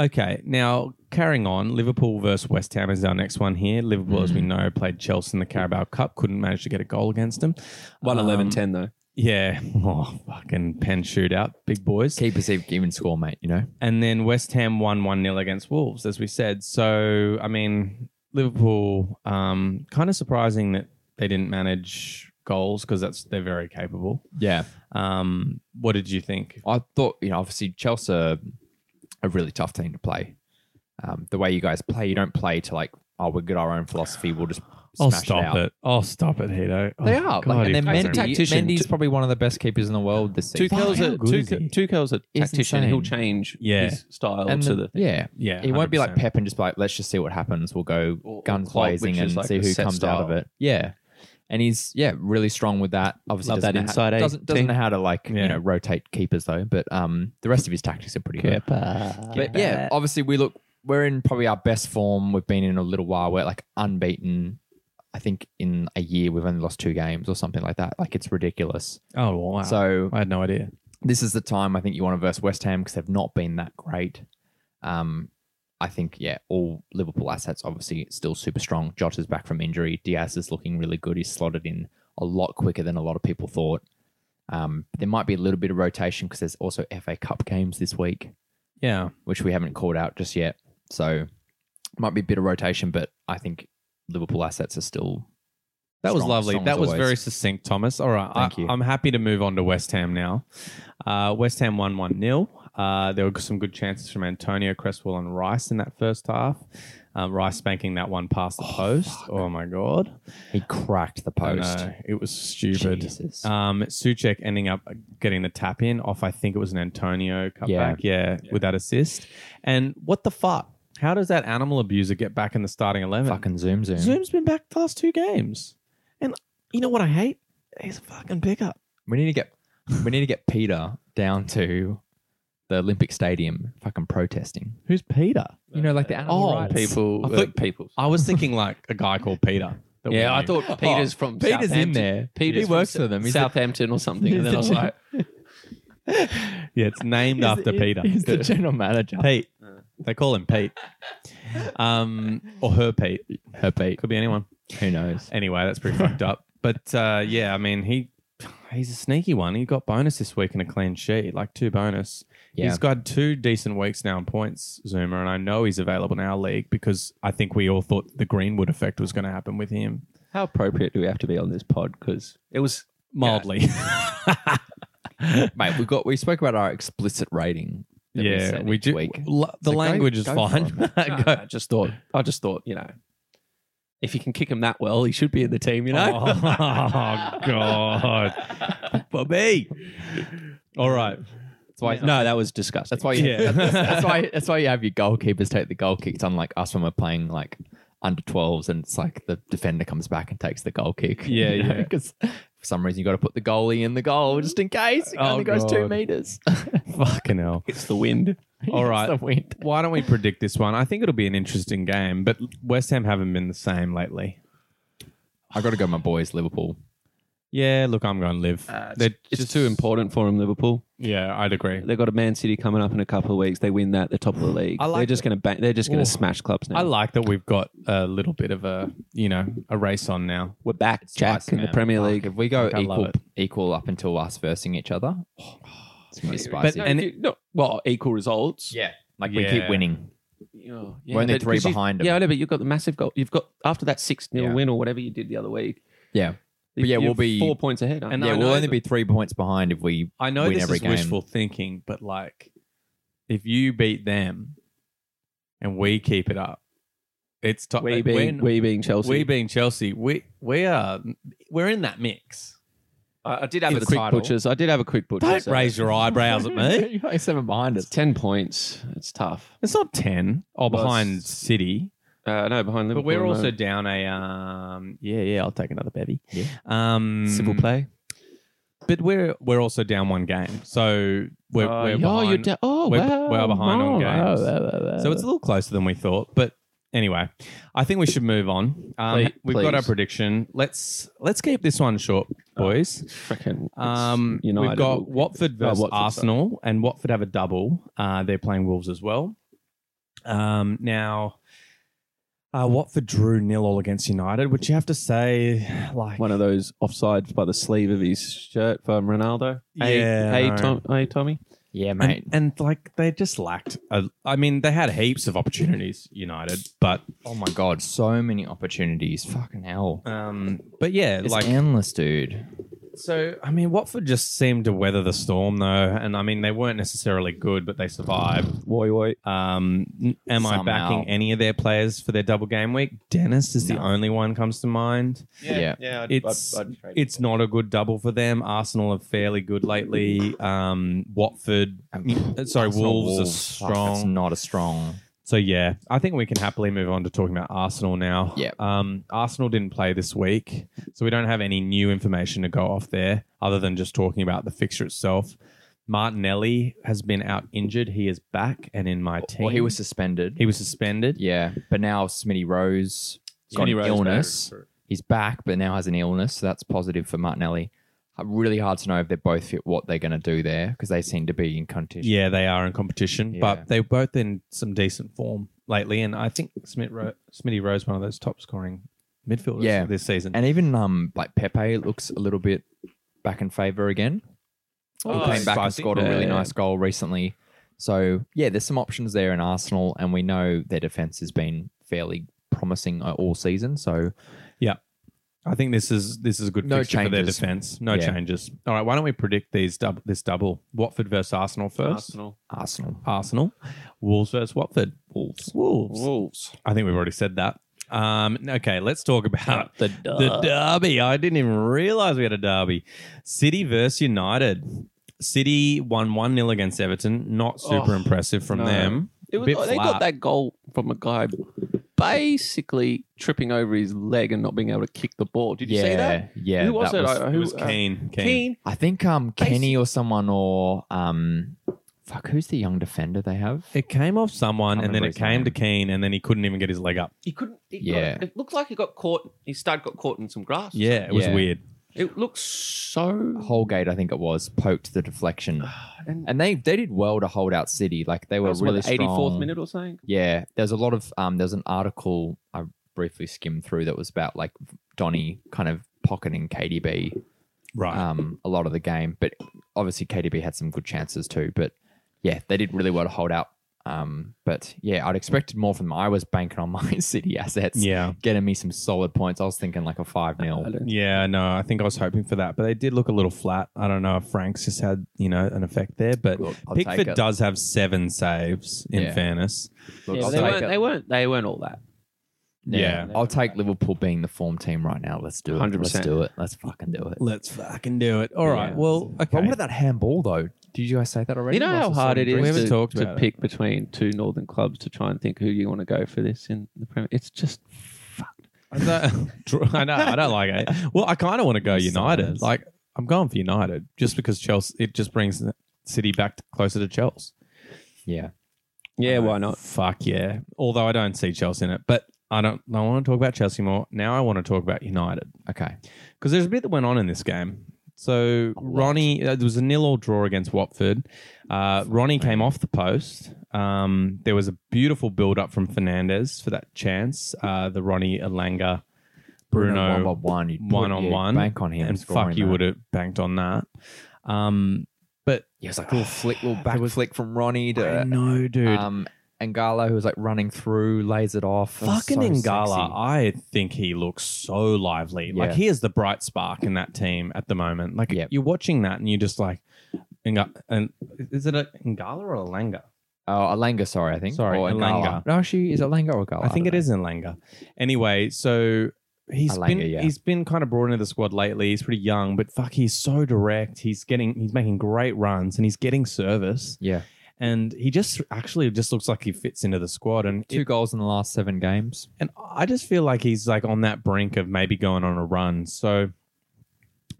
Speaker 3: Okay, now carrying on, Liverpool versus West Ham is our next one here. Liverpool, as we
Speaker 2: Mm.
Speaker 3: know, played Chelsea in the Carabao Cup, couldn't manage to get a goal against them.
Speaker 1: one eleven
Speaker 3: Um,
Speaker 1: ten though.
Speaker 3: Yeah, (laughs) oh, fucking pen shootout, big boys.
Speaker 2: Keep us e- even score, mate. You know.
Speaker 3: And then West Ham won 1 0 against Wolves, as we said. So, I mean, Liverpool, um, kind of surprising that they didn't manage goals because that's they're very capable.
Speaker 2: Yeah,
Speaker 3: Um, what did you think?
Speaker 2: I thought you know obviously Chelsea are a really tough team to play. Um, the way you guys play, you don't play to like oh, we've got our own philosophy. Well just
Speaker 3: I'll
Speaker 2: smash it
Speaker 3: stop
Speaker 2: out.
Speaker 3: it. I'll stop it, Hito. Oh,
Speaker 2: They are.
Speaker 3: God,
Speaker 2: like, and
Speaker 3: he
Speaker 2: then
Speaker 3: frustrates
Speaker 2: Mendy,
Speaker 1: As a
Speaker 3: me.
Speaker 1: tactician,
Speaker 2: Mendy's
Speaker 1: t-
Speaker 2: probably one of the best keepers in the world this season.
Speaker 1: Tuchel's
Speaker 3: How
Speaker 1: a
Speaker 3: good is
Speaker 1: Tuchel,
Speaker 3: he?
Speaker 1: Tuchel's a
Speaker 2: It's
Speaker 1: tactician. He'll
Speaker 2: insane.
Speaker 1: change
Speaker 3: Yeah.
Speaker 1: his style
Speaker 2: And
Speaker 1: to
Speaker 2: the-
Speaker 1: the.
Speaker 2: yeah,
Speaker 3: Yeah,
Speaker 2: He won't be like
Speaker 3: 100%.
Speaker 2: Pep and just be like, let's just see what happens. We'll go
Speaker 1: Or- or
Speaker 2: guns
Speaker 1: Klopp,
Speaker 2: blazing
Speaker 1: which
Speaker 2: and
Speaker 1: is like
Speaker 2: see
Speaker 1: a
Speaker 2: who
Speaker 1: set
Speaker 2: comes out of
Speaker 1: style.
Speaker 2: it. Yeah. And he's yeah really strong with that. Obviously
Speaker 1: Love
Speaker 2: doesn't
Speaker 1: that
Speaker 2: know
Speaker 1: inside
Speaker 2: how,
Speaker 1: eight
Speaker 2: doesn't doesn't
Speaker 1: team.
Speaker 2: know how to like you
Speaker 3: Yeah.
Speaker 2: know rotate keepers though. But um the rest of his tactics are pretty good. But
Speaker 1: But
Speaker 2: yeah, obviously we look we're in probably our best form we've been in a little while. We're like unbeaten. I think in a year we've only lost two games or something like that. Like it's ridiculous.
Speaker 3: Oh wow!
Speaker 2: So
Speaker 3: I had no idea.
Speaker 2: this is the time I think you want to verse West Ham because they've not been that great. Um, I think yeah, all Liverpool assets obviously still super strong. Jota's back from injury. Diaz is looking really good. He's slotted in a lot quicker than a lot of people thought. Um, there might be a little bit of rotation because there's also FA Cup games this week,
Speaker 3: Yeah,
Speaker 2: which we haven't called out just yet. So might be a bit of rotation, but I think Liverpool assets are still.
Speaker 3: that was
Speaker 2: strong-
Speaker 3: lovely.
Speaker 2: strong
Speaker 3: That
Speaker 2: as
Speaker 3: was
Speaker 2: always.
Speaker 3: very succinct, Thomas. All right,
Speaker 2: Thank
Speaker 3: I,
Speaker 2: you.
Speaker 3: I'm happy to move on to West Ham now. Uh, West Ham won one 0 uh, There were some good chances from Antonio Cresswell and Rice in that first half. Um, Rice banking that one past the post. Oh my god!
Speaker 2: He cracked the
Speaker 3: I
Speaker 2: post.
Speaker 3: know, it was stupid.
Speaker 2: Jesus.
Speaker 3: Um, Suchek ending up getting the tap in off, I think it was an Antonio cutback, yeah, with that assist. And what the fuck? How does that animal abuser get back in the starting 11?
Speaker 2: Fucking zoom zoom.
Speaker 3: Zoom's been back the last two games. And you know what I hate? He's a fucking pickup.
Speaker 2: We need to get we need to get Peter down to the Olympic Stadium fucking protesting.
Speaker 3: Who's Peter?
Speaker 2: You know, like the animal
Speaker 3: Oh,
Speaker 2: rights.
Speaker 1: people,
Speaker 3: I thought-
Speaker 1: uh, people.
Speaker 3: I was thinking like a guy called Peter. that we
Speaker 1: Yeah, I
Speaker 3: knew.
Speaker 1: thought Peter's from
Speaker 2: Peter's in
Speaker 1: Southampton.
Speaker 2: there.
Speaker 1: Peter's
Speaker 2: he works
Speaker 1: from
Speaker 2: for them. He's
Speaker 1: Southampton or something. And then I was like,
Speaker 3: Yeah, it's named
Speaker 2: the,
Speaker 3: after
Speaker 2: he's-
Speaker 3: Peter.
Speaker 2: He's the general manager.
Speaker 3: Pete. They call him Pete. Um, or her Pete.
Speaker 2: (laughs) Her Pete.
Speaker 3: Could be anyone.
Speaker 2: Who knows?
Speaker 3: Anyway, that's pretty fucked
Speaker 2: (laughs)
Speaker 3: up. But uh, yeah, I mean, he he's a sneaky one. He got bonus this week and a clean sheet, like two bonus.
Speaker 2: Yeah.
Speaker 3: He's got two decent weeks now in points, Zuma, and I know he's available in our league because I think we all thought the Greenwood effect was going to happen with him
Speaker 1: how appropriate do we have to be on this pod? Because it was
Speaker 3: mildly.
Speaker 2: Mate, we got we spoke about our explicit rating. that
Speaker 3: (laughs)
Speaker 2: we
Speaker 3: yeah,
Speaker 2: set
Speaker 3: we
Speaker 2: each
Speaker 3: do.
Speaker 2: Week.
Speaker 3: l- the
Speaker 2: So go-
Speaker 3: language is
Speaker 2: go for
Speaker 3: fine. (laughs)
Speaker 1: No,
Speaker 2: (laughs)
Speaker 1: no, I just thought. I just thought. You know, if you can kick him that well, he should be in the team. You know.
Speaker 3: Oh,
Speaker 2: (laughs)
Speaker 3: God, Bobby. All right.
Speaker 2: That's why.
Speaker 1: (laughs) no, that was disgusting.
Speaker 2: That's why. You,
Speaker 3: Yeah.
Speaker 2: that's, that's
Speaker 3: (laughs)
Speaker 2: why. That's why you have your goalkeepers take the goal kicks. Unlike us when we're playing like under 12s, and it's like the defender comes back and takes the goal kick. (laughs)
Speaker 3: Yeah, yeah.
Speaker 2: Because for some reason you got to put the goalie in the goal just in case. It
Speaker 3: Oh,
Speaker 2: only goes two
Speaker 3: God.
Speaker 2: meters. (laughs)
Speaker 3: Fucking hell.
Speaker 1: (laughs) it's the wind.
Speaker 3: (laughs)
Speaker 1: Oh,
Speaker 3: All right.
Speaker 2: It's the wind.
Speaker 3: Why don't we predict this one? I think it'll be an interesting game, but West Ham haven't been the same lately.
Speaker 2: I got to go, my boys. Liverpool.
Speaker 3: Yeah, look, I'm going to live. They're
Speaker 1: Uh, it's
Speaker 3: just-
Speaker 1: too important for him. Liverpool.
Speaker 3: Yeah, I'd agree.
Speaker 1: They've got a Man City coming up in a couple of weeks. They win that. They're top of the league.
Speaker 3: I like
Speaker 1: they're just going to bang. They're just going
Speaker 3: Ooh.
Speaker 1: to smash clubs now.
Speaker 3: I like that we've got a little bit of a, you know, a race on now.
Speaker 1: We're back, Jack,
Speaker 2: Nice,
Speaker 1: in the
Speaker 2: man.
Speaker 1: Premier
Speaker 2: Fuck,
Speaker 1: League.
Speaker 2: If we go
Speaker 3: Fuck, I love
Speaker 2: equal,
Speaker 3: it.
Speaker 2: equal up until us versing each other, (sighs) it's gonna be
Speaker 1: But
Speaker 2: spicy.
Speaker 1: and no, well, equal results.
Speaker 2: yeah, like we
Speaker 3: Yeah.
Speaker 2: keep winning.
Speaker 1: Oh,
Speaker 2: We're only
Speaker 1: but-
Speaker 2: three
Speaker 1: 'cause you-
Speaker 2: behind 'em.
Speaker 1: Yeah, I know, but you've got the massive goal. You've got after that six 0
Speaker 2: Yeah.
Speaker 1: win or whatever you did the other week.
Speaker 2: Yeah, But yeah,
Speaker 1: you're
Speaker 2: we'll be-
Speaker 1: four points ahead. aren't
Speaker 3: And
Speaker 1: you?
Speaker 2: yeah,
Speaker 3: I
Speaker 2: we'll
Speaker 3: know
Speaker 2: only
Speaker 3: that-
Speaker 2: be three points behind if we.
Speaker 3: I know
Speaker 2: Win
Speaker 3: this
Speaker 2: every
Speaker 3: is
Speaker 2: game.
Speaker 3: wishful thinking, but like, if you beat them and we keep it up, it's top.
Speaker 1: we
Speaker 3: we're
Speaker 1: being
Speaker 3: n-
Speaker 1: we being Chelsea.
Speaker 3: we being Chelsea, we we are we're in that mix.
Speaker 1: I, I did have
Speaker 2: In
Speaker 1: a
Speaker 2: the
Speaker 1: quick
Speaker 2: title.
Speaker 1: butchers. I did have a quick butchers.
Speaker 3: Don't
Speaker 1: so-
Speaker 3: raise your eyebrows at me.
Speaker 2: (laughs)
Speaker 1: (laughs)
Speaker 2: You're only seven behind
Speaker 1: It's ten points. It's tough.
Speaker 3: It's not ten. Oh,
Speaker 1: Well,
Speaker 3: behind
Speaker 1: it's-
Speaker 3: City,
Speaker 1: Uh, no, behind
Speaker 3: but
Speaker 1: Liverpool.
Speaker 3: we're
Speaker 1: no.
Speaker 3: also down a um. Yeah, yeah. I'll take another bevy.
Speaker 2: Yeah.
Speaker 3: Um,
Speaker 1: civil play.
Speaker 3: But we're we're also down one game, so we're,
Speaker 1: Oh,
Speaker 3: we're
Speaker 1: yeah,
Speaker 3: behind.
Speaker 1: you're down. Oh,
Speaker 3: we're-
Speaker 1: wow,
Speaker 3: we're behind on
Speaker 1: wow,
Speaker 3: games.
Speaker 1: wow, wow, wow,
Speaker 3: So it's a
Speaker 1: wow.
Speaker 3: little closer than we thought. But anyway, I think we should move on. Um,
Speaker 1: Please-
Speaker 3: we've got our
Speaker 1: please.
Speaker 3: prediction. Let's let's keep this one short, boys.
Speaker 1: Frickin' Oh. it's
Speaker 3: Um, we've
Speaker 1: United.
Speaker 3: got Watford versus
Speaker 1: Oh, Watford, sorry.
Speaker 3: Arsenal, and Watford have a double. Uh, they're playing Wolves as well. Um, now, uh, Watford drew nil all against United, which you have to say, like,
Speaker 1: one of those offsides by the sleeve of his shirt from Ronaldo.
Speaker 3: Yeah,
Speaker 1: hey, hey,
Speaker 3: no.
Speaker 1: Tom, hey Tommy.
Speaker 2: Yeah,
Speaker 3: and,
Speaker 2: mate.
Speaker 3: and like they just lacked. A, I mean, they had heaps of opportunities, United, but
Speaker 2: oh my god, so many opportunities. Fucking hell.
Speaker 3: um, but yeah,
Speaker 2: It's
Speaker 3: like
Speaker 2: endless, dude.
Speaker 3: So, I mean, Watford just seemed to weather the storm, though. And I mean, they weren't necessarily good, but they survived.
Speaker 1: Woi, woi.
Speaker 3: Um, n- am
Speaker 2: Somehow.
Speaker 3: I backing any of their players for their double game week? Dennis is the
Speaker 2: No.
Speaker 3: only one comes to mind.
Speaker 2: Yeah, Yeah.
Speaker 1: yeah.
Speaker 3: I'd- It's- I'd- It's not a good double for them. Arsenal are fairly good lately. Um, Watford,
Speaker 2: Um,
Speaker 3: sorry,
Speaker 2: Arsenal,
Speaker 3: Wolves, are
Speaker 2: fuck, that's
Speaker 3: strong.
Speaker 2: not a strong.
Speaker 3: So yeah, I think we can happily move on to talking about Arsenal now.
Speaker 2: Yeah.
Speaker 3: Um, Arsenal didn't play this week, so we don't have any new information to go off there, other than just talking about the fixture itself. Martinelli has been out injured. He is back and in my team.
Speaker 2: Well, he was suspended.
Speaker 3: he was suspended.
Speaker 2: yeah, but now Smitty Rose got
Speaker 1: Smitty
Speaker 2: an
Speaker 1: Rose
Speaker 2: illness. He's back, but now has an illness, so that's positive for Martinelli. Uh, Really hard to know if they're both fit. What they're going to do there because they seem to be in competition.
Speaker 3: Yeah, they are in competition,
Speaker 2: Yeah.
Speaker 3: but they're both in some decent form lately, and I think Smith Ro- Smitty Rose one of those top scoring midfielders
Speaker 2: Yeah.
Speaker 3: this season.
Speaker 2: And even um like Pepe looks a little bit back in favor again. He
Speaker 1: Oh,
Speaker 2: came back
Speaker 3: I
Speaker 2: and
Speaker 3: think
Speaker 2: scored a really
Speaker 1: they're-
Speaker 2: nice goal recently. So yeah, there's some options there in Arsenal, and we know their defense has been fairly promising uh, all season. So
Speaker 3: I think this is this is a good
Speaker 2: No
Speaker 3: fixture for their
Speaker 2: changes.
Speaker 3: defense. No
Speaker 2: Yeah.
Speaker 3: changes. All right, why don't we predict these dub- this double Watford versus Arsenal first?
Speaker 1: Arsenal.
Speaker 2: Arsenal,
Speaker 3: Arsenal, Wolves versus Watford. Wolves. Wolves.
Speaker 1: Wolves.
Speaker 3: I think we've already said that. Um, okay, let's talk about
Speaker 1: The
Speaker 3: the derby. I didn't even realize we had a derby. City versus United. City won 1 0 against Everton. Not super
Speaker 1: Oh,
Speaker 3: impressive from
Speaker 1: no.
Speaker 3: them.
Speaker 1: It was,
Speaker 3: Bit
Speaker 1: they
Speaker 3: flat.
Speaker 1: got that goal from a guy basically tripping over his leg and not being able to kick the ball. Did you
Speaker 2: yeah,
Speaker 1: see that?
Speaker 2: yeah,
Speaker 1: Who was
Speaker 2: that
Speaker 1: it?
Speaker 2: was-
Speaker 1: I-
Speaker 3: It
Speaker 1: who,
Speaker 3: was
Speaker 1: uh,
Speaker 3: Kane. Kane.
Speaker 1: Keane.
Speaker 2: I think um Kenny
Speaker 1: Basi-
Speaker 2: or someone or um fuck who's the young defender they have?
Speaker 3: It came off someone
Speaker 2: Can't
Speaker 3: and then
Speaker 2: remember
Speaker 3: it
Speaker 2: his
Speaker 3: came
Speaker 2: name.
Speaker 3: to Keane and then he couldn't even get his leg up.
Speaker 1: He couldn't. He
Speaker 2: Yeah.
Speaker 1: Got, it looked like he got caught. His stud got caught in some grass.
Speaker 3: Yeah, it was
Speaker 2: Yeah.
Speaker 3: weird.
Speaker 1: It looks so.
Speaker 2: Holgate, I think it was, poked the deflection,
Speaker 1: (sighs) And
Speaker 2: and they they did well to hold out City. Like they
Speaker 1: they
Speaker 2: were
Speaker 1: were
Speaker 2: really
Speaker 1: the 84th
Speaker 2: strong.
Speaker 1: minute or something.
Speaker 2: Yeah, there's a lot of um. There's an article I briefly skimmed through that was about like Donny kind of pocketing KDB
Speaker 3: Right.
Speaker 2: um a lot of the game, but obviously KDB had some good chances too. But yeah, they did really well to hold out. Um, but yeah, I'd expected more from them. I was banking on (laughs) my City assets
Speaker 3: yeah.
Speaker 2: getting me some solid points. I was thinking like a five 0
Speaker 3: Yeah, no, I think I was hoping for that, but they did look a little flat. I don't know if Frank's just had, you know, an effect there, but
Speaker 2: Look, I'll take
Speaker 3: Pickford
Speaker 2: it.
Speaker 3: does have seven saves in
Speaker 2: Yeah.
Speaker 3: fairness.
Speaker 2: Look,
Speaker 1: Yeah,
Speaker 2: I'll
Speaker 1: they,
Speaker 2: take
Speaker 1: weren't,
Speaker 2: it.
Speaker 1: they weren't. They weren't all that.
Speaker 3: Yeah.
Speaker 2: I'll take Liverpool being the form team right now. Let's do it. let us
Speaker 1: 100%.
Speaker 2: do it. Let's fucking do it.
Speaker 3: Let's fucking do it. All right.
Speaker 2: Yeah.
Speaker 3: Well, okay.
Speaker 2: But what about that handball though? Did you guys say that already?
Speaker 1: You know how
Speaker 2: Russell
Speaker 1: hard it
Speaker 2: Sanders?
Speaker 1: is
Speaker 3: We haven't
Speaker 1: to,
Speaker 3: talked
Speaker 1: to
Speaker 3: about it.
Speaker 1: pick between two northern clubs to try and think who you want to go for this in the Premier. It's just fucked.
Speaker 3: I
Speaker 2: (laughs)
Speaker 3: (laughs) don't, I know. I don't like it. Well, I kind of want to go United.
Speaker 2: Silence.
Speaker 3: Like, I'm going for United just because Chelsea. It just brings City back to, closer to Chelsea.
Speaker 2: Yeah.
Speaker 1: Yeah, why not?
Speaker 3: Fuck yeah. Although I don't see Chelsea in it, but I don't. I want to talk about Chelsea more. Now I want to talk about United
Speaker 2: Okay.
Speaker 3: because there's a bit that went on in this game. So Ronnie, uh, there was a nil-all draw against Watford. Uh, Ronnie came off the post. Um, there was a beautiful build-up from Fernandez for that chance. Uh, the Ronnie Alanga, Bruno,
Speaker 2: one by one, you put-
Speaker 3: one on
Speaker 2: yeah,
Speaker 3: one,
Speaker 2: bank on him,
Speaker 3: and fuck, you would have banked on that. Um, but
Speaker 2: Yeah, it's like a little flick, little (sighs) back
Speaker 3: There was-
Speaker 2: flick from Ronnie
Speaker 3: I
Speaker 2: to
Speaker 3: know, dude.
Speaker 2: um, Ngala, who was like running through, lays it off. It was
Speaker 3: Fucking
Speaker 2: so
Speaker 3: Ngala,
Speaker 2: sexy.
Speaker 3: I think he looks so lively. Like
Speaker 2: Yeah.
Speaker 3: he is the bright spark in that team at the moment. Like
Speaker 2: Yep.
Speaker 3: you're watching that and you're just like, Nga- and is it a Ngala or a Langa?
Speaker 2: Oh, Alanga, sorry, I think.
Speaker 3: Sorry,
Speaker 2: or Ngala.
Speaker 3: Elanga.
Speaker 2: No, she is Alanga or Ngala.
Speaker 3: I think it is in Langa. Anyway, so he's
Speaker 2: Elanga,
Speaker 3: been
Speaker 2: yeah.
Speaker 3: he's been kind of brought into the squad lately. He's pretty young, but fuck, he's so direct. He's getting he's making great runs and he's getting service.
Speaker 2: Yeah,
Speaker 3: And he just actually just looks like he fits into the squad. And it-
Speaker 2: two goals in the last seven games.
Speaker 3: And I just feel like he's like on that brink of maybe going on a run. So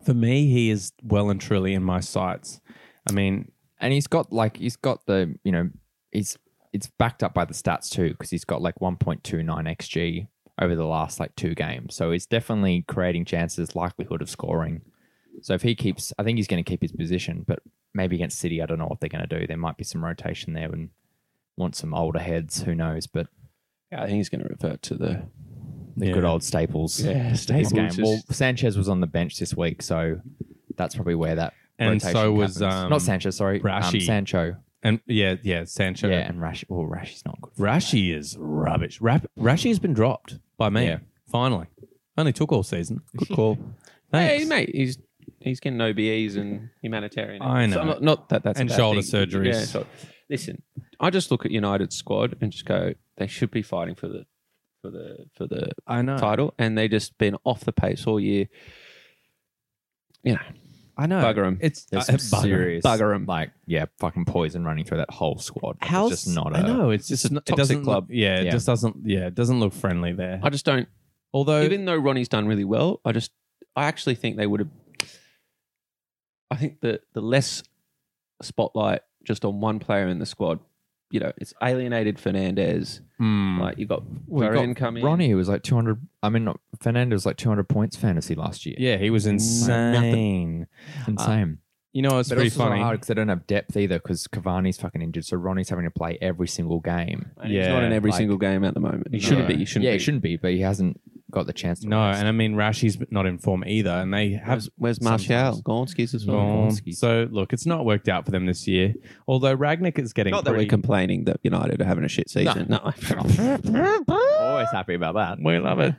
Speaker 3: for me, he is well and truly in my sights. I mean,
Speaker 2: and he's got like he's got the you know he's it's backed up by the stats too because he's got like 1.29 xg over the last like two games so he's definitely creating chances likelihood of scoring so if he keeps i think he's going to keep his position but maybe against city i don't know what they're going to do there might be some rotation there and want some older heads who knows but
Speaker 1: Yeah, I think he's going to revert to the
Speaker 2: the
Speaker 3: Yeah.
Speaker 2: good old staples
Speaker 1: yeah,
Speaker 2: this
Speaker 1: Staples
Speaker 2: game
Speaker 1: is-
Speaker 2: well sanchez was on the bench this week so that's probably where that
Speaker 3: and
Speaker 2: rotation
Speaker 3: so was
Speaker 2: happens.
Speaker 3: um,
Speaker 2: not sanchez sorry um,
Speaker 3: Rashi.
Speaker 2: sancho
Speaker 3: and yeah, yeah, Sancho.
Speaker 2: yeah and rashi well rashi's Oh, not good
Speaker 3: Rashi is rubbish. Rap- Rashi has been dropped by me.
Speaker 2: Yeah. (laughs)
Speaker 3: Finally, only took all season. Good call.
Speaker 1: Hey,
Speaker 3: Thanks.
Speaker 1: mate, he's he's getting OBEs and humanitarian.
Speaker 3: I
Speaker 1: aid. So
Speaker 3: know.
Speaker 1: not, not that that's a
Speaker 3: And
Speaker 1: bad
Speaker 3: shoulder
Speaker 1: thing.
Speaker 3: surgeries.
Speaker 1: Yeah, so- listen, I just look at United squad and just go, they should be fighting for the for the for the
Speaker 3: I know.
Speaker 1: title, and they just been off the pace all year.
Speaker 3: I know.
Speaker 1: Bugger 'em.
Speaker 3: It's
Speaker 2: There's
Speaker 3: uh,
Speaker 2: some
Speaker 3: bugger 'em.
Speaker 2: serious
Speaker 1: bugger 'em.
Speaker 2: Like yeah, fucking poison running through that whole squad. Like,
Speaker 3: How's
Speaker 2: it's just not a
Speaker 3: I know. It's just
Speaker 1: It's a
Speaker 3: not- it
Speaker 1: toxic
Speaker 3: doesn't
Speaker 1: club.
Speaker 3: Look, yeah, it
Speaker 2: Yeah.
Speaker 3: just doesn't. Yeah, it doesn't look friendly there.
Speaker 1: I just don't.
Speaker 3: Although
Speaker 1: Even though Ronnie's done really well, I just I actually think they would have. I think the the less spotlight just on one player in the squad, you know, it's alienated Fernandez.
Speaker 3: Hmm.
Speaker 1: Like you got
Speaker 2: We've
Speaker 1: Varane
Speaker 2: got
Speaker 1: coming,
Speaker 2: Ronnie who was like 200. I mean, not, Fernando was like 200 points fantasy last year.
Speaker 3: yeah, he was insane.
Speaker 2: Insane.
Speaker 3: You know, it's
Speaker 2: Uh, but
Speaker 3: pretty
Speaker 2: it's also
Speaker 3: funny.
Speaker 2: hard because they don't have depth either because Cavani's fucking injured. So Ronnie's having to play every single game.
Speaker 1: And he's not
Speaker 3: Yeah,
Speaker 1: in every
Speaker 2: like-
Speaker 1: single game at the moment. He
Speaker 3: No.
Speaker 1: shouldn't be. He shouldn't
Speaker 2: yeah,
Speaker 1: be.
Speaker 2: he shouldn't be, but he hasn't got the chance to.
Speaker 3: No,
Speaker 2: rest.
Speaker 3: and I mean Rashi's not in form either, and they have
Speaker 1: Where's, where's Martial?
Speaker 3: sometimes.
Speaker 1: Gonskis as well.
Speaker 3: gone.
Speaker 2: Volkansky.
Speaker 3: So look, it's not worked out for them this year. Although Ragnick is getting
Speaker 1: Not that
Speaker 3: pretty,
Speaker 1: we're complaining that United are having a shit season. No,
Speaker 2: always happy about that.
Speaker 3: (laughs) we love it.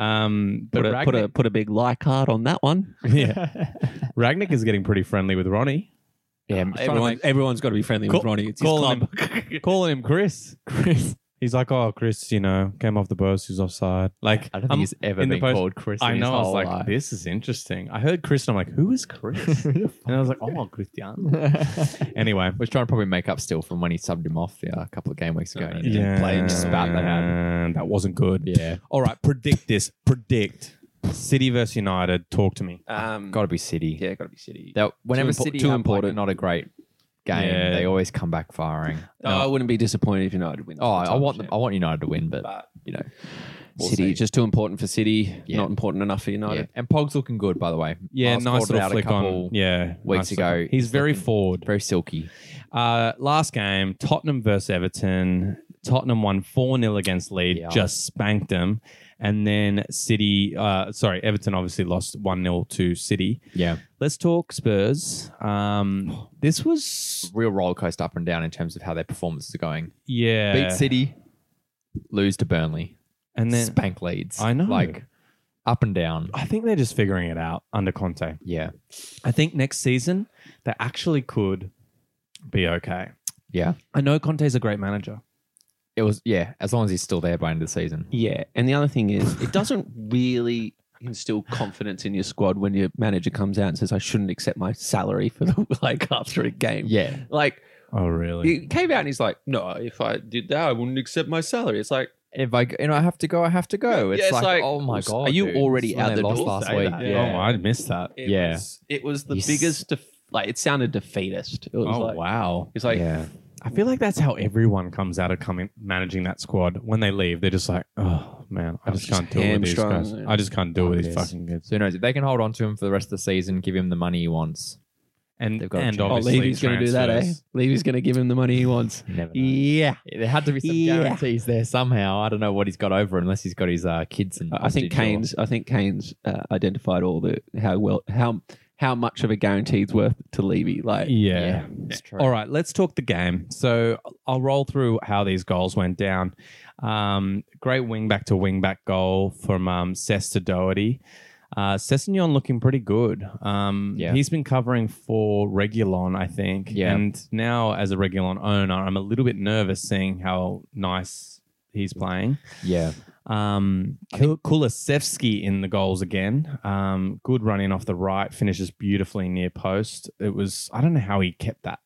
Speaker 3: Um, but
Speaker 1: (laughs) put, a,
Speaker 3: Ragnick,
Speaker 1: put a put a big like card on that one.
Speaker 3: yeah, (laughs) Ragnick is getting pretty friendly with Ronnie,
Speaker 2: (laughs) Yeah, I'm trying to
Speaker 1: Everyone,
Speaker 2: think-
Speaker 1: everyone's got to be friendly
Speaker 3: Call-
Speaker 1: with Ronnie. It's his
Speaker 3: calling
Speaker 1: club.
Speaker 3: him, (laughs) calling him Chris. Chris, he's like, oh, Chris, you know, came off the bus, he's offside. Like,
Speaker 2: I don't think
Speaker 3: I'm-
Speaker 2: he's ever
Speaker 3: in the
Speaker 2: been
Speaker 3: post-
Speaker 2: called Chris.
Speaker 3: I
Speaker 2: Um, in his
Speaker 3: know. I was
Speaker 2: whole
Speaker 3: like,
Speaker 2: life.
Speaker 3: this is interesting. I heard Chris, and I'm like, who is Chris? and I was like, oh, Christian. Anyway,
Speaker 2: was trying to probably make up still from when he subbed him off yeah, a couple of game weeks ago. and he didn't
Speaker 3: yeah, Mm.
Speaker 2: play and just spat that out.
Speaker 3: That wasn't good.
Speaker 2: Yeah,
Speaker 3: All right, predict this. Predict City versus United. Talk to me.
Speaker 1: Um,
Speaker 2: got to be City.
Speaker 1: yeah, got to be City.
Speaker 2: That whenever
Speaker 1: impo-
Speaker 2: City
Speaker 1: too
Speaker 2: have, like,
Speaker 1: important.
Speaker 2: not a great game,
Speaker 3: Yeah.
Speaker 2: they always come
Speaker 3: (laughs)
Speaker 2: back firing.
Speaker 1: No, I wouldn't be disappointed if United win.
Speaker 2: Oh, I, I want them, I want United to win, but,
Speaker 1: But,
Speaker 2: you know, we'll
Speaker 1: City
Speaker 2: see.
Speaker 1: just too important for City.
Speaker 2: Yeah.
Speaker 1: Not important enough for
Speaker 2: yeah.
Speaker 1: United.
Speaker 2: and Pog's looking good by the way.
Speaker 3: Yeah,
Speaker 2: Miles
Speaker 3: nice
Speaker 2: called it
Speaker 3: little
Speaker 2: out a
Speaker 3: flick on.
Speaker 2: couple
Speaker 3: Yeah, nice
Speaker 2: weeks
Speaker 3: little-
Speaker 2: ago.
Speaker 3: He's very
Speaker 2: Looking-
Speaker 3: forward.
Speaker 2: Very silky.
Speaker 3: Uh, last game, Tottenham versus Everton. Tottenham won 4 0 against Leeds,
Speaker 2: Yeah.
Speaker 3: just spanked them. And then City, uh, sorry, Everton obviously lost 1 0 to City.
Speaker 2: Yeah,
Speaker 3: Let's talk Spurs. Um, this was,
Speaker 2: real roller coaster up and down in terms of how their performances are going.
Speaker 3: yeah.
Speaker 2: Beat City, lose to Burnley,
Speaker 3: and then
Speaker 2: spank leads.
Speaker 3: I know.
Speaker 2: like up and down.
Speaker 3: I think they're just figuring it out under Conte.
Speaker 2: Yeah,
Speaker 3: I think next season they actually could be okay.
Speaker 2: yeah.
Speaker 3: I know Conte's a great manager.
Speaker 2: It was yeah. As long as he's still there by end of the season.
Speaker 1: Yeah, and the other thing is, it doesn't really instill confidence in your squad when your manager comes out and says, "I shouldn't accept my salary for the, (laughs) like after a game."
Speaker 2: Yeah,
Speaker 1: Like
Speaker 3: Oh, really?
Speaker 1: he came out and he's like, "No, if I did that, I wouldn't accept my salary." It's like,
Speaker 2: if I you know I have to go, I have to go.
Speaker 1: Yeah,
Speaker 2: It's,
Speaker 1: yeah, it's
Speaker 2: like,
Speaker 1: like,
Speaker 2: oh my
Speaker 1: are
Speaker 2: god,
Speaker 1: you
Speaker 2: dude.
Speaker 1: already
Speaker 2: When
Speaker 1: out
Speaker 2: they
Speaker 1: the
Speaker 2: lost
Speaker 1: door?
Speaker 2: last
Speaker 1: Say
Speaker 2: week?
Speaker 1: that.
Speaker 2: Yeah.
Speaker 3: Oh, I missed that.
Speaker 1: it
Speaker 2: Yeah.
Speaker 1: was, it was the
Speaker 2: You s-
Speaker 1: biggest. Def- like it sounded defeatist. It was
Speaker 3: Oh,
Speaker 1: like,
Speaker 3: wow.
Speaker 1: it's like,
Speaker 2: yeah,
Speaker 3: I feel like that's how everyone comes out of coming managing that squad. When they leave, they're just like, oh man, I
Speaker 1: I'm
Speaker 3: just
Speaker 1: just
Speaker 3: can't deal with these
Speaker 1: hamstrung,
Speaker 3: guys.
Speaker 1: yeah.
Speaker 3: I just can't deal
Speaker 2: Oh,
Speaker 3: with
Speaker 2: it
Speaker 3: these
Speaker 2: is.
Speaker 3: fucking kids.
Speaker 2: so who knows if they can hold on to him for the rest of the season, give him the money he wants.
Speaker 3: And
Speaker 2: They've got a
Speaker 3: and
Speaker 2: chance.
Speaker 1: oh,
Speaker 3: obviously
Speaker 1: Levy's going to do that, eh?
Speaker 3: transfers.
Speaker 1: Levy's going to give him the money he wants.
Speaker 2: Never.
Speaker 1: Yeah.
Speaker 2: There had to be some
Speaker 1: Yeah.
Speaker 2: guarantees there somehow. I don't know what he's got over unless he's got his uh, kids and.
Speaker 1: I
Speaker 2: hostage
Speaker 1: think
Speaker 2: or-
Speaker 1: Kane's. I think Kane's uh, identified all the how well how how much of a guarantee's worth to Levy. Like
Speaker 3: Yeah.
Speaker 2: Yeah, it's true.
Speaker 3: All right, let's talk the game. So I'll roll through how these goals went down. Um, great wing back to wing back goal from um, Sester Doherty. Uh, Sessignon looking pretty good. Um,
Speaker 2: Yeah.
Speaker 3: He's been covering for Regulon, I think.
Speaker 2: Yeah.
Speaker 3: And now, as a Regulon owner, I'm a little bit nervous seeing how nice he's playing.
Speaker 2: Yeah,
Speaker 3: Um, Kul- Kulisevsky in the goals again. Um, good run in off the right, finishes beautifully near post. It was I don't know how he kept that.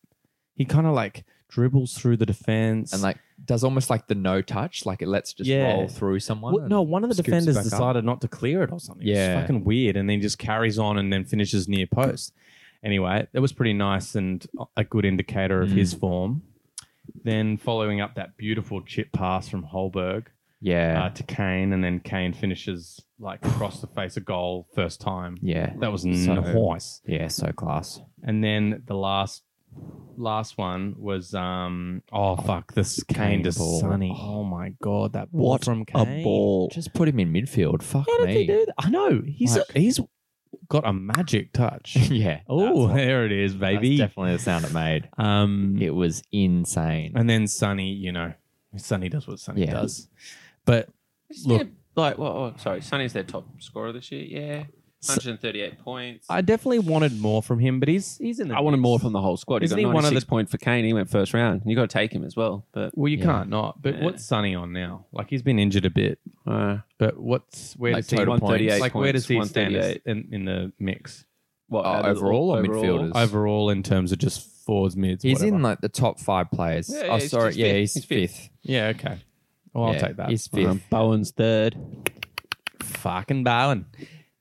Speaker 3: He kind of like dribbles through the defense
Speaker 2: and like does almost like the no touch, like it lets just
Speaker 3: Yeah.
Speaker 2: roll through someone.
Speaker 3: Well, no, one of the
Speaker 2: scoops it
Speaker 3: defenders
Speaker 2: back up.
Speaker 3: decided not to clear it or something. Yeah,
Speaker 2: Yeah.
Speaker 3: it's fucking weird, and then he just carries on and then finishes near post. Anyway, that was pretty nice and a good indicator of
Speaker 2: Mm.
Speaker 3: his form. Then following up that beautiful chip pass from Holberg,
Speaker 2: yeah,
Speaker 3: uh, to Kane, and then Kane finishes like across the face of goal first time.
Speaker 2: yeah,
Speaker 3: That was
Speaker 2: So-
Speaker 3: nice.
Speaker 2: yeah. So class.
Speaker 3: And then the last last one was um oh fuck this Kane
Speaker 2: Kane
Speaker 3: to
Speaker 2: ball.
Speaker 3: Sonny. Oh my god, that ball
Speaker 1: What
Speaker 3: from
Speaker 1: a
Speaker 3: Kane.
Speaker 1: ball!
Speaker 2: Just put him in midfield. Fuck
Speaker 3: How did
Speaker 2: me.
Speaker 3: he do that? I know he's
Speaker 2: Like-
Speaker 3: he's got a magic touch. (laughs)
Speaker 2: yeah.
Speaker 3: oh,
Speaker 2: (laughs) that's what-
Speaker 3: there it is,
Speaker 2: that's
Speaker 3: baby.
Speaker 2: definitely the sound it made.
Speaker 3: um,
Speaker 2: It was insane.
Speaker 3: and then Sonny, you know, Sonny does what Sonny
Speaker 2: Yeah.
Speaker 3: does, but
Speaker 1: Is
Speaker 3: Look-
Speaker 1: there- like, well, oh, sorry, Sonny's their top scorer this year. Yeah, 138 points.
Speaker 3: I definitely wanted more from him, but he's he's in the.
Speaker 1: I wanted
Speaker 3: mix.
Speaker 1: more from the whole squad.
Speaker 3: Isn't
Speaker 1: he
Speaker 3: he
Speaker 1: got
Speaker 3: one of
Speaker 1: 96
Speaker 3: the-
Speaker 1: point for Kane. He went first round. You got to take him as well. But
Speaker 3: Well, you
Speaker 2: Yeah.
Speaker 3: can't not. But
Speaker 1: Yeah.
Speaker 3: what's Sonny on now? Like he's been injured a bit.
Speaker 1: uh,
Speaker 3: But what's where
Speaker 2: Like
Speaker 3: does he
Speaker 2: total
Speaker 3: like
Speaker 2: points.
Speaker 1: points,
Speaker 3: where does he stand as-
Speaker 1: 138.
Speaker 3: in, in the mix
Speaker 1: What,
Speaker 2: Oh,
Speaker 1: out of the-
Speaker 2: overall or midfielders?
Speaker 3: overall in terms of just fours mids?
Speaker 2: He's
Speaker 3: whatever.
Speaker 2: in like the top five players.
Speaker 1: Yeah, yeah,
Speaker 2: oh,
Speaker 1: he's
Speaker 2: sorry.
Speaker 1: just
Speaker 2: Yeah,
Speaker 1: fifth.
Speaker 2: he's,
Speaker 1: He's fifth.
Speaker 2: fifth.
Speaker 3: yeah, okay. Oh, I'll
Speaker 2: Yeah,
Speaker 3: take that.
Speaker 2: He's fifth.
Speaker 1: Um, Bowen's third.
Speaker 3: fucking bowing.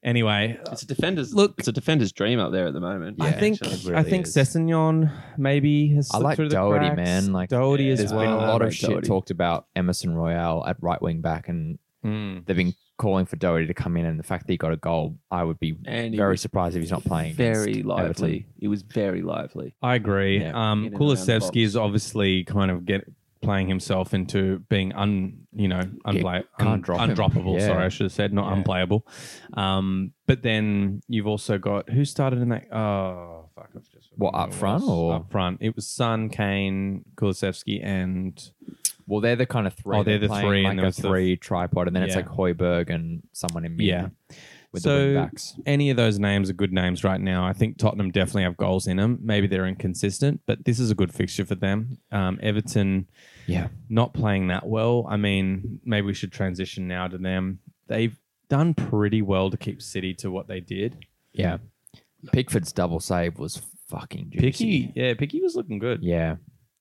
Speaker 3: Anyway,
Speaker 1: It's a defender's
Speaker 3: Look-
Speaker 1: look. It's a defender's dream out there at the moment.
Speaker 3: I think
Speaker 1: actually.
Speaker 2: it
Speaker 3: I
Speaker 2: really
Speaker 3: think
Speaker 2: is.
Speaker 3: Sessignon maybe has.
Speaker 2: I
Speaker 3: slipped
Speaker 2: like
Speaker 3: through the
Speaker 2: Doherty,
Speaker 3: cracks.
Speaker 2: man. Like,
Speaker 3: Doherty
Speaker 1: yeah,
Speaker 3: as
Speaker 2: There's
Speaker 3: well.
Speaker 2: been a lot of
Speaker 1: Mate,
Speaker 2: shit
Speaker 1: Doherty.
Speaker 2: talked about Emerson Royale at right wing back, and
Speaker 3: Mm.
Speaker 2: they've been calling for Doherty to come in. And the fact that he got a goal, I would be
Speaker 1: and he
Speaker 2: very
Speaker 1: was
Speaker 2: surprised if he's not playing.
Speaker 1: very
Speaker 2: against
Speaker 1: lively.
Speaker 2: Everton.
Speaker 1: He was very lively.
Speaker 3: I agree.
Speaker 2: Yeah.
Speaker 3: um,
Speaker 1: In and around the box.
Speaker 3: Kulisevsky is obviously kind of get playing himself into being un, you know, unplay,
Speaker 2: can't
Speaker 3: un-
Speaker 2: drop him.
Speaker 3: undroppable.
Speaker 2: Yeah.
Speaker 3: Sorry, I should have said not
Speaker 2: Yeah.
Speaker 3: unplayable. Um, but then you've also got who started in that? Oh fuck! I've just
Speaker 2: What, up
Speaker 3: who
Speaker 2: front
Speaker 3: else?
Speaker 2: or-
Speaker 3: up front? It was Sun, Kane, Kulisevsky, and
Speaker 2: Well, they're the kind of three.
Speaker 3: Oh, they're
Speaker 2: that
Speaker 3: the
Speaker 2: are playing
Speaker 3: three, and
Speaker 2: like
Speaker 3: there
Speaker 2: a
Speaker 3: was the-
Speaker 2: three tripod, and then it's
Speaker 3: Yeah.
Speaker 2: like Hoiberg and someone in mid
Speaker 3: Yeah.
Speaker 2: with
Speaker 3: So-
Speaker 2: the wing backs.
Speaker 3: any of those names are good names right now. I think Tottenham definitely have goals in them. Maybe they're inconsistent, but this is a good fixture for them. Um, Everton.
Speaker 2: Yeah,
Speaker 3: not playing that well. I mean, maybe we should transition now to them. They've done pretty well to keep City to what they did.
Speaker 2: yeah. Pickford's double save was fucking juicy.
Speaker 3: Picky, yeah, Picky was looking good.
Speaker 2: Yeah,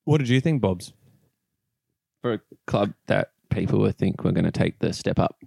Speaker 3: What did you think, Bob's?
Speaker 1: for a club that people would think we're going to take the step up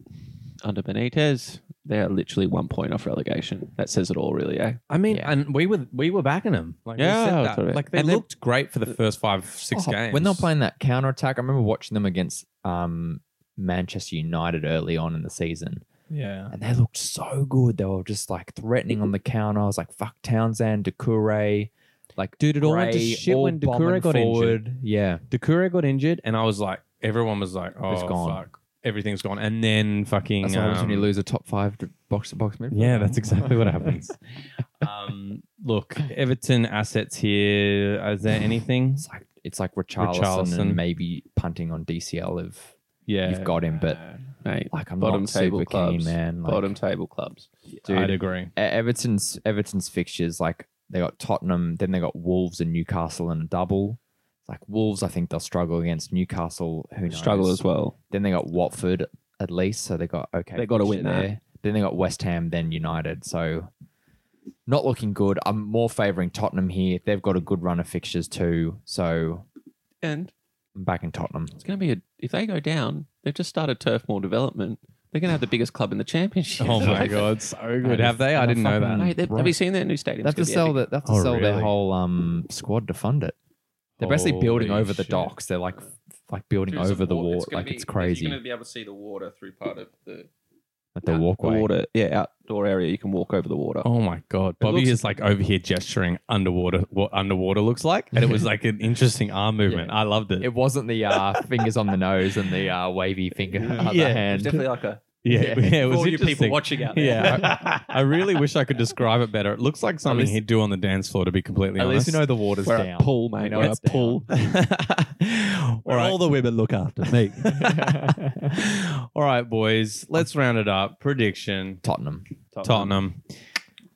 Speaker 1: under Benitez. They are literally one point off relegation. That says it all, really. Eh?
Speaker 3: I mean,
Speaker 2: Yeah.
Speaker 3: and we were we were backing them. Like we
Speaker 1: Yeah,
Speaker 3: said
Speaker 1: I
Speaker 3: that.
Speaker 1: thought it-
Speaker 3: like they
Speaker 1: and they-
Speaker 3: looked great for the first five six
Speaker 2: Oh,
Speaker 3: games
Speaker 2: When they were playing that counter attack, I remember watching them against um, Manchester United early on in the season,
Speaker 3: Yeah,
Speaker 2: and they looked so good. They were just like threatening on the counter. I was like, "Fuck Townsend, Decoure." Like,
Speaker 3: dude, it all went to
Speaker 2: Gray,
Speaker 3: shit
Speaker 2: all
Speaker 3: when
Speaker 2: bombing
Speaker 3: Dakura got injured.
Speaker 2: Yeah,
Speaker 3: Dakura got injured, and I was like, everyone was like, oh
Speaker 2: It's gone.
Speaker 3: fuck, everything's gone. And then fucking
Speaker 2: that's what happens when you
Speaker 3: um,
Speaker 2: lose a top five box to box midfield.
Speaker 3: Yeah, that's exactly what happens. (laughs) um, look, Everton assets here. Is there anything?
Speaker 2: It's like it's like Richarlison,
Speaker 3: Richarlison.
Speaker 2: and maybe punting on DCL if
Speaker 3: Yeah,
Speaker 2: you've got him, but
Speaker 1: Mate,
Speaker 2: like I'm
Speaker 1: Bottom
Speaker 2: not
Speaker 1: table
Speaker 2: super keen,
Speaker 1: clubs.
Speaker 2: man. Like,
Speaker 1: bottom table clubs.
Speaker 2: dude,
Speaker 3: I'd agree.
Speaker 2: E- Everton's Everton's fixtures like they got Tottenham, then they got Wolves and Newcastle in a double. Like Wolves, I think they'll struggle against Newcastle. Who knows?
Speaker 1: Struggle as well.
Speaker 2: Then they got Watford at least, so they got okay.
Speaker 1: They gotta
Speaker 2: fixture
Speaker 1: win that.
Speaker 2: Then they got West Ham, then United. So not looking good. I'm more favouring Tottenham here. They've got a good run of fixtures too. So
Speaker 1: And
Speaker 2: I'm back in Tottenham.
Speaker 1: it's going to be a, if they go down, they've just started turf more development. They're going to have the biggest club in the championship.
Speaker 3: Oh my
Speaker 1: (laughs) Like,
Speaker 3: god, so good. Have they? I didn't know that.
Speaker 1: Mate, they- have
Speaker 2: Right.
Speaker 1: you seen that new stadium?
Speaker 2: They have to
Speaker 1: It's gonna be
Speaker 2: sell
Speaker 1: epic.
Speaker 2: that. They have to
Speaker 3: Oh,
Speaker 2: sell their
Speaker 3: really?
Speaker 2: whole um, squad to fund it. They're basically building
Speaker 3: Holy
Speaker 2: over the
Speaker 3: shit.
Speaker 2: docks. They're like like building
Speaker 1: Dude, it's
Speaker 2: over
Speaker 1: a
Speaker 2: the
Speaker 1: wa-
Speaker 2: wall.
Speaker 1: gonna
Speaker 2: Like
Speaker 1: be-
Speaker 2: it's crazy.
Speaker 1: You're going to be able to see the water through part of the,
Speaker 2: Like the
Speaker 1: out-
Speaker 2: walkway.
Speaker 1: water. Yeah, outdoor area. You can walk over the water.
Speaker 3: Oh my god, Bobby
Speaker 1: looks-
Speaker 3: is like over here gesturing underwater what underwater looks like, and it was like an interesting arm movement. I loved it.
Speaker 2: It wasn't the uh, fingers on the nose and the uh, wavy finger other
Speaker 3: Yeah.
Speaker 2: hand.
Speaker 1: definitely like a
Speaker 3: (laughs) yeah,
Speaker 2: yeah.
Speaker 3: yeah, it was
Speaker 1: all you people
Speaker 3: interesting.
Speaker 1: watching out there.
Speaker 3: Yeah, I, I really wish I could describe it better. It looks like something
Speaker 2: least-
Speaker 3: he'd do on the dance floor. To be completely
Speaker 2: At
Speaker 3: honest,
Speaker 2: least you (laughs) know the water's
Speaker 1: (laughs) We're
Speaker 2: down.
Speaker 1: a pool, mate.
Speaker 2: You know
Speaker 1: We're
Speaker 2: it's
Speaker 1: a pool.
Speaker 3: Or (laughs) all the women look after me. (laughs) all right, boys, let's round it up. Prediction:
Speaker 2: Tottenham
Speaker 3: Tottenham.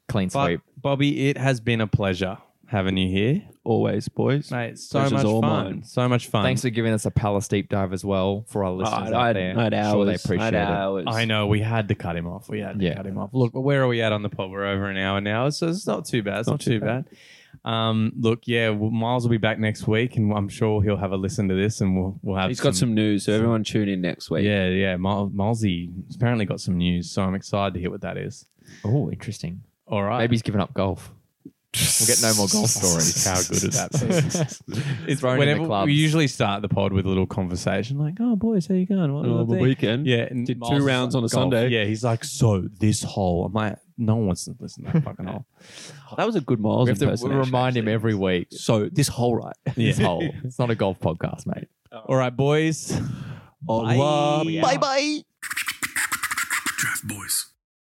Speaker 2: clean
Speaker 3: But
Speaker 2: sweep.
Speaker 3: Bobby, it has been a pleasure having you here,
Speaker 1: Always, boys.
Speaker 3: mate. So
Speaker 1: Pleasure's
Speaker 3: much
Speaker 1: all
Speaker 3: fun.
Speaker 1: mine.
Speaker 3: So much fun.
Speaker 2: Thanks for giving us a Palace deep dive as well for our listeners out there. I'm
Speaker 1: I'd hours.
Speaker 2: sure they appreciate
Speaker 1: I'd
Speaker 2: it.
Speaker 1: hours.
Speaker 3: I know we had to cut him off. We had to
Speaker 2: Yeah.
Speaker 3: cut him off. Look, where are we at on the pod? We're over an hour now, so it's not too bad. It's not, too bad. Um, look, yeah, well, Miles will be back next week, and I'm sure he'll have a listen to this, and we'll we'll have.
Speaker 1: He's got some news, so everyone tune in next week.
Speaker 3: Yeah, yeah. Miles Milesy apparently got some news, so I'm excited to hear what that is.
Speaker 2: Oh, interesting.
Speaker 3: All right.
Speaker 2: Maybe he's given up
Speaker 1: (laughs)
Speaker 2: golf. We'll get no more golf
Speaker 3: (laughs)
Speaker 2: stories.
Speaker 3: How good is (laughs)
Speaker 2: (laughs)
Speaker 3: that?
Speaker 2: it's thrown in the
Speaker 3: Whenever
Speaker 2: clubs.
Speaker 3: we usually start the pod with a little conversation, like, "Oh, boys, how you going? What
Speaker 1: On
Speaker 3: was
Speaker 1: the
Speaker 3: the thing?"
Speaker 1: weekend.
Speaker 3: Yeah, and
Speaker 1: Did two
Speaker 3: Miles is
Speaker 1: rounds on a
Speaker 3: golf.
Speaker 1: Sunday.
Speaker 3: Yeah, he's like, "So this hole," I'm like, "No one wants to listen to that fucking
Speaker 2: (laughs)
Speaker 3: hole."
Speaker 1: Oh, That was a good Miles
Speaker 2: we have to
Speaker 1: impersonation,
Speaker 2: remind him
Speaker 1: actually.
Speaker 2: every week.
Speaker 1: So this whole right.
Speaker 2: This
Speaker 1: (laughs)
Speaker 3: Yeah.
Speaker 2: hole. It's not a golf podcast, mate.
Speaker 3: All right, boys.
Speaker 1: Bye bye.
Speaker 4: Draft Boys.